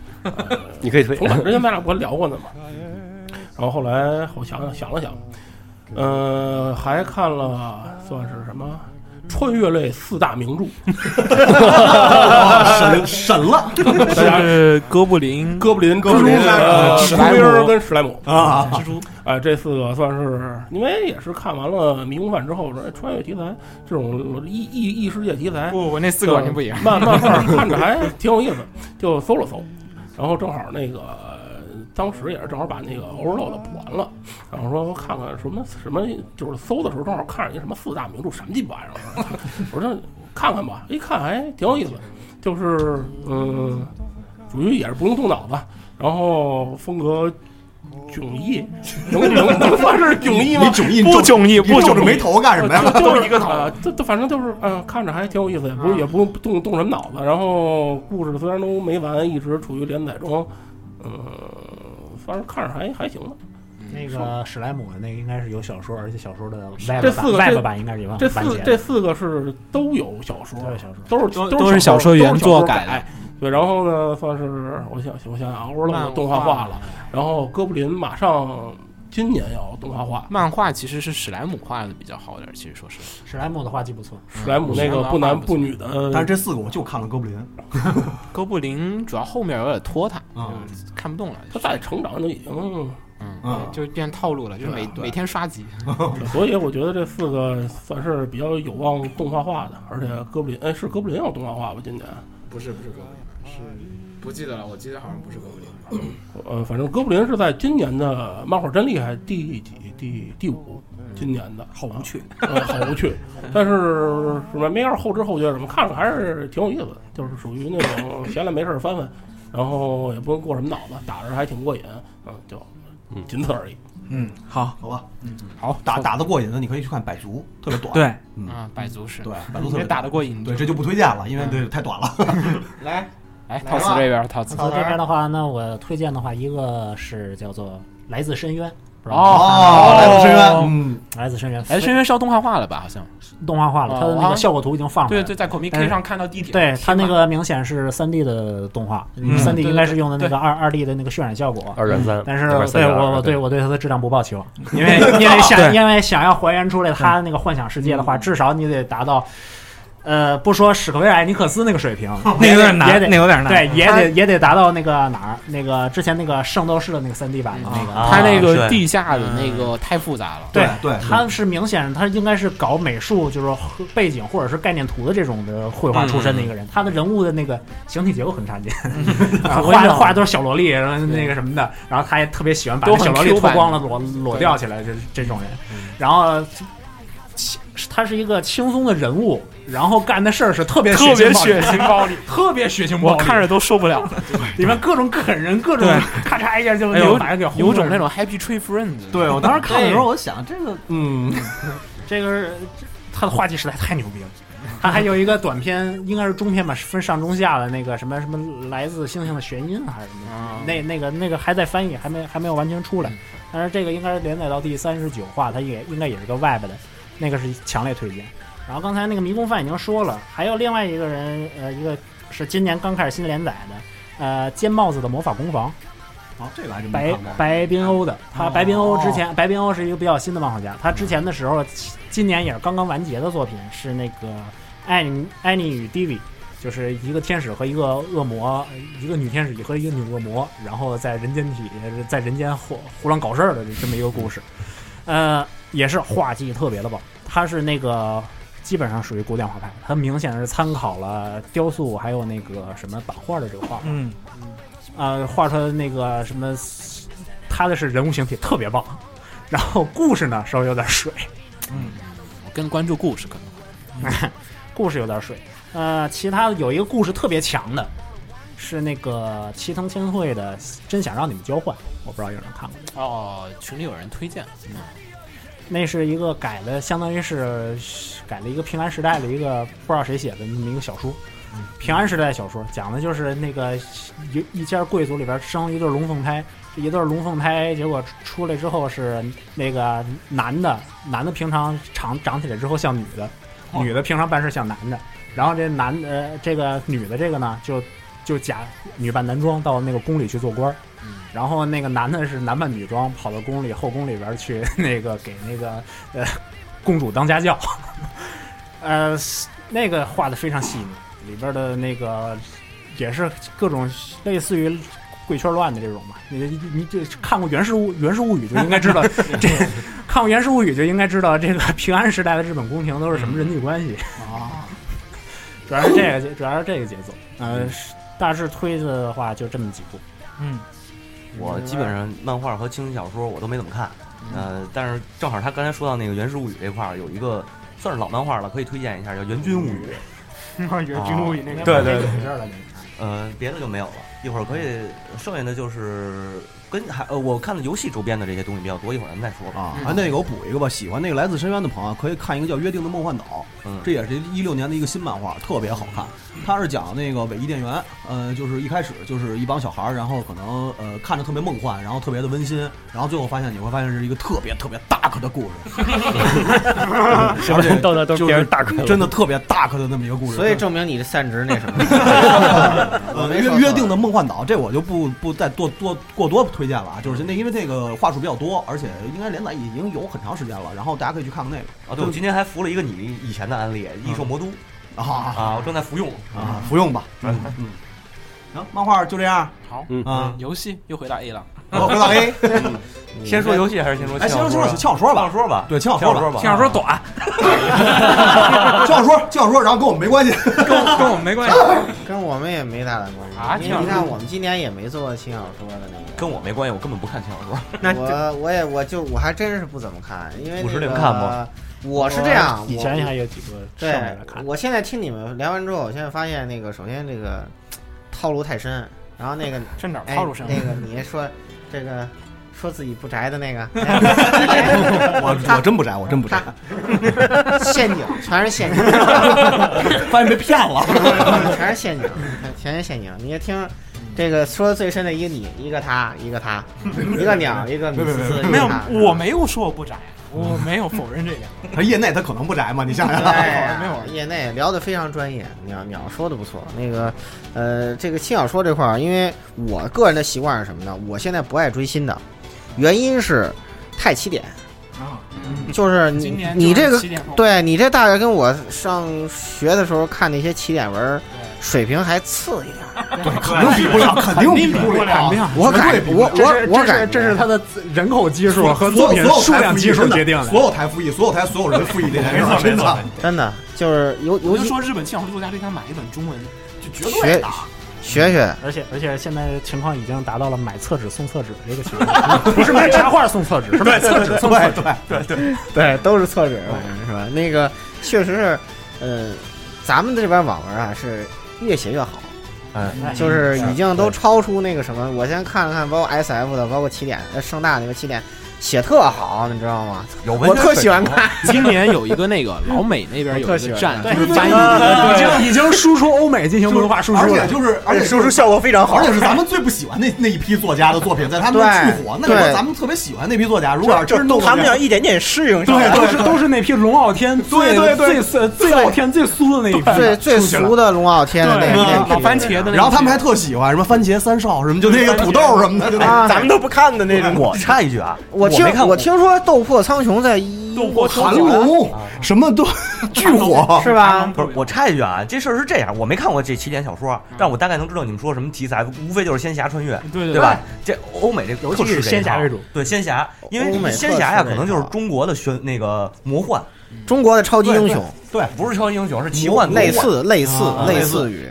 [SPEAKER 5] 你可以推
[SPEAKER 2] 重版之前咱俩不还聊过呢吗？然后后来我想想想了想，呃，还看了算是什么穿越类四大名
[SPEAKER 1] *laughs*
[SPEAKER 2] 著，
[SPEAKER 1] 神神了
[SPEAKER 2] *laughs* 大家
[SPEAKER 3] 是哥布林
[SPEAKER 2] 哥布林、哥
[SPEAKER 1] 布林
[SPEAKER 2] 呃
[SPEAKER 1] 史
[SPEAKER 2] 秃
[SPEAKER 3] 莱姆
[SPEAKER 2] 鹰儿跟史莱姆，
[SPEAKER 1] 啊！
[SPEAKER 2] 哎，这四个算是因为也是看完了《迷宫饭》之后，说哎穿越题材这种异异异世界题材，
[SPEAKER 3] 不，我那四个完全不一样。
[SPEAKER 2] 漫漫画看着还挺有意思，就搜了搜，然后正好那个呃当时也是正好把那个 Overload 补完了，然后说看看什么什么，就是搜的时候正好看上一什么四大名著什么鸡巴玩意儿，啊我说看看吧，一看还挺有意思，就是嗯，属于也是不用动脑子，然后风格。迥异，能能能算是迥异吗？
[SPEAKER 1] 你迥异
[SPEAKER 3] 不迥异，
[SPEAKER 1] 你
[SPEAKER 3] 不
[SPEAKER 1] 皱
[SPEAKER 3] 迥
[SPEAKER 1] 着
[SPEAKER 3] 异，
[SPEAKER 1] 眉头干什么呀？
[SPEAKER 2] 呃就就一个脑，这这反正就是嗯、呃看着还挺有意思，也不是也不用动动什么脑子。然后故事虽然都没完，一直处于连载中，嗯、反正看着还还行吧。
[SPEAKER 8] 那个史莱姆的那个应该是有小说，而且小说的外
[SPEAKER 2] 这
[SPEAKER 8] 部
[SPEAKER 2] 四个
[SPEAKER 8] 版
[SPEAKER 2] 这
[SPEAKER 8] 外部版应该是有完
[SPEAKER 2] 这
[SPEAKER 8] 完
[SPEAKER 2] 四
[SPEAKER 8] 结
[SPEAKER 2] 这
[SPEAKER 8] 的。
[SPEAKER 2] 四个是都有小说，
[SPEAKER 8] 都有小说
[SPEAKER 2] 都是
[SPEAKER 3] 都
[SPEAKER 2] 都
[SPEAKER 3] 都是小说
[SPEAKER 2] 都是
[SPEAKER 3] 原作
[SPEAKER 2] 小说
[SPEAKER 3] 改
[SPEAKER 2] 改。对，然后呢，算是我想我想想啊，我
[SPEAKER 3] 漫
[SPEAKER 2] 说动画化了，，然后哥布林马上今年要动画化，
[SPEAKER 3] 漫画其实是史莱姆画的比较好点儿，其实说实话，
[SPEAKER 8] 史莱姆的画技不错，
[SPEAKER 2] 史莱姆那个不男不女的，
[SPEAKER 1] 但是这四个我就看了哥布林
[SPEAKER 3] 哥布林主要后面有点拖沓，
[SPEAKER 1] 啊
[SPEAKER 3] 就是看不动了，
[SPEAKER 2] 他再成长就已经
[SPEAKER 1] 啊
[SPEAKER 3] 嗯，就变套路了，就是每每天刷 *laughs* 级。
[SPEAKER 2] 啊所以我觉得这四个算是比较有望动画化的，而且哥布林，哎，是哥布林要动画化吧？今年，
[SPEAKER 11] 不是不是哥布林，是不记得了，我记得好像不是哥布林。
[SPEAKER 2] 呃，反正哥布林是在今年的漫画真厉害第几第第五，今年的嗯好无趣，呃，好无 *laughs* 趣。但是什么没样后知后觉什么，看着还是挺有意思的，就是属于那 *laughs* 种闲来没事儿翻翻，然后也不用过什么脑子，打着还挺过瘾，嗯，就
[SPEAKER 5] 嗯
[SPEAKER 2] 仅此而已。
[SPEAKER 7] 嗯，好，嗯
[SPEAKER 1] 好吧，
[SPEAKER 7] 好
[SPEAKER 1] 打打得过瘾的你可以去看百足，特别短。
[SPEAKER 7] 对，
[SPEAKER 1] 嗯
[SPEAKER 3] 啊，百足是，
[SPEAKER 1] 对，百
[SPEAKER 3] *laughs*
[SPEAKER 1] 足特
[SPEAKER 3] 你
[SPEAKER 1] 别
[SPEAKER 3] 这打得过瘾。嗯
[SPEAKER 1] 对，这就不推荐了，因为对太短了。
[SPEAKER 3] *laughs*
[SPEAKER 4] 来
[SPEAKER 3] 哎，套词这边，套词
[SPEAKER 4] 草
[SPEAKER 8] 那
[SPEAKER 4] 原
[SPEAKER 8] 这边的话，那我推荐的话，一个是叫做《来自深渊》，不知道
[SPEAKER 3] 哦
[SPEAKER 1] 来自深渊，嗯，
[SPEAKER 8] 《来自深渊》
[SPEAKER 3] 哎，深渊是要动画化了吧？好像
[SPEAKER 8] 动画化了，它的那
[SPEAKER 3] 哦
[SPEAKER 8] 个效果图已经放出来
[SPEAKER 3] 对
[SPEAKER 8] 了。
[SPEAKER 3] 对，在 Comic
[SPEAKER 8] 但
[SPEAKER 3] K
[SPEAKER 8] 是
[SPEAKER 3] 上看到地铁，
[SPEAKER 8] 对它那
[SPEAKER 3] 天哪
[SPEAKER 8] 个明显是3 D 的动画，
[SPEAKER 1] 嗯
[SPEAKER 8] 3 D
[SPEAKER 3] 对
[SPEAKER 8] 应该是用的那
[SPEAKER 3] 对
[SPEAKER 8] 个二二 D 的那个渲染效果。嗯
[SPEAKER 5] 二转三，
[SPEAKER 8] 但是
[SPEAKER 5] 二三
[SPEAKER 8] 对
[SPEAKER 5] 点二
[SPEAKER 8] 我我
[SPEAKER 5] 对
[SPEAKER 8] 对我对它的质量不抱期望， *laughs* 因为因为想 *laughs*
[SPEAKER 7] 对
[SPEAKER 8] 因为想要还原出来它那个幻想世界的
[SPEAKER 3] 嗯
[SPEAKER 8] 话，至少你得达到，呃，不说史克威尔艾尼克斯那个水平，
[SPEAKER 3] 哦
[SPEAKER 7] 那有点
[SPEAKER 8] 也
[SPEAKER 7] 难
[SPEAKER 8] 得，
[SPEAKER 7] 那有点难。
[SPEAKER 8] 对，也得也得达到那个哪儿，那个之前那个圣斗士的那个3 D 版的那个，嗯
[SPEAKER 3] 它那
[SPEAKER 9] 啊
[SPEAKER 3] 个
[SPEAKER 9] 是
[SPEAKER 3] 地下的那个太复杂了。
[SPEAKER 8] 对
[SPEAKER 1] 对，
[SPEAKER 8] 他是明显，他应该是搞美术，就是说背景或者是概念图的这种的绘画出身的一个
[SPEAKER 7] 嗯
[SPEAKER 8] 人。他的人物的那个形体结构很差劲，啊 *laughs* 画的画的都是小萝莉，然后那个什么的。然后他也特别喜欢把
[SPEAKER 3] 都
[SPEAKER 8] 那
[SPEAKER 3] 很
[SPEAKER 8] 小萝莉
[SPEAKER 3] Q
[SPEAKER 8] 脱
[SPEAKER 3] 版嗯
[SPEAKER 8] 光了裸裸掉起来，这这种人。然后其他是一个轻松的人物，然后干的事儿是特别
[SPEAKER 3] 特别
[SPEAKER 8] 血腥暴力
[SPEAKER 3] 血腥暴力，
[SPEAKER 8] *laughs* 特别血腥暴
[SPEAKER 3] 我
[SPEAKER 8] 力，
[SPEAKER 3] 看着都受不了，
[SPEAKER 8] *laughs* 里面各种啃人，各种
[SPEAKER 7] 对
[SPEAKER 3] *laughs*
[SPEAKER 8] 咔嚓一下就
[SPEAKER 3] 哎呦
[SPEAKER 8] 就把人给轰
[SPEAKER 3] 有种
[SPEAKER 8] 了
[SPEAKER 3] 那种 Happy Tree Friends。
[SPEAKER 1] 对我当时看的时候，我想这个，嗯，
[SPEAKER 8] 这个是他的画技实在太牛逼了。他还有一个短片，应该是中篇吧，分上中下的那个什么什么来自星星的弦音还是什么，
[SPEAKER 3] 啊，
[SPEAKER 8] 那那个那个还在翻译，还没还没有完全出
[SPEAKER 1] 嗯
[SPEAKER 8] 来。但是这个应该是连载到第三十九话，它也应该也是个 Web 的，那个是强烈推荐。然后刚才那个迷宫饭已经说了，还有另外一个人，呃，一个是今年刚开始新连载的，呃，尖帽子的魔法攻防，
[SPEAKER 1] 啊，这个哦还真没
[SPEAKER 8] 白
[SPEAKER 1] 看过。
[SPEAKER 8] 白冰欧的，他白冰欧之前，白冰欧是一个比较新的漫画家，他之前的时候，今年也是刚刚完结的作品是那个《艾妮艾妮与迪维》，就是一个天使和一个恶魔，一个女天使和一个女恶魔，然后在人间体在人间胡胡乱搞事儿的这么一个故事，呃，也是画技特别的棒，他是那个。基本上属于古典画派，他明显是参考了雕塑还有那个什么版画的这个画法，
[SPEAKER 7] 嗯，
[SPEAKER 8] 呃，画出来的那个什么，他的是人物形体特别棒，然后故事呢
[SPEAKER 3] 嗯
[SPEAKER 8] 稍微有点水，
[SPEAKER 3] 我更关注故事可能。
[SPEAKER 8] *laughs* 故事有点水，呃，其他的有一个故事特别强的，是那个齐藤千惠的《真想让你们交换》，我不知道有人看过没有。
[SPEAKER 3] 哦，群里有人推荐，
[SPEAKER 8] 那是一个改的，相当于是改了一个平安时代的一个不知道谁写的那么一个小说。平安时代小说讲的就是那个一一家贵族里边生了一对龙凤胎，这一对龙凤胎结果出来之后是那个男的，男的平常长长起来之后像女的，
[SPEAKER 3] 哦
[SPEAKER 8] 女的平常办事像男的，然后这男的、呃、这个女的这个呢就就假女扮男装到那个宫里去做官儿。然后那个男的是男扮女装，跑到宫里后宫里边去那个给那个呃公主当家教， *laughs* 呃那个画的非常细腻，里边的那个也是各种类似于贵圈乱的这种嘛。你你你就看过《源氏物源氏物语》就应该知道 *laughs* 这，看过《源氏物语》就应该知道这个平安时代的日本宫廷都是什么人际关系啊。主要是这个节，主要是这个节奏。呃，是大致推的话就这么几部。
[SPEAKER 7] 嗯，
[SPEAKER 9] 我基本上漫画和轻型小说我都没怎么看，
[SPEAKER 8] 嗯
[SPEAKER 9] 呃，但是正好他刚才说到那个《源氏物语》这块儿，有一个算是老漫画了，可以推荐一下，叫《援军物语》。
[SPEAKER 8] *laughs* 我觉
[SPEAKER 9] 得军务以那个
[SPEAKER 8] 对
[SPEAKER 9] 对对
[SPEAKER 8] 有事儿了你。
[SPEAKER 9] 呃，别的就没有了。一会儿可以，剩下的就是跟还呃，我看的游戏周边的这些东西比较多，一会儿咱们再说吧。
[SPEAKER 1] 啊啊，那个我补一个吧，喜欢那个《来自深渊》的朋友啊可以看一个叫《约定的梦幻岛》，
[SPEAKER 9] 嗯
[SPEAKER 1] 这也是一六年的一个新漫画，特别好看。它是讲那个伪伊甸园，呃，就是一开始就是一帮小孩儿，然后可能呃看着特别梦幻，然后特别的温馨，然后最后发现你会发现是一个特别特别 dark 的
[SPEAKER 5] *laughs*
[SPEAKER 1] 故事， *laughs*
[SPEAKER 5] 是
[SPEAKER 1] 而
[SPEAKER 5] 不是
[SPEAKER 1] 且
[SPEAKER 5] 到那都
[SPEAKER 1] 就
[SPEAKER 5] 别人
[SPEAKER 1] 是
[SPEAKER 5] 大哥
[SPEAKER 1] 真的特别 dark 的那么一个故事。嗯
[SPEAKER 4] 所以证明你的散值那什么，我
[SPEAKER 1] *laughs* 呃，
[SPEAKER 4] 没说
[SPEAKER 1] 约
[SPEAKER 4] 错
[SPEAKER 1] 约定的梦幻岛，这我就不不再多多过多推荐了啊，就是那因为这个话术比较多，而且应该连载已经有很长时间了，然后大家可以去看看那个
[SPEAKER 9] 啊，对，我今天还服了一个你以前的案例，《异兽魔都》
[SPEAKER 1] 啊
[SPEAKER 9] 啊，我正在服用
[SPEAKER 1] 啊，服用吧，嗯嗯，行，漫画就这样，
[SPEAKER 3] 好
[SPEAKER 5] 嗯
[SPEAKER 1] 啊，
[SPEAKER 3] 游戏又回到 A 了，
[SPEAKER 1] 我回到 A，
[SPEAKER 9] 先说游戏还是先说？
[SPEAKER 1] 哎，先说
[SPEAKER 9] 说
[SPEAKER 1] 说轻小说吧，
[SPEAKER 9] 说吧，
[SPEAKER 1] 对，轻小
[SPEAKER 9] 先
[SPEAKER 1] 说
[SPEAKER 9] 说
[SPEAKER 1] 吧，
[SPEAKER 9] 吧，
[SPEAKER 7] 听小说短，
[SPEAKER 1] 轻小说，轻小说，然后跟我们没关系，
[SPEAKER 7] 跟
[SPEAKER 1] *laughs*
[SPEAKER 7] 我跟我们没关系。
[SPEAKER 4] 跟我们也没太大的关系
[SPEAKER 3] 啊
[SPEAKER 4] 因为你看，我们今年也没做轻小说的那个。
[SPEAKER 9] 跟我没关系，我根本不看轻小说。
[SPEAKER 3] *laughs*
[SPEAKER 4] 我我也我就我还真是不怎么看，因为
[SPEAKER 9] 五十
[SPEAKER 4] 那
[SPEAKER 9] 铃
[SPEAKER 4] 个
[SPEAKER 9] 看吗？
[SPEAKER 4] 我是这样，
[SPEAKER 8] 以
[SPEAKER 4] 我
[SPEAKER 8] 前还有几个上来
[SPEAKER 4] 对
[SPEAKER 8] 了看，，
[SPEAKER 4] 我现在听你们聊完之后，我现在发现那个，首先这个套路太深，然后那个
[SPEAKER 3] *laughs* 这哪儿
[SPEAKER 4] 哎
[SPEAKER 3] 套路深啊了？
[SPEAKER 4] 那个你说这个说自己不宅的
[SPEAKER 1] *laughs*
[SPEAKER 4] 那个，哎
[SPEAKER 1] 我我真不宅，我真不宅，
[SPEAKER 4] *laughs* 陷阱全是
[SPEAKER 1] *laughs*
[SPEAKER 4] 陷阱，
[SPEAKER 1] 发现被骗了，
[SPEAKER 4] *laughs* 全是陷阱，全是陷阱。你也听这个说的最深的一个你，一个他，一个他，一个鸟，一个米思思，
[SPEAKER 3] 没有
[SPEAKER 4] 一个他，
[SPEAKER 3] 哎我没有说我不宅，我没有否认这点。
[SPEAKER 1] 他业内他可能不宅嘛，你想想，
[SPEAKER 4] 对呀，业内聊得非常专业，鸟鸟说的不错。那个，呃，这个轻小说这块儿，因为我个人的习惯是什么呢？我现在不爱追新的，原因是太起点，嗯
[SPEAKER 7] 啊，
[SPEAKER 4] 就是你
[SPEAKER 7] 今年
[SPEAKER 4] 你这个
[SPEAKER 7] 起点
[SPEAKER 4] 对你这大概跟我上学的时候看那些起点文儿水平还次一点儿。哎
[SPEAKER 1] 肯定比不
[SPEAKER 4] 啊
[SPEAKER 1] 了，肯定比不啊了，
[SPEAKER 4] 我感
[SPEAKER 1] 绝对比不
[SPEAKER 4] 我
[SPEAKER 1] 了
[SPEAKER 4] 我我
[SPEAKER 8] 这是
[SPEAKER 4] 感
[SPEAKER 8] 这是
[SPEAKER 4] 觉
[SPEAKER 8] 他的人口基数和作
[SPEAKER 1] 所
[SPEAKER 8] 品
[SPEAKER 1] 有所有
[SPEAKER 8] 数
[SPEAKER 1] 台
[SPEAKER 8] 量
[SPEAKER 1] 复议
[SPEAKER 8] 基数
[SPEAKER 1] 真的
[SPEAKER 8] 决定的。
[SPEAKER 1] 所有台复议，所有台所有人复议这件事儿，真的。
[SPEAKER 4] 真的就是尤 *laughs*
[SPEAKER 3] 我
[SPEAKER 4] 尤
[SPEAKER 3] 就
[SPEAKER 4] 其
[SPEAKER 3] 说日本轻小说作家对他买一本中文就绝对
[SPEAKER 4] 学学学
[SPEAKER 8] 而且而且现在情况已经达到了买厕纸送厕纸这个情
[SPEAKER 4] *laughs*
[SPEAKER 8] 况，不是买插画送厕纸，是买厕纸送厕纸。
[SPEAKER 4] *laughs* 对，都是厕纸，反正是吧？那个确实是，呃，咱们这边网文啊是越写越好，
[SPEAKER 8] 哎
[SPEAKER 4] 就是已经都超出那个什么。我先看了看，包括 S F 的，包括起点，呃，盛大那个起点写特好，你知道吗？
[SPEAKER 9] 有文
[SPEAKER 4] 我
[SPEAKER 9] 学
[SPEAKER 4] 特
[SPEAKER 9] 水
[SPEAKER 4] 喜欢
[SPEAKER 9] 平
[SPEAKER 4] 看，
[SPEAKER 3] *laughs* 今年有一个那个老美那边有
[SPEAKER 4] 我特
[SPEAKER 3] 一
[SPEAKER 4] 喜
[SPEAKER 3] 个
[SPEAKER 4] 欢
[SPEAKER 3] 站，
[SPEAKER 4] 对
[SPEAKER 3] 就是
[SPEAKER 8] 已
[SPEAKER 3] 翻译，
[SPEAKER 8] 经已经输出欧美进行文化输出
[SPEAKER 1] 而且
[SPEAKER 8] 了。
[SPEAKER 1] 就是，而且
[SPEAKER 4] 输出效果非常好
[SPEAKER 1] 而。且是
[SPEAKER 8] *laughs*
[SPEAKER 1] 咱们最不喜欢那那一批作家的作品，在他们那儿
[SPEAKER 4] 对
[SPEAKER 1] 巨火。那如果
[SPEAKER 4] 对
[SPEAKER 1] 咱们特别喜欢那批作家，如果要是真是弄
[SPEAKER 6] 他们要
[SPEAKER 1] 要
[SPEAKER 6] 一点点适应上
[SPEAKER 8] 对，
[SPEAKER 6] 来，
[SPEAKER 8] 都是都是那批龙傲天最
[SPEAKER 1] 对
[SPEAKER 8] 最最最傲天最苏的那一批，
[SPEAKER 4] *laughs* 最最俗的龙傲天的
[SPEAKER 1] 嗯
[SPEAKER 4] 那
[SPEAKER 8] 对
[SPEAKER 4] 那
[SPEAKER 3] 老
[SPEAKER 4] 批
[SPEAKER 3] 番茄的那个，
[SPEAKER 1] 然后他们还特喜欢什么番茄三少什么，就那个土豆什么的，就那
[SPEAKER 4] 啊，
[SPEAKER 6] 咱们都不看的那种。
[SPEAKER 9] 我插一句啊，
[SPEAKER 4] 我
[SPEAKER 9] 我
[SPEAKER 4] 听
[SPEAKER 9] 没看过
[SPEAKER 4] 我听说《斗破苍穹》在一
[SPEAKER 1] 韩龙什么都巨火。
[SPEAKER 4] 啊是嗯吧？
[SPEAKER 9] 不是，我插一句啊，这事儿是这样，我没看过这起点小说，但我大概能知道你们说什么题材，无非就是仙侠穿越，
[SPEAKER 3] 对对
[SPEAKER 9] 对
[SPEAKER 4] 哎
[SPEAKER 9] 吧？这欧美这
[SPEAKER 8] 尤
[SPEAKER 9] 特
[SPEAKER 8] 其是
[SPEAKER 9] 吃这一
[SPEAKER 8] 仙侠
[SPEAKER 9] 套
[SPEAKER 8] 为主，
[SPEAKER 9] 对仙侠，因
[SPEAKER 4] 欧美
[SPEAKER 9] 为
[SPEAKER 4] 特
[SPEAKER 9] 仙侠呀，
[SPEAKER 4] 吃这
[SPEAKER 9] 可能就是
[SPEAKER 4] 一套
[SPEAKER 9] 中国的玄那个魔幻，
[SPEAKER 1] 嗯
[SPEAKER 4] 中国的超级英雄，
[SPEAKER 9] 对，不是超级英雄，是奇幻
[SPEAKER 4] 类
[SPEAKER 9] 魔幻。
[SPEAKER 4] 似类似
[SPEAKER 8] 啊
[SPEAKER 4] 类似
[SPEAKER 9] *laughs*
[SPEAKER 4] 于，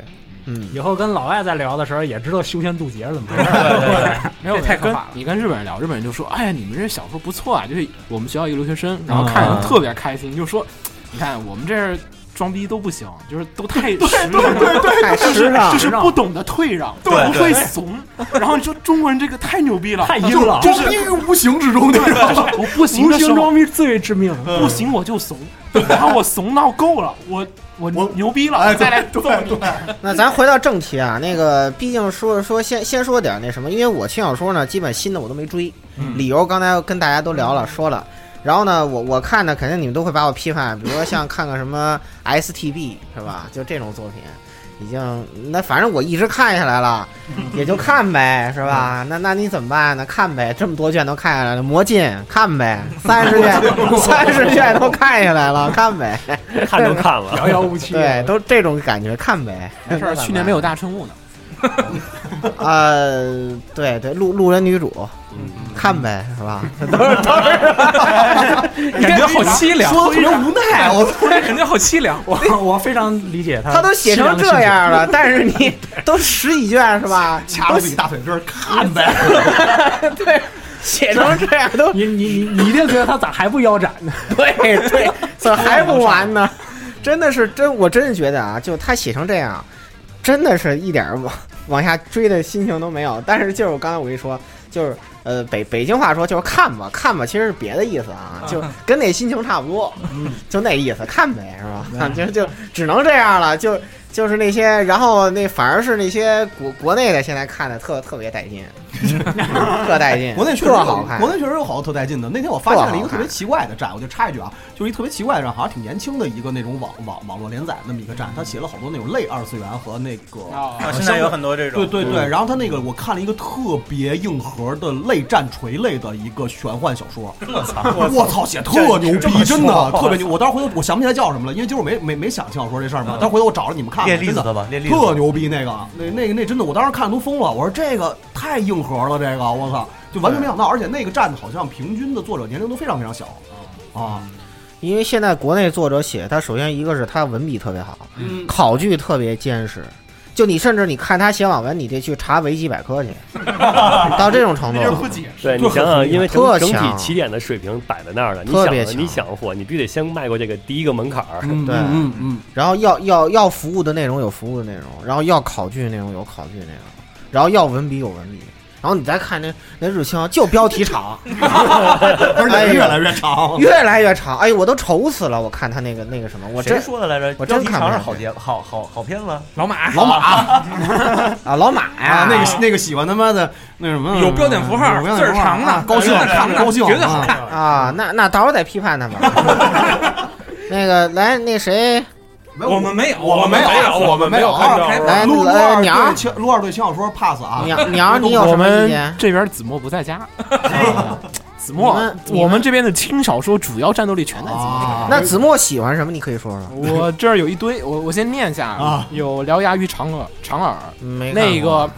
[SPEAKER 4] 嗯，
[SPEAKER 8] 以后跟老外在聊的时候，也知道修仙渡劫是怎么回事
[SPEAKER 9] 对
[SPEAKER 8] 儿。
[SPEAKER 9] 对对
[SPEAKER 8] *laughs*
[SPEAKER 3] 没有
[SPEAKER 7] 这太可
[SPEAKER 3] 跟
[SPEAKER 7] 怕了
[SPEAKER 3] 你跟日本人聊，日本人就说：“哎呀，你们这小说不错啊！”就是我们学校一个留学生，然后看着
[SPEAKER 9] 嗯
[SPEAKER 3] 特别开心，就说：“你看我们这儿装逼都不行，就是都太
[SPEAKER 12] *laughs* 对
[SPEAKER 3] 实
[SPEAKER 12] 对对对，
[SPEAKER 3] 太
[SPEAKER 12] 就
[SPEAKER 3] 实
[SPEAKER 12] 是
[SPEAKER 3] 了
[SPEAKER 12] 就是不懂得退让，不
[SPEAKER 3] 对对
[SPEAKER 12] 会怂。然后你说中国人这个太牛逼了，
[SPEAKER 3] 太
[SPEAKER 12] 就
[SPEAKER 3] 阴了
[SPEAKER 12] 就是
[SPEAKER 3] 装逼
[SPEAKER 12] 于无形之中
[SPEAKER 3] 你知道吗
[SPEAKER 12] 就是我不行的时
[SPEAKER 3] *laughs* 无形
[SPEAKER 12] 候
[SPEAKER 3] 装
[SPEAKER 12] 逼最为致命，
[SPEAKER 3] 嗯
[SPEAKER 12] 不行我就怂，然后我怂到够了，我我牛逼了，
[SPEAKER 4] 哎
[SPEAKER 12] 我再来
[SPEAKER 4] 对
[SPEAKER 12] 揍你。
[SPEAKER 4] 那咱回到正题啊，那个毕竟说说先先说点那什么，因为我轻小说呢，基本新的我都没追，
[SPEAKER 5] 嗯
[SPEAKER 4] 理由刚才跟大家都聊了说了。然后呢，我我看呢，肯定你们都会把我批判，比如说像看个什么 STB 是吧？就这种作品，已经那反正我一直看下来了，
[SPEAKER 5] 嗯
[SPEAKER 4] 也就看呗，是吧？那那你怎么办呢？看呗，这么多卷都看下来了，魔镜看呗，三十卷三十卷都看下来了，看呗，
[SPEAKER 5] 看都看了遥遥无期啊
[SPEAKER 4] 对，都这种感觉，看呗。
[SPEAKER 3] 没事儿，去年没有大春物呢。
[SPEAKER 4] 呃，对对，路路人女主，
[SPEAKER 3] 嗯
[SPEAKER 4] 看呗，
[SPEAKER 3] *laughs*
[SPEAKER 4] 是吧？都是都是，
[SPEAKER 7] 感觉好凄凉，
[SPEAKER 4] 说的特别无奈，
[SPEAKER 3] *laughs*
[SPEAKER 4] 我
[SPEAKER 7] 感觉好凄凉。
[SPEAKER 8] 我我非常理解他
[SPEAKER 4] 他都写成这样了，但是你都十几卷是吧？
[SPEAKER 8] 掐住自己大腿根儿看呗，
[SPEAKER 4] 对，写成这样都
[SPEAKER 8] 你你你你一定觉得他咋还不腰斩呢？
[SPEAKER 4] *laughs* 对对，怎么还不完呢？真的是真，我真是觉得啊，就他写成这样，真的是一点儿往 *laughs* 往下追的心情都没有。但是就是我刚才我一说，就是呃北北京话说就是看吧看吧，其实是别的意思啊，就跟那心情差不多， *laughs* 就那意思，看呗是 *laughs* 吧？就就只能这样了，就就是那些，然后那反而是那些国国内的现在看的特特别带劲， *laughs* 特带劲，
[SPEAKER 1] 国内确实
[SPEAKER 4] 特
[SPEAKER 1] 有
[SPEAKER 4] 好看，
[SPEAKER 1] 国内确实有好多特带劲的。那天我发现了一
[SPEAKER 4] 特
[SPEAKER 1] 个
[SPEAKER 4] 好
[SPEAKER 1] 特
[SPEAKER 4] 看
[SPEAKER 1] 别奇怪的站，我就插一句啊，就是一特别奇怪的站，好像挺年轻的一个那种网网网络连载那么一个站，他写了好多那种类二次元和那个呃
[SPEAKER 6] 啊现在有很多这种
[SPEAKER 1] 对对对，
[SPEAKER 6] 嗯
[SPEAKER 1] 然后他那个我看了一个特别硬核的类战锤类的一个玄幻小说，
[SPEAKER 6] 我操
[SPEAKER 1] 我操，写特牛
[SPEAKER 6] 这么
[SPEAKER 1] 逼，真的
[SPEAKER 6] 说
[SPEAKER 1] 特别牛。我当时回头我想不起来叫什么了，因为今儿我没没没想轻小说这事儿嘛，
[SPEAKER 7] 嗯
[SPEAKER 1] 但是回头我找了你们看看，
[SPEAKER 6] 列例
[SPEAKER 1] 真
[SPEAKER 6] 子吧列例子
[SPEAKER 1] 特牛逼那个，那那个那真的，我当时看都疯了，我说这个太硬核了，这个我操，就完全没想到，而且那个站好像平均的作者年龄都非常非常小啊，
[SPEAKER 4] 因为现在国内作者写，他首先一个是他文笔特别好，
[SPEAKER 1] 嗯
[SPEAKER 4] 考据特别坚实。就你甚至你看他写网文，你得去查维基百科去， *laughs* 到这种
[SPEAKER 1] *laughs*
[SPEAKER 4] 程度
[SPEAKER 5] 那
[SPEAKER 4] 了。
[SPEAKER 5] 就是不解对你想想，因为整
[SPEAKER 4] 特
[SPEAKER 5] 整体
[SPEAKER 4] 强
[SPEAKER 5] 起点的水平摆在那儿了，你
[SPEAKER 4] 特
[SPEAKER 5] 想
[SPEAKER 4] 别
[SPEAKER 5] 啊
[SPEAKER 4] 强
[SPEAKER 5] 你想火，你必须得先迈过这个第一个门槛儿。
[SPEAKER 4] 对，
[SPEAKER 1] 嗯，
[SPEAKER 4] 然后要要要服务的内容有服务的内容，然后要考据的内容有考据的内容，然后要文笔有文笔，然后你再看那那日清就标
[SPEAKER 1] *laughs*
[SPEAKER 4] 题长，
[SPEAKER 1] 而
[SPEAKER 4] 哎
[SPEAKER 1] 且
[SPEAKER 4] 呦
[SPEAKER 1] 越来越长，
[SPEAKER 4] 越来越长，哎呦我都愁死了！我看他那个那个什么，我真
[SPEAKER 9] 谁说的来着？
[SPEAKER 4] 我真
[SPEAKER 9] 标题
[SPEAKER 4] 看
[SPEAKER 9] 长
[SPEAKER 4] 不
[SPEAKER 9] 是
[SPEAKER 4] 下
[SPEAKER 9] 好
[SPEAKER 4] 去
[SPEAKER 9] 节好好好片子，
[SPEAKER 7] 老马
[SPEAKER 1] 老马
[SPEAKER 4] 啊，老马呀
[SPEAKER 1] 啊，那个那个喜欢他妈的那什么，
[SPEAKER 7] 有标点符号
[SPEAKER 1] 有标点
[SPEAKER 7] 字儿
[SPEAKER 1] 符号
[SPEAKER 7] 长的
[SPEAKER 1] 啊高兴
[SPEAKER 7] 字儿长
[SPEAKER 1] 看
[SPEAKER 7] 的
[SPEAKER 1] 着高兴，
[SPEAKER 7] 绝对好看
[SPEAKER 1] 啊
[SPEAKER 4] 啊，那那到时候得批判他们了。那个来，那谁，
[SPEAKER 7] 我们没有，
[SPEAKER 1] 我们没有，我们没有
[SPEAKER 7] 看到
[SPEAKER 4] 来
[SPEAKER 1] 陆陆
[SPEAKER 4] 来
[SPEAKER 1] 二
[SPEAKER 4] 鸟儿
[SPEAKER 1] 对轻陆二对轻小说 pass 啊，
[SPEAKER 4] 鸟鸟，你有
[SPEAKER 3] 我
[SPEAKER 4] 什么意
[SPEAKER 3] 们
[SPEAKER 4] 见？
[SPEAKER 3] 这边子墨不在家，子墨
[SPEAKER 4] 你们，你
[SPEAKER 3] 我
[SPEAKER 4] 们
[SPEAKER 3] 们这边的轻小说主要战斗力全在子
[SPEAKER 12] 啊
[SPEAKER 3] 墨。
[SPEAKER 4] 那子墨喜欢什么？你可以说说。
[SPEAKER 3] 我这儿有一堆，我我先念一下
[SPEAKER 1] 啊，
[SPEAKER 3] 有獠牙与长耳，长耳
[SPEAKER 4] 嗯没看过
[SPEAKER 3] 那个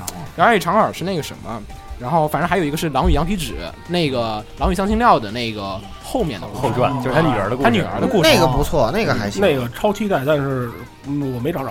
[SPEAKER 3] 獠牙与长耳是那个什么，然后反正还有一个是狼与羊皮纸，那个狼与香辛料的那个后面的故事
[SPEAKER 5] 后传就是他女儿的故事
[SPEAKER 3] 他女
[SPEAKER 8] 啊
[SPEAKER 3] 儿的故事
[SPEAKER 4] 嗯那个不错，那个还行。
[SPEAKER 2] 那个超期待，但是嗯我没找着。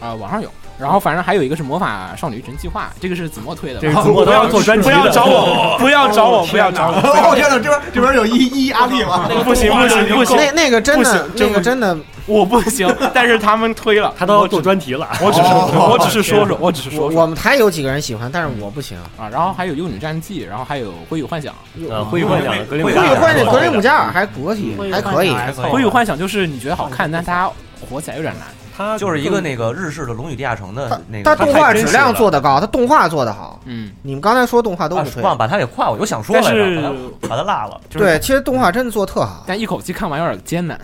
[SPEAKER 3] 啊，网上有。然后反正还有一个是魔法少女神计划，这个是子墨推的，
[SPEAKER 5] 这是
[SPEAKER 3] *laughs*
[SPEAKER 5] 子墨
[SPEAKER 3] 不
[SPEAKER 5] 都要
[SPEAKER 3] 要
[SPEAKER 5] 做专
[SPEAKER 12] 不
[SPEAKER 5] 辑的，
[SPEAKER 12] 要找
[SPEAKER 3] *laughs*
[SPEAKER 12] 我，不要找我，不要找我，
[SPEAKER 4] *laughs* 哦
[SPEAKER 1] 我哦天哪，这边这边有一一阿力哦了，
[SPEAKER 5] 不行不行不行，
[SPEAKER 4] 那那个真的，
[SPEAKER 5] 不行
[SPEAKER 4] 那个真的，
[SPEAKER 12] 我不行。但是他们推了，
[SPEAKER 5] 他都要做专题了。
[SPEAKER 12] 我只是
[SPEAKER 4] 哦
[SPEAKER 12] 我只是说说，我只是
[SPEAKER 4] 我
[SPEAKER 12] 说说。
[SPEAKER 4] 我们台有几个人喜欢，但是我不行。
[SPEAKER 3] 啊，然后还有《幼女战记》，然后还有《灰与幻想》。
[SPEAKER 5] 呃，会幻想，格林
[SPEAKER 4] 啊
[SPEAKER 5] 姆
[SPEAKER 4] 灰与幻想，格林姆
[SPEAKER 5] 家，
[SPEAKER 4] 加尔还国际，还可以。
[SPEAKER 3] 《灰与幻想》就是你觉得好看，但它火起来有点难。
[SPEAKER 5] 他
[SPEAKER 9] 就是一个那个日式的《龙与地下城》的那
[SPEAKER 4] 他
[SPEAKER 9] 个。
[SPEAKER 4] 动画质量做得高，他动画做得好。
[SPEAKER 3] 嗯，
[SPEAKER 4] 你们刚才说动画都
[SPEAKER 9] 啊
[SPEAKER 4] 不推，
[SPEAKER 9] 忘了把它给跨过，我想说
[SPEAKER 3] 但
[SPEAKER 9] 来
[SPEAKER 3] 是
[SPEAKER 9] 着，把它把它落了。
[SPEAKER 3] 就是
[SPEAKER 4] 对，其实动画真的做得特好。
[SPEAKER 3] 但一口气看完有点艰
[SPEAKER 4] *laughs*
[SPEAKER 3] 难，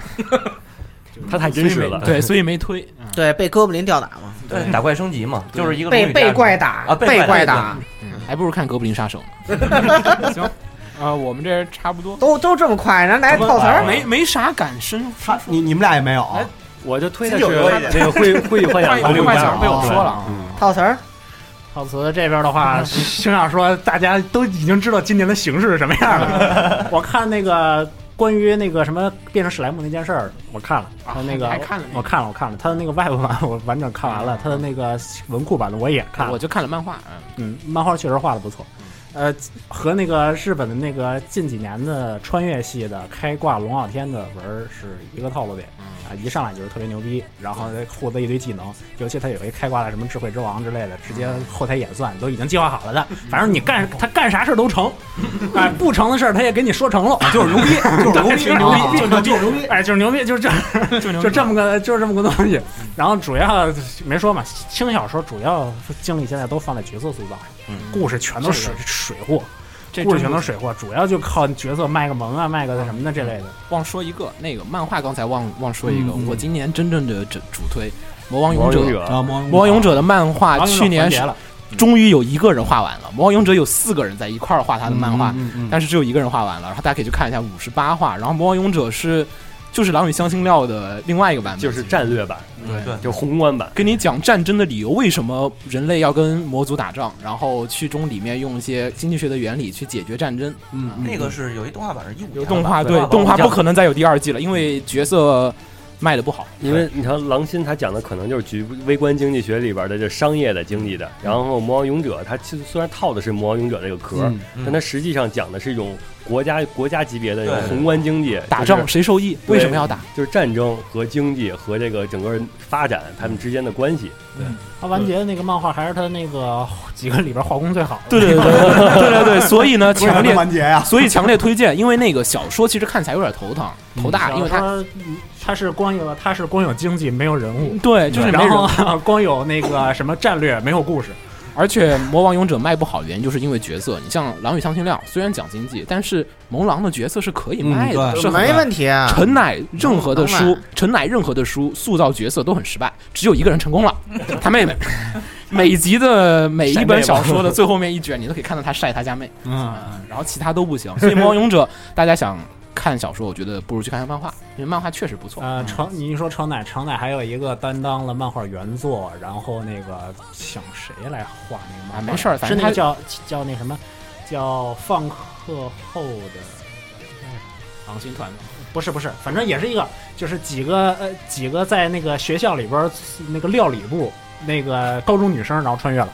[SPEAKER 5] 他太真实了。
[SPEAKER 3] 对，所以没 *laughs* 推。嗯
[SPEAKER 4] 对，被哥布林吊打嘛，
[SPEAKER 9] 对，打怪升级嘛，就是一个龙
[SPEAKER 4] 被
[SPEAKER 9] 与地下
[SPEAKER 4] 被
[SPEAKER 9] 城
[SPEAKER 4] 怪打
[SPEAKER 9] 啊，
[SPEAKER 4] 被
[SPEAKER 9] 怪
[SPEAKER 4] 打，，
[SPEAKER 3] 嗯还不如看《哥布林杀手》
[SPEAKER 9] *laughs*
[SPEAKER 3] 呢。行，啊，我们这儿差不多，
[SPEAKER 4] 都都这么快，然后来套词
[SPEAKER 9] 哎
[SPEAKER 4] 儿。
[SPEAKER 3] 没没啥敢深
[SPEAKER 1] 他你你们俩也没有啊，
[SPEAKER 5] 我就推的是那个会会幻
[SPEAKER 1] *laughs*
[SPEAKER 5] 想，格
[SPEAKER 3] 灰
[SPEAKER 5] 林
[SPEAKER 3] 与
[SPEAKER 5] 姆
[SPEAKER 3] 幻
[SPEAKER 5] 加
[SPEAKER 3] 想
[SPEAKER 5] 尔
[SPEAKER 3] 被我说
[SPEAKER 1] 哦
[SPEAKER 3] 了。啊。
[SPEAKER 4] 套词儿，
[SPEAKER 8] 套词这边的话，就想说大家都已经知道今年的形势是什么样
[SPEAKER 3] 嗯
[SPEAKER 8] 了。 *laughs* 我看那个关于那个什么变成史莱姆那件事儿，我看了，他那个
[SPEAKER 3] 啊还看了那个
[SPEAKER 8] 我看了，我看了他的那个外部版，我完整看完了，他的那个文库版的我也看了
[SPEAKER 3] 我。就看了漫画，嗯
[SPEAKER 8] 嗯，漫画确实画的不错。呃，和那个日本的那个近几年的穿越系的开挂龙傲天的文儿是一个套路点。啊，一上来就是特别牛逼，然后获得一堆技能，尤其他有一开挂的什么智慧之王之类的，直接后台演算都已经计划好 *laughs* 了的，反正你干他干啥事儿都成，哎，不成的事儿他也给你说成了，啊就是牛 *laughs* 逼，就是牛逼，就是牛逼，就是牛逼，哎，就是牛逼，嗯就是这， *laughs* 就这么个，就是这么个东西。然后主要没说嘛，轻小说主要精力现在都放在角色塑造上，故事全都水水货。
[SPEAKER 3] 嗯这
[SPEAKER 8] 故事
[SPEAKER 3] 真
[SPEAKER 8] 全都
[SPEAKER 3] 不
[SPEAKER 8] 是水货，主要就靠角色卖个萌啊，卖个什么的这类的。
[SPEAKER 3] 嗯忘说一个，那个漫画刚才忘忘说一个，
[SPEAKER 8] 嗯嗯
[SPEAKER 3] 我今年真正的主主推《魔王勇
[SPEAKER 8] 魔王勇者啊魔王勇者
[SPEAKER 3] 魔王勇者的漫
[SPEAKER 8] 魔王
[SPEAKER 3] 画
[SPEAKER 8] 勇者
[SPEAKER 3] 去年
[SPEAKER 8] 完结
[SPEAKER 3] 是
[SPEAKER 8] 了嗯
[SPEAKER 3] 终于有一个人画完了，《魔王勇者》有四个人在一块儿画他的漫画，
[SPEAKER 8] 嗯嗯嗯
[SPEAKER 3] 但是只有一个人画完了，然后大家可以去看一下五十八画，然后《魔王勇者》是。就是《狼与香辛料》的另外一个版本，就是
[SPEAKER 5] 战略版，
[SPEAKER 9] 对，
[SPEAKER 5] 就是宏观版，
[SPEAKER 3] 跟你讲战争的理由，为什么人类要跟魔族打仗，然后剧中里面用一些经济学的原理去解决战争。
[SPEAKER 1] 嗯
[SPEAKER 9] 那个是有一动画版是一五
[SPEAKER 3] 有动画，对动画不可能再有第二季了，因为角色卖的不好。
[SPEAKER 5] 因为你看狼心他讲的可能就是局微观经济学里边的这商业的经济
[SPEAKER 3] 嗯
[SPEAKER 5] 的，然后魔王勇者他其实虽然套的是魔王勇者这个壳，
[SPEAKER 3] 嗯嗯
[SPEAKER 5] 但他实际上讲的是一种国家国家级别的这种
[SPEAKER 3] 对
[SPEAKER 5] 宏观经济，
[SPEAKER 3] 打
[SPEAKER 5] 就是
[SPEAKER 3] 仗谁受益
[SPEAKER 5] 对
[SPEAKER 3] 为什么要打？
[SPEAKER 5] 就是战争和经济和这个整个发展他们之间的关系。对，
[SPEAKER 8] 他啊完结的那个漫画还是他那个几个里边画工最好的。
[SPEAKER 3] *laughs* 对
[SPEAKER 8] *laughs*
[SPEAKER 3] 对对对对对对，所以呢，强烈
[SPEAKER 8] 完结呀，
[SPEAKER 3] *laughs* 所以强烈推荐，因为那个小说其实看起来有点头疼，
[SPEAKER 8] 嗯
[SPEAKER 3] 头大，因为它
[SPEAKER 8] 他嗯他是光有他是光有经济没有人物，
[SPEAKER 3] 对就是没
[SPEAKER 8] 然
[SPEAKER 3] 人物
[SPEAKER 8] 后 *laughs* 光有那个什么战略没有故事，
[SPEAKER 3] 而且《魔王勇者》卖不好，原因就是因为角色。你像《狼与香辛料》，虽然讲经济，但是萌狼的角色是可以卖的，
[SPEAKER 4] 嗯对
[SPEAKER 3] 是很
[SPEAKER 4] 没问题啊嗯
[SPEAKER 3] 陈乃任何的
[SPEAKER 4] 能
[SPEAKER 3] 书
[SPEAKER 4] 卖，
[SPEAKER 3] 陈乃任何的书塑造角色都很失败，只有一个人成功了，他妹妹。 *laughs* 每集的每一本小说的最后面一卷，你都可以看到他晒他家妹，
[SPEAKER 8] 嗯，
[SPEAKER 3] 然后其他都不行。所以《魔王勇者》，大家想看小说，我觉得不如去看看漫画，因为漫画确实不错。嗯
[SPEAKER 8] 呃，程，你一说程乃，程乃还有一个担当了漫画原作，然后那个想谁来画那个漫画？
[SPEAKER 3] 啊没事儿反
[SPEAKER 8] 是
[SPEAKER 3] 正
[SPEAKER 8] 那个
[SPEAKER 3] 他
[SPEAKER 8] 叫叫那什么，叫放课后的，
[SPEAKER 3] 狼心团
[SPEAKER 8] 不是不是，反正也是一个，就是几个呃几个在那个学校里边儿那个料理部那个高中女生，然后穿越了，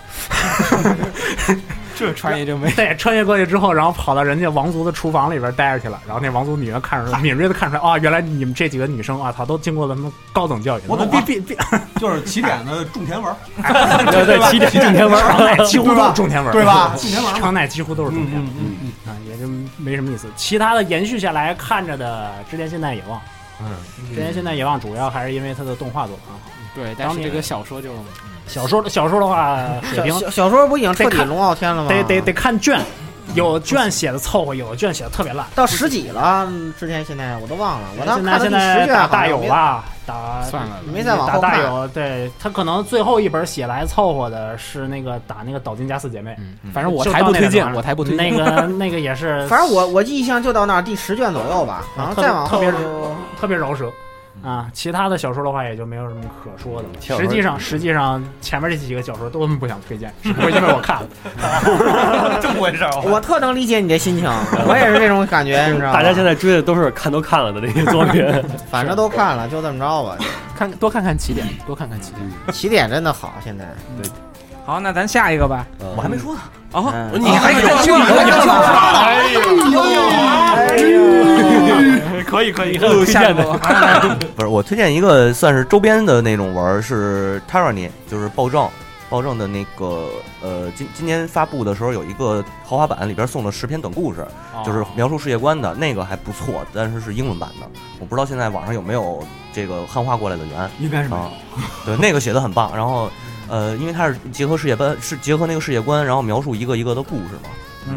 [SPEAKER 3] 这穿越就没
[SPEAKER 8] 对，穿越过去之后，然后跑到人家王族的厨房里边待着去了，然后那王族女人看出来，敏锐的看出来，啊，原来你们这几个女生啊，操，都经过咱们高等教育，
[SPEAKER 1] 我懂
[SPEAKER 8] 必
[SPEAKER 1] 了
[SPEAKER 8] 必必，
[SPEAKER 1] *laughs* 就是起点的种田文儿，
[SPEAKER 8] 对
[SPEAKER 1] 吧
[SPEAKER 8] 起点种田文儿
[SPEAKER 1] *laughs* 对吧
[SPEAKER 8] 几乎都是种田文儿
[SPEAKER 1] 对吧？
[SPEAKER 8] 嗯
[SPEAKER 1] 种田文儿嘛
[SPEAKER 8] 常乃几乎都是种田文儿
[SPEAKER 1] 嗯嗯
[SPEAKER 8] 啊，也就没什么意思。其他的延续下来看着的，之前现在也忘，
[SPEAKER 1] 嗯
[SPEAKER 8] 之前现在也忘，主要还是因为他的动画做得很好。
[SPEAKER 4] 嗯
[SPEAKER 3] 对，
[SPEAKER 8] 当
[SPEAKER 3] 但是
[SPEAKER 8] 年
[SPEAKER 3] 这个小说就
[SPEAKER 8] 小说小说的话，水平
[SPEAKER 4] 小小小说不已经彻底龙傲天了吗？
[SPEAKER 8] 得得得看卷，有卷写的凑合，有卷写的特别烂。
[SPEAKER 4] 到十几了，嗯之前现在我都忘了，我当时
[SPEAKER 8] 现
[SPEAKER 4] 看
[SPEAKER 8] 在
[SPEAKER 4] 到
[SPEAKER 8] 现
[SPEAKER 4] 第十
[SPEAKER 8] 在
[SPEAKER 4] 卷
[SPEAKER 8] 打
[SPEAKER 4] 好像
[SPEAKER 8] 大有
[SPEAKER 4] 没
[SPEAKER 8] 吧，打
[SPEAKER 4] 算了没再往
[SPEAKER 8] 打
[SPEAKER 4] 后
[SPEAKER 8] 大
[SPEAKER 4] 看
[SPEAKER 8] 有，对他可能最后一本写来凑合的是那个打那个岛津家四姐妹，
[SPEAKER 3] 反正我
[SPEAKER 8] 就
[SPEAKER 3] 才
[SPEAKER 8] 到
[SPEAKER 3] 不
[SPEAKER 8] 那
[SPEAKER 3] 推
[SPEAKER 8] 个
[SPEAKER 3] 荐
[SPEAKER 8] 地方
[SPEAKER 3] 我才不推
[SPEAKER 8] 那
[SPEAKER 3] 荐
[SPEAKER 8] 个那个也是，
[SPEAKER 4] *laughs* 反正我我印象就到那儿第十卷左右吧，
[SPEAKER 3] 啊
[SPEAKER 4] 然后
[SPEAKER 8] 特
[SPEAKER 4] 再往
[SPEAKER 8] 特
[SPEAKER 4] 后
[SPEAKER 8] 别
[SPEAKER 4] 就
[SPEAKER 8] 特别饶舌啊。其他的小说的话，也就没有什么可说的了。
[SPEAKER 5] 小说
[SPEAKER 8] 实际上，实际上前面这几个小说都不想推荐，只不过因为我看了。
[SPEAKER 4] 这么回事啊我特能理解你的心 *laughs* 情，我也是这种感觉，你知道吗？
[SPEAKER 5] 大家现在追的都是看都看了的那些作品，
[SPEAKER 4] *laughs* 反正都看了，就这么着吧。
[SPEAKER 3] 看多看看起点，多看看起点。
[SPEAKER 4] 起点真的好，现在
[SPEAKER 7] 好，那咱下一个吧。
[SPEAKER 5] 我还没
[SPEAKER 1] 说呢。
[SPEAKER 7] 哦，
[SPEAKER 1] 你还有
[SPEAKER 7] 有
[SPEAKER 1] 这个
[SPEAKER 7] 哎
[SPEAKER 12] 呦，可以可以，还有推荐的。
[SPEAKER 9] *laughs* 不是，我推荐一个算是周边的那种文儿，是 Tyranny，就是暴政，暴政的那个呃，今今年发布的时候有一个豪华版，里边送了十篇短故事，就是描述世界观的那个还不错，但是是英文版的，我不知道现在网上有没有这个汉化过来的源，
[SPEAKER 8] 应该是没有
[SPEAKER 9] 啊，对，那个写的很棒，然后呃，因为它是结合世界观，是结合那个世界观，然后描述一个一个的故事嘛，
[SPEAKER 7] 嗯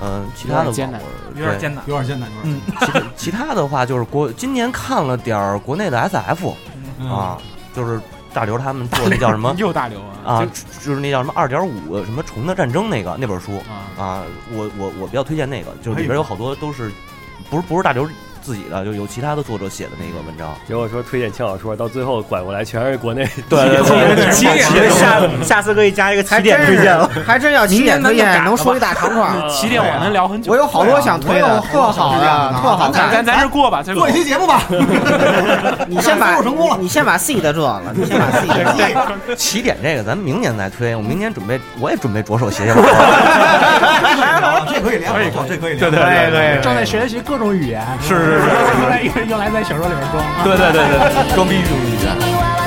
[SPEAKER 9] 嗯，其他的
[SPEAKER 3] 有点艰难
[SPEAKER 9] 网文
[SPEAKER 7] 有点
[SPEAKER 9] 对
[SPEAKER 7] 艰难
[SPEAKER 1] 有点艰难，有点
[SPEAKER 7] 嗯，
[SPEAKER 9] 其他其他的话就是国今年看了点儿国内的 SF
[SPEAKER 1] 嗯
[SPEAKER 9] 啊，就是大刘他们做那叫什么
[SPEAKER 3] 又大刘
[SPEAKER 9] 啊，就是那叫什么二点五什么虫的战争那个那本书啊，我我我比较推荐那个，就是里边有好多都是不是不是大刘自己的，就有其他的作者写的那个文章。
[SPEAKER 5] 结果说推荐轻小说，到最后拐过来全是国内
[SPEAKER 9] 对对
[SPEAKER 5] *laughs*
[SPEAKER 9] 对对
[SPEAKER 5] 起点
[SPEAKER 9] 起
[SPEAKER 5] 起
[SPEAKER 9] 点
[SPEAKER 5] 点
[SPEAKER 6] *laughs* 下下次可以加一个起
[SPEAKER 4] 还
[SPEAKER 6] 点
[SPEAKER 4] 真
[SPEAKER 6] 推
[SPEAKER 4] 是
[SPEAKER 6] 荐了。
[SPEAKER 4] 还真要起点推
[SPEAKER 7] 明天咱就改了
[SPEAKER 4] 荐，能说一大长串。
[SPEAKER 7] 起点我能聊很久。
[SPEAKER 4] 啊
[SPEAKER 7] 啊
[SPEAKER 4] 我有好多想推的，特好的，特好
[SPEAKER 7] 咱
[SPEAKER 4] 看。
[SPEAKER 7] 咱咱是过吧，这
[SPEAKER 1] 做一期节目
[SPEAKER 4] *laughs*
[SPEAKER 1] 吧，
[SPEAKER 4] 你先把
[SPEAKER 1] 做成功了
[SPEAKER 4] 你先把 C 的做了，你先把 C 的做了。
[SPEAKER 9] 起点这个咱们明年再推，我明年准备我也准备着手写写本儿。
[SPEAKER 8] *laughs*
[SPEAKER 6] *laughs*
[SPEAKER 1] 这可以聊，这可以
[SPEAKER 8] 对
[SPEAKER 1] 聊，
[SPEAKER 8] 对对，正在学习各种语言，
[SPEAKER 9] 是是
[SPEAKER 13] 用来用来在小说里面装。
[SPEAKER 8] *laughs* 对对对对，装逼运动员。